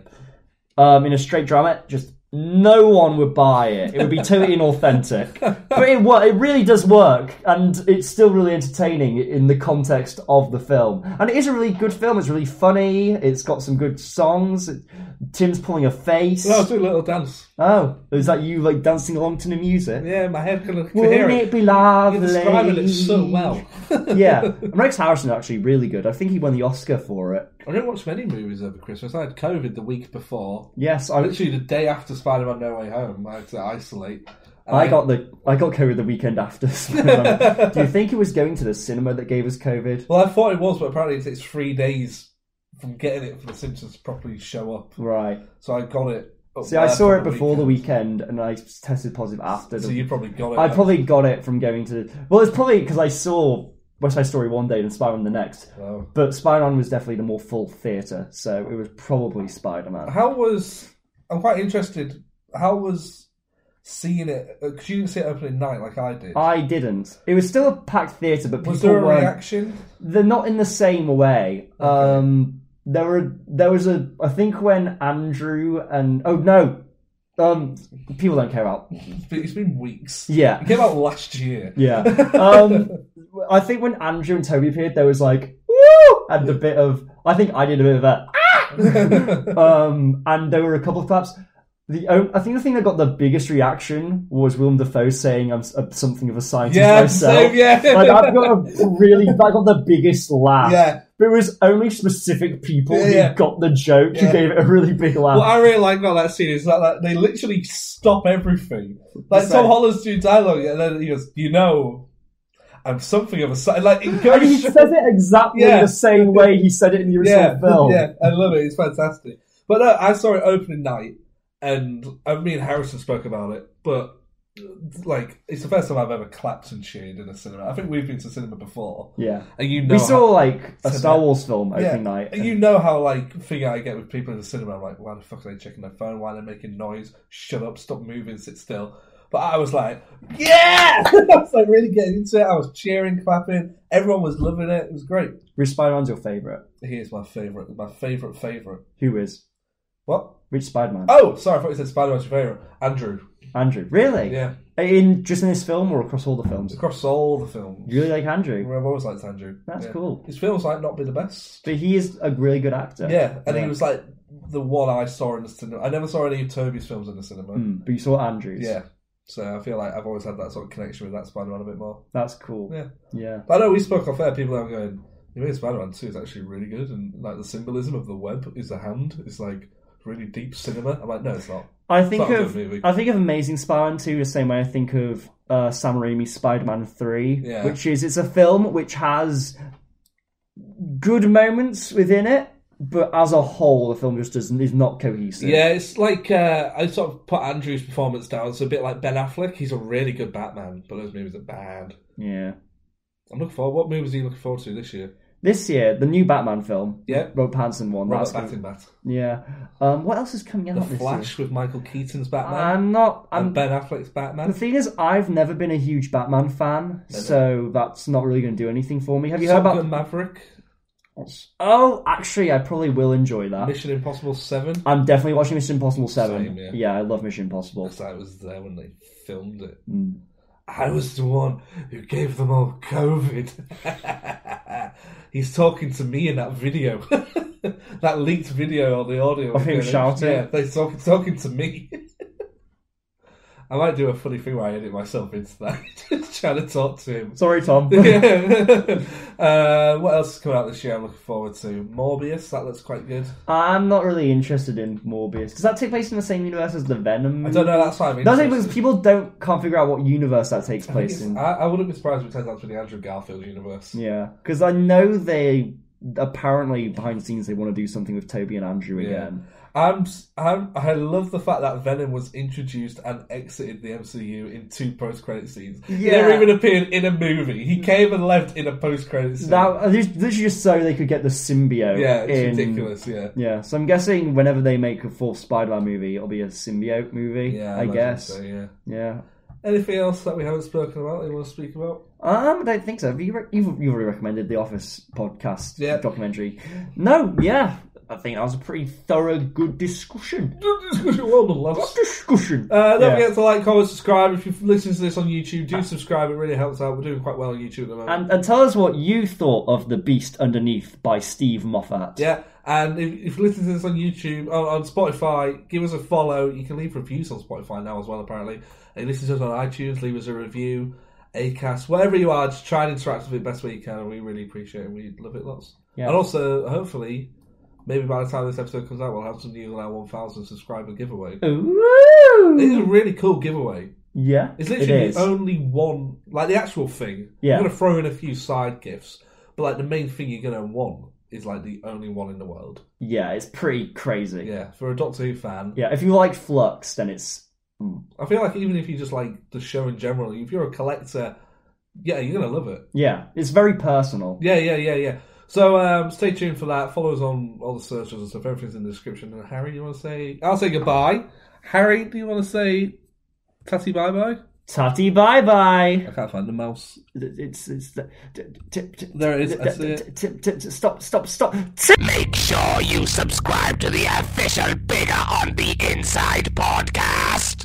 [SPEAKER 1] um, in a straight drama, just no one would buy it. It would be totally
[SPEAKER 5] <laughs>
[SPEAKER 1] inauthentic. But it wor- it really does work, and it's still really entertaining in the context of the film. And it is a really good film. It's really funny. It's got some good songs. It- Tim's pulling a face.
[SPEAKER 5] No, I was doing a little dance.
[SPEAKER 1] Oh, is that you like dancing along to the music?
[SPEAKER 5] Yeah, my head kind of could hear
[SPEAKER 1] Wouldn't
[SPEAKER 5] it.
[SPEAKER 1] it be lovely?
[SPEAKER 5] You're describing it so well. <laughs>
[SPEAKER 1] yeah, and Rex Harrison is actually really good. I think he won the Oscar for it.
[SPEAKER 5] I didn't watch many movies over Christmas. I had COVID the week before.
[SPEAKER 1] Yes, I
[SPEAKER 5] Literally the day after Spider Man No Way Home, I had to isolate. And
[SPEAKER 1] I got the I got COVID the weekend after. <laughs> so, um, do you think it was going to the cinema that gave us COVID?
[SPEAKER 5] Well, I thought it was, but apparently it takes three days from getting it for the Simpsons to properly show up.
[SPEAKER 1] Right.
[SPEAKER 5] So I got it. up
[SPEAKER 1] See, I
[SPEAKER 5] there
[SPEAKER 1] saw
[SPEAKER 5] for
[SPEAKER 1] it before the weekend, and I tested positive after.
[SPEAKER 5] Uh, So
[SPEAKER 1] the-
[SPEAKER 5] you probably got it.
[SPEAKER 1] I probably got it from going to. Well, it's probably because I saw West Side Story one day and Spider Man the next.
[SPEAKER 5] Oh.
[SPEAKER 1] But Spider Man was definitely the more full theatre, so it was probably Spider Man.
[SPEAKER 5] How was? I'm quite interested. How was seeing it? Because you didn't see it opening night like I did.
[SPEAKER 1] I didn't. It was still a packed theatre, but Oh, people
[SPEAKER 5] was there a
[SPEAKER 1] weren't.
[SPEAKER 5] reaction?
[SPEAKER 1] they're not in the same way. Um, there were there was a I think when Andrew and oh no, um, people don't care about
[SPEAKER 5] It's been, it's been weeks.
[SPEAKER 1] yeah
[SPEAKER 5] It came out last year. <laughs>
[SPEAKER 1] yeah. Um, I think when Andrew and Toby appeared, there was like woo and a bit of I think I did a bit of a
[SPEAKER 5] <laughs>
[SPEAKER 1] ah! um, and there were a couple of claps. The o- I think the thing that got the biggest reaction was Willem Dafoe saying I'm s- uh, something of a scientist
[SPEAKER 5] Yeah,
[SPEAKER 1] myself.
[SPEAKER 5] same, yeah.
[SPEAKER 1] like I've got a really I got the biggest laugh.
[SPEAKER 5] Yeah.
[SPEAKER 1] But it was only specific people
[SPEAKER 5] Yeah, yeah.
[SPEAKER 1] who got the joke who
[SPEAKER 5] Yeah.
[SPEAKER 1] gave it a really big laugh.
[SPEAKER 5] What I really like about that scene is that, that they literally stop everything. Like
[SPEAKER 1] Just
[SPEAKER 5] Tom
[SPEAKER 1] like-
[SPEAKER 5] Holland's doing dialogue, and then he goes, "You know, I'm something of a sci-"
[SPEAKER 1] <laughs>
[SPEAKER 5] like it
[SPEAKER 1] and
[SPEAKER 5] <laughs>
[SPEAKER 1] he
[SPEAKER 5] goes.
[SPEAKER 1] says it exactly
[SPEAKER 5] Yeah.
[SPEAKER 1] the same way he said it in the original
[SPEAKER 5] yeah, <laughs>
[SPEAKER 1] film.
[SPEAKER 5] yeah, I love it. It's fantastic. But no, I saw it opening night, and I mean Harrison spoke about it, but like it's the first time I've ever clapped and cheered in a cinema. I think we've been to cinema before,
[SPEAKER 1] Yeah.
[SPEAKER 5] and you know
[SPEAKER 1] we saw
[SPEAKER 5] how,
[SPEAKER 1] like a
[SPEAKER 5] So
[SPEAKER 1] Star
[SPEAKER 5] that-
[SPEAKER 1] Wars film opening
[SPEAKER 5] yeah,
[SPEAKER 1] night.
[SPEAKER 5] and you know how like figure I get with people in the cinema. I'm like, why the fuck are they checking their phone? Why are they making noise? Shut up! Stop moving! Sit still. But I was like, yeah! <laughs> I was like really getting into it. I was cheering, clapping. Everyone was loving it. It was great.
[SPEAKER 1] Rich Spider-Man's your favourite.
[SPEAKER 5] He is my favorite. My favorite favorite.
[SPEAKER 1] Who is?
[SPEAKER 5] What?
[SPEAKER 1] Rich Spider-Man.
[SPEAKER 5] Oh, sorry, I thought you said Spider Man's your favourite. Andrew.
[SPEAKER 1] Andrew. Really?
[SPEAKER 5] Yeah.
[SPEAKER 1] In just in this film or across all the films?
[SPEAKER 5] Across all the films.
[SPEAKER 1] You really like Andrew,
[SPEAKER 5] I've always liked Andrew.
[SPEAKER 1] That's
[SPEAKER 5] Yeah.
[SPEAKER 1] cool.
[SPEAKER 5] His films like not be the best.
[SPEAKER 1] but he is a really good actor.
[SPEAKER 5] Yeah, and he was like the one I saw in the cinema. I never saw any of Toby's films in the cinema.
[SPEAKER 1] Mm, but you saw Andrews.
[SPEAKER 5] Yeah, so I feel like I've always had that sort of connection with that Spider-Man a bit more.
[SPEAKER 1] that's cool.
[SPEAKER 5] Yeah.
[SPEAKER 1] yeah.
[SPEAKER 5] I know we spoke off air. People are going, "You mean Spider-Man Two is actually really good?" And like the symbolism of the web is a hand is like really deep cinema. I'm like, no, it's not.
[SPEAKER 1] I think
[SPEAKER 5] Not a
[SPEAKER 1] of
[SPEAKER 5] good movie.
[SPEAKER 1] I think of Amazing Spider-Man 2 the same way I think of uh, Sam Raimi's Spider-Man 3,
[SPEAKER 5] Yeah.
[SPEAKER 1] which is it's a film which has good moments within it, but as a whole, the film just doesn't is not cohesive.
[SPEAKER 5] Yeah, it's like uh, I sort of put Andrew's performance down. It's a bit like Ben Affleck. He's a really good Batman, but those movies are bad.
[SPEAKER 1] yeah.
[SPEAKER 5] I'm looking forward. What movies are you looking forward to this year?
[SPEAKER 1] This year, the new Batman film,
[SPEAKER 5] Yeah.
[SPEAKER 1] Rob Pattinson one,
[SPEAKER 5] Robert
[SPEAKER 1] that's good.
[SPEAKER 5] Pattinson, Bat.
[SPEAKER 1] yeah. Um, what else is coming out
[SPEAKER 5] The
[SPEAKER 1] this
[SPEAKER 5] Flash with Michael Keaton's
[SPEAKER 1] year?
[SPEAKER 5] Batman.
[SPEAKER 1] I'm not. I'm.
[SPEAKER 5] and Ben Affleck's
[SPEAKER 1] the
[SPEAKER 5] Batman.
[SPEAKER 1] thing is, I've never been a huge Batman fan, so that's not really going to do anything for me. Have you heard
[SPEAKER 5] Top
[SPEAKER 1] about?
[SPEAKER 5] Gun Maverick.
[SPEAKER 1] Oh, actually, I probably will enjoy that.
[SPEAKER 5] Mission Impossible 7.
[SPEAKER 1] I'm definitely watching Mission Impossible Seven.
[SPEAKER 5] Same, yeah.
[SPEAKER 1] yeah. I love Mission Impossible.
[SPEAKER 5] Because I was there when they filmed it.
[SPEAKER 1] Hmm.
[SPEAKER 5] I was the one who gave them all COVID. <laughs> He's talking to me in that video. <laughs> that leaked video or the audio.
[SPEAKER 1] Of him shouting?
[SPEAKER 5] Yeah, they're talking, talking to me. <laughs> I might do a funny thing where I edit myself into that. <laughs> Just trying to talk to him. <laughs>
[SPEAKER 1] Sorry, Tom.
[SPEAKER 5] Yeah. uh, what else is coming out this year I'm looking forward to? Morbius, that looks quite good.
[SPEAKER 1] I'm not really interested in Morbius. Does that take place in the same universe as the Venom?
[SPEAKER 5] I don't know, that's why I'm
[SPEAKER 1] That's it,
[SPEAKER 5] interested.
[SPEAKER 1] because people don't can't figure out what universe that takes
[SPEAKER 5] I, think
[SPEAKER 1] place
[SPEAKER 5] it's-
[SPEAKER 1] in.
[SPEAKER 5] I- I wouldn't be surprised if it turns out to be the Andrew Garfield universe.
[SPEAKER 1] Yeah, because I know they apparently behind the scenes they want to do something with Toby and Andrew again.
[SPEAKER 5] Um, I'm, s- I'm, I love the fact that Venom was introduced and exited the MCU in two post-credit scenes. He
[SPEAKER 1] Yeah.
[SPEAKER 5] never even appeared in a movie. He came and left in a post-credit scene.
[SPEAKER 1] That uh, this this is just so they could get the symbiote.
[SPEAKER 5] yeah, it's
[SPEAKER 1] in-
[SPEAKER 5] ridiculous. Yeah,
[SPEAKER 1] Yeah, so I'm guessing whenever they make a fourth Spider-Man movie, it'll be a symbiote movie.
[SPEAKER 5] yeah,
[SPEAKER 1] I,
[SPEAKER 5] imagine
[SPEAKER 1] guess.
[SPEAKER 5] So, yeah.
[SPEAKER 1] Yeah,
[SPEAKER 5] Anything else that we haven't spoken about? That you want to speak about?
[SPEAKER 1] Um, I don't think so. Have you re- you've, you've already recommended the Office podcast
[SPEAKER 5] Yeah.
[SPEAKER 1] documentary. No, yeah, I think that was a pretty thorough, good discussion.
[SPEAKER 5] Good discussion, well done, lads.
[SPEAKER 1] Discussion.
[SPEAKER 5] Uh, don't
[SPEAKER 1] Yeah.
[SPEAKER 5] forget to like, comment, subscribe. If you've listened to this on YouTube, do subscribe. It really helps out. We're doing quite well on YouTube at the moment.
[SPEAKER 1] And, and tell us what you thought of the Beast Underneath by Steve Moffat.
[SPEAKER 5] Yeah, and if, if you listen to this on YouTube, on, on Spotify, give us a follow. You can leave reviews on Spotify now as well, apparently. And listen to us on iTunes, leave us a review, ACAST, whatever you are, just try and interact with it best way you can, and we really appreciate it. We love it lots.
[SPEAKER 1] Yeah.
[SPEAKER 5] And also, hopefully, maybe by the time this episode comes out, we'll have some news on our 1,000 subscriber giveaway. It's
[SPEAKER 1] Ooh.
[SPEAKER 5] a really cool giveaway.
[SPEAKER 1] Yeah,
[SPEAKER 5] It's
[SPEAKER 1] it
[SPEAKER 5] literally
[SPEAKER 1] is.
[SPEAKER 5] the only one, like the actual thing.
[SPEAKER 1] Yeah.
[SPEAKER 5] You're going to throw in a few side gifts, but like the main thing you're going to want is like the only one in the world.
[SPEAKER 1] yeah, it's pretty crazy.
[SPEAKER 5] Yeah, for a Doctor Who fan,
[SPEAKER 1] Yeah, if you like Flux, then it's
[SPEAKER 5] I feel like even if you just like the show in general, if you're a collector, yeah, you're gonna love it.
[SPEAKER 1] yeah, it's very personal.
[SPEAKER 5] Yeah, yeah, yeah, yeah. So um, stay tuned for that. Follow us on all the socials and stuff. Everything's in the description. And Harry, you want to say? I'll say goodbye. Harry, do you want to say? Tatty bye bye.
[SPEAKER 1] Tati, bye bye.
[SPEAKER 5] I can't find the mouse.
[SPEAKER 1] It's it's the, t- t- t-
[SPEAKER 5] There it is. I see
[SPEAKER 1] t-
[SPEAKER 5] it.
[SPEAKER 1] t- t- t- t- stop stop stop.
[SPEAKER 9] Make sure you subscribe to the official Bigger on the Inside podcast.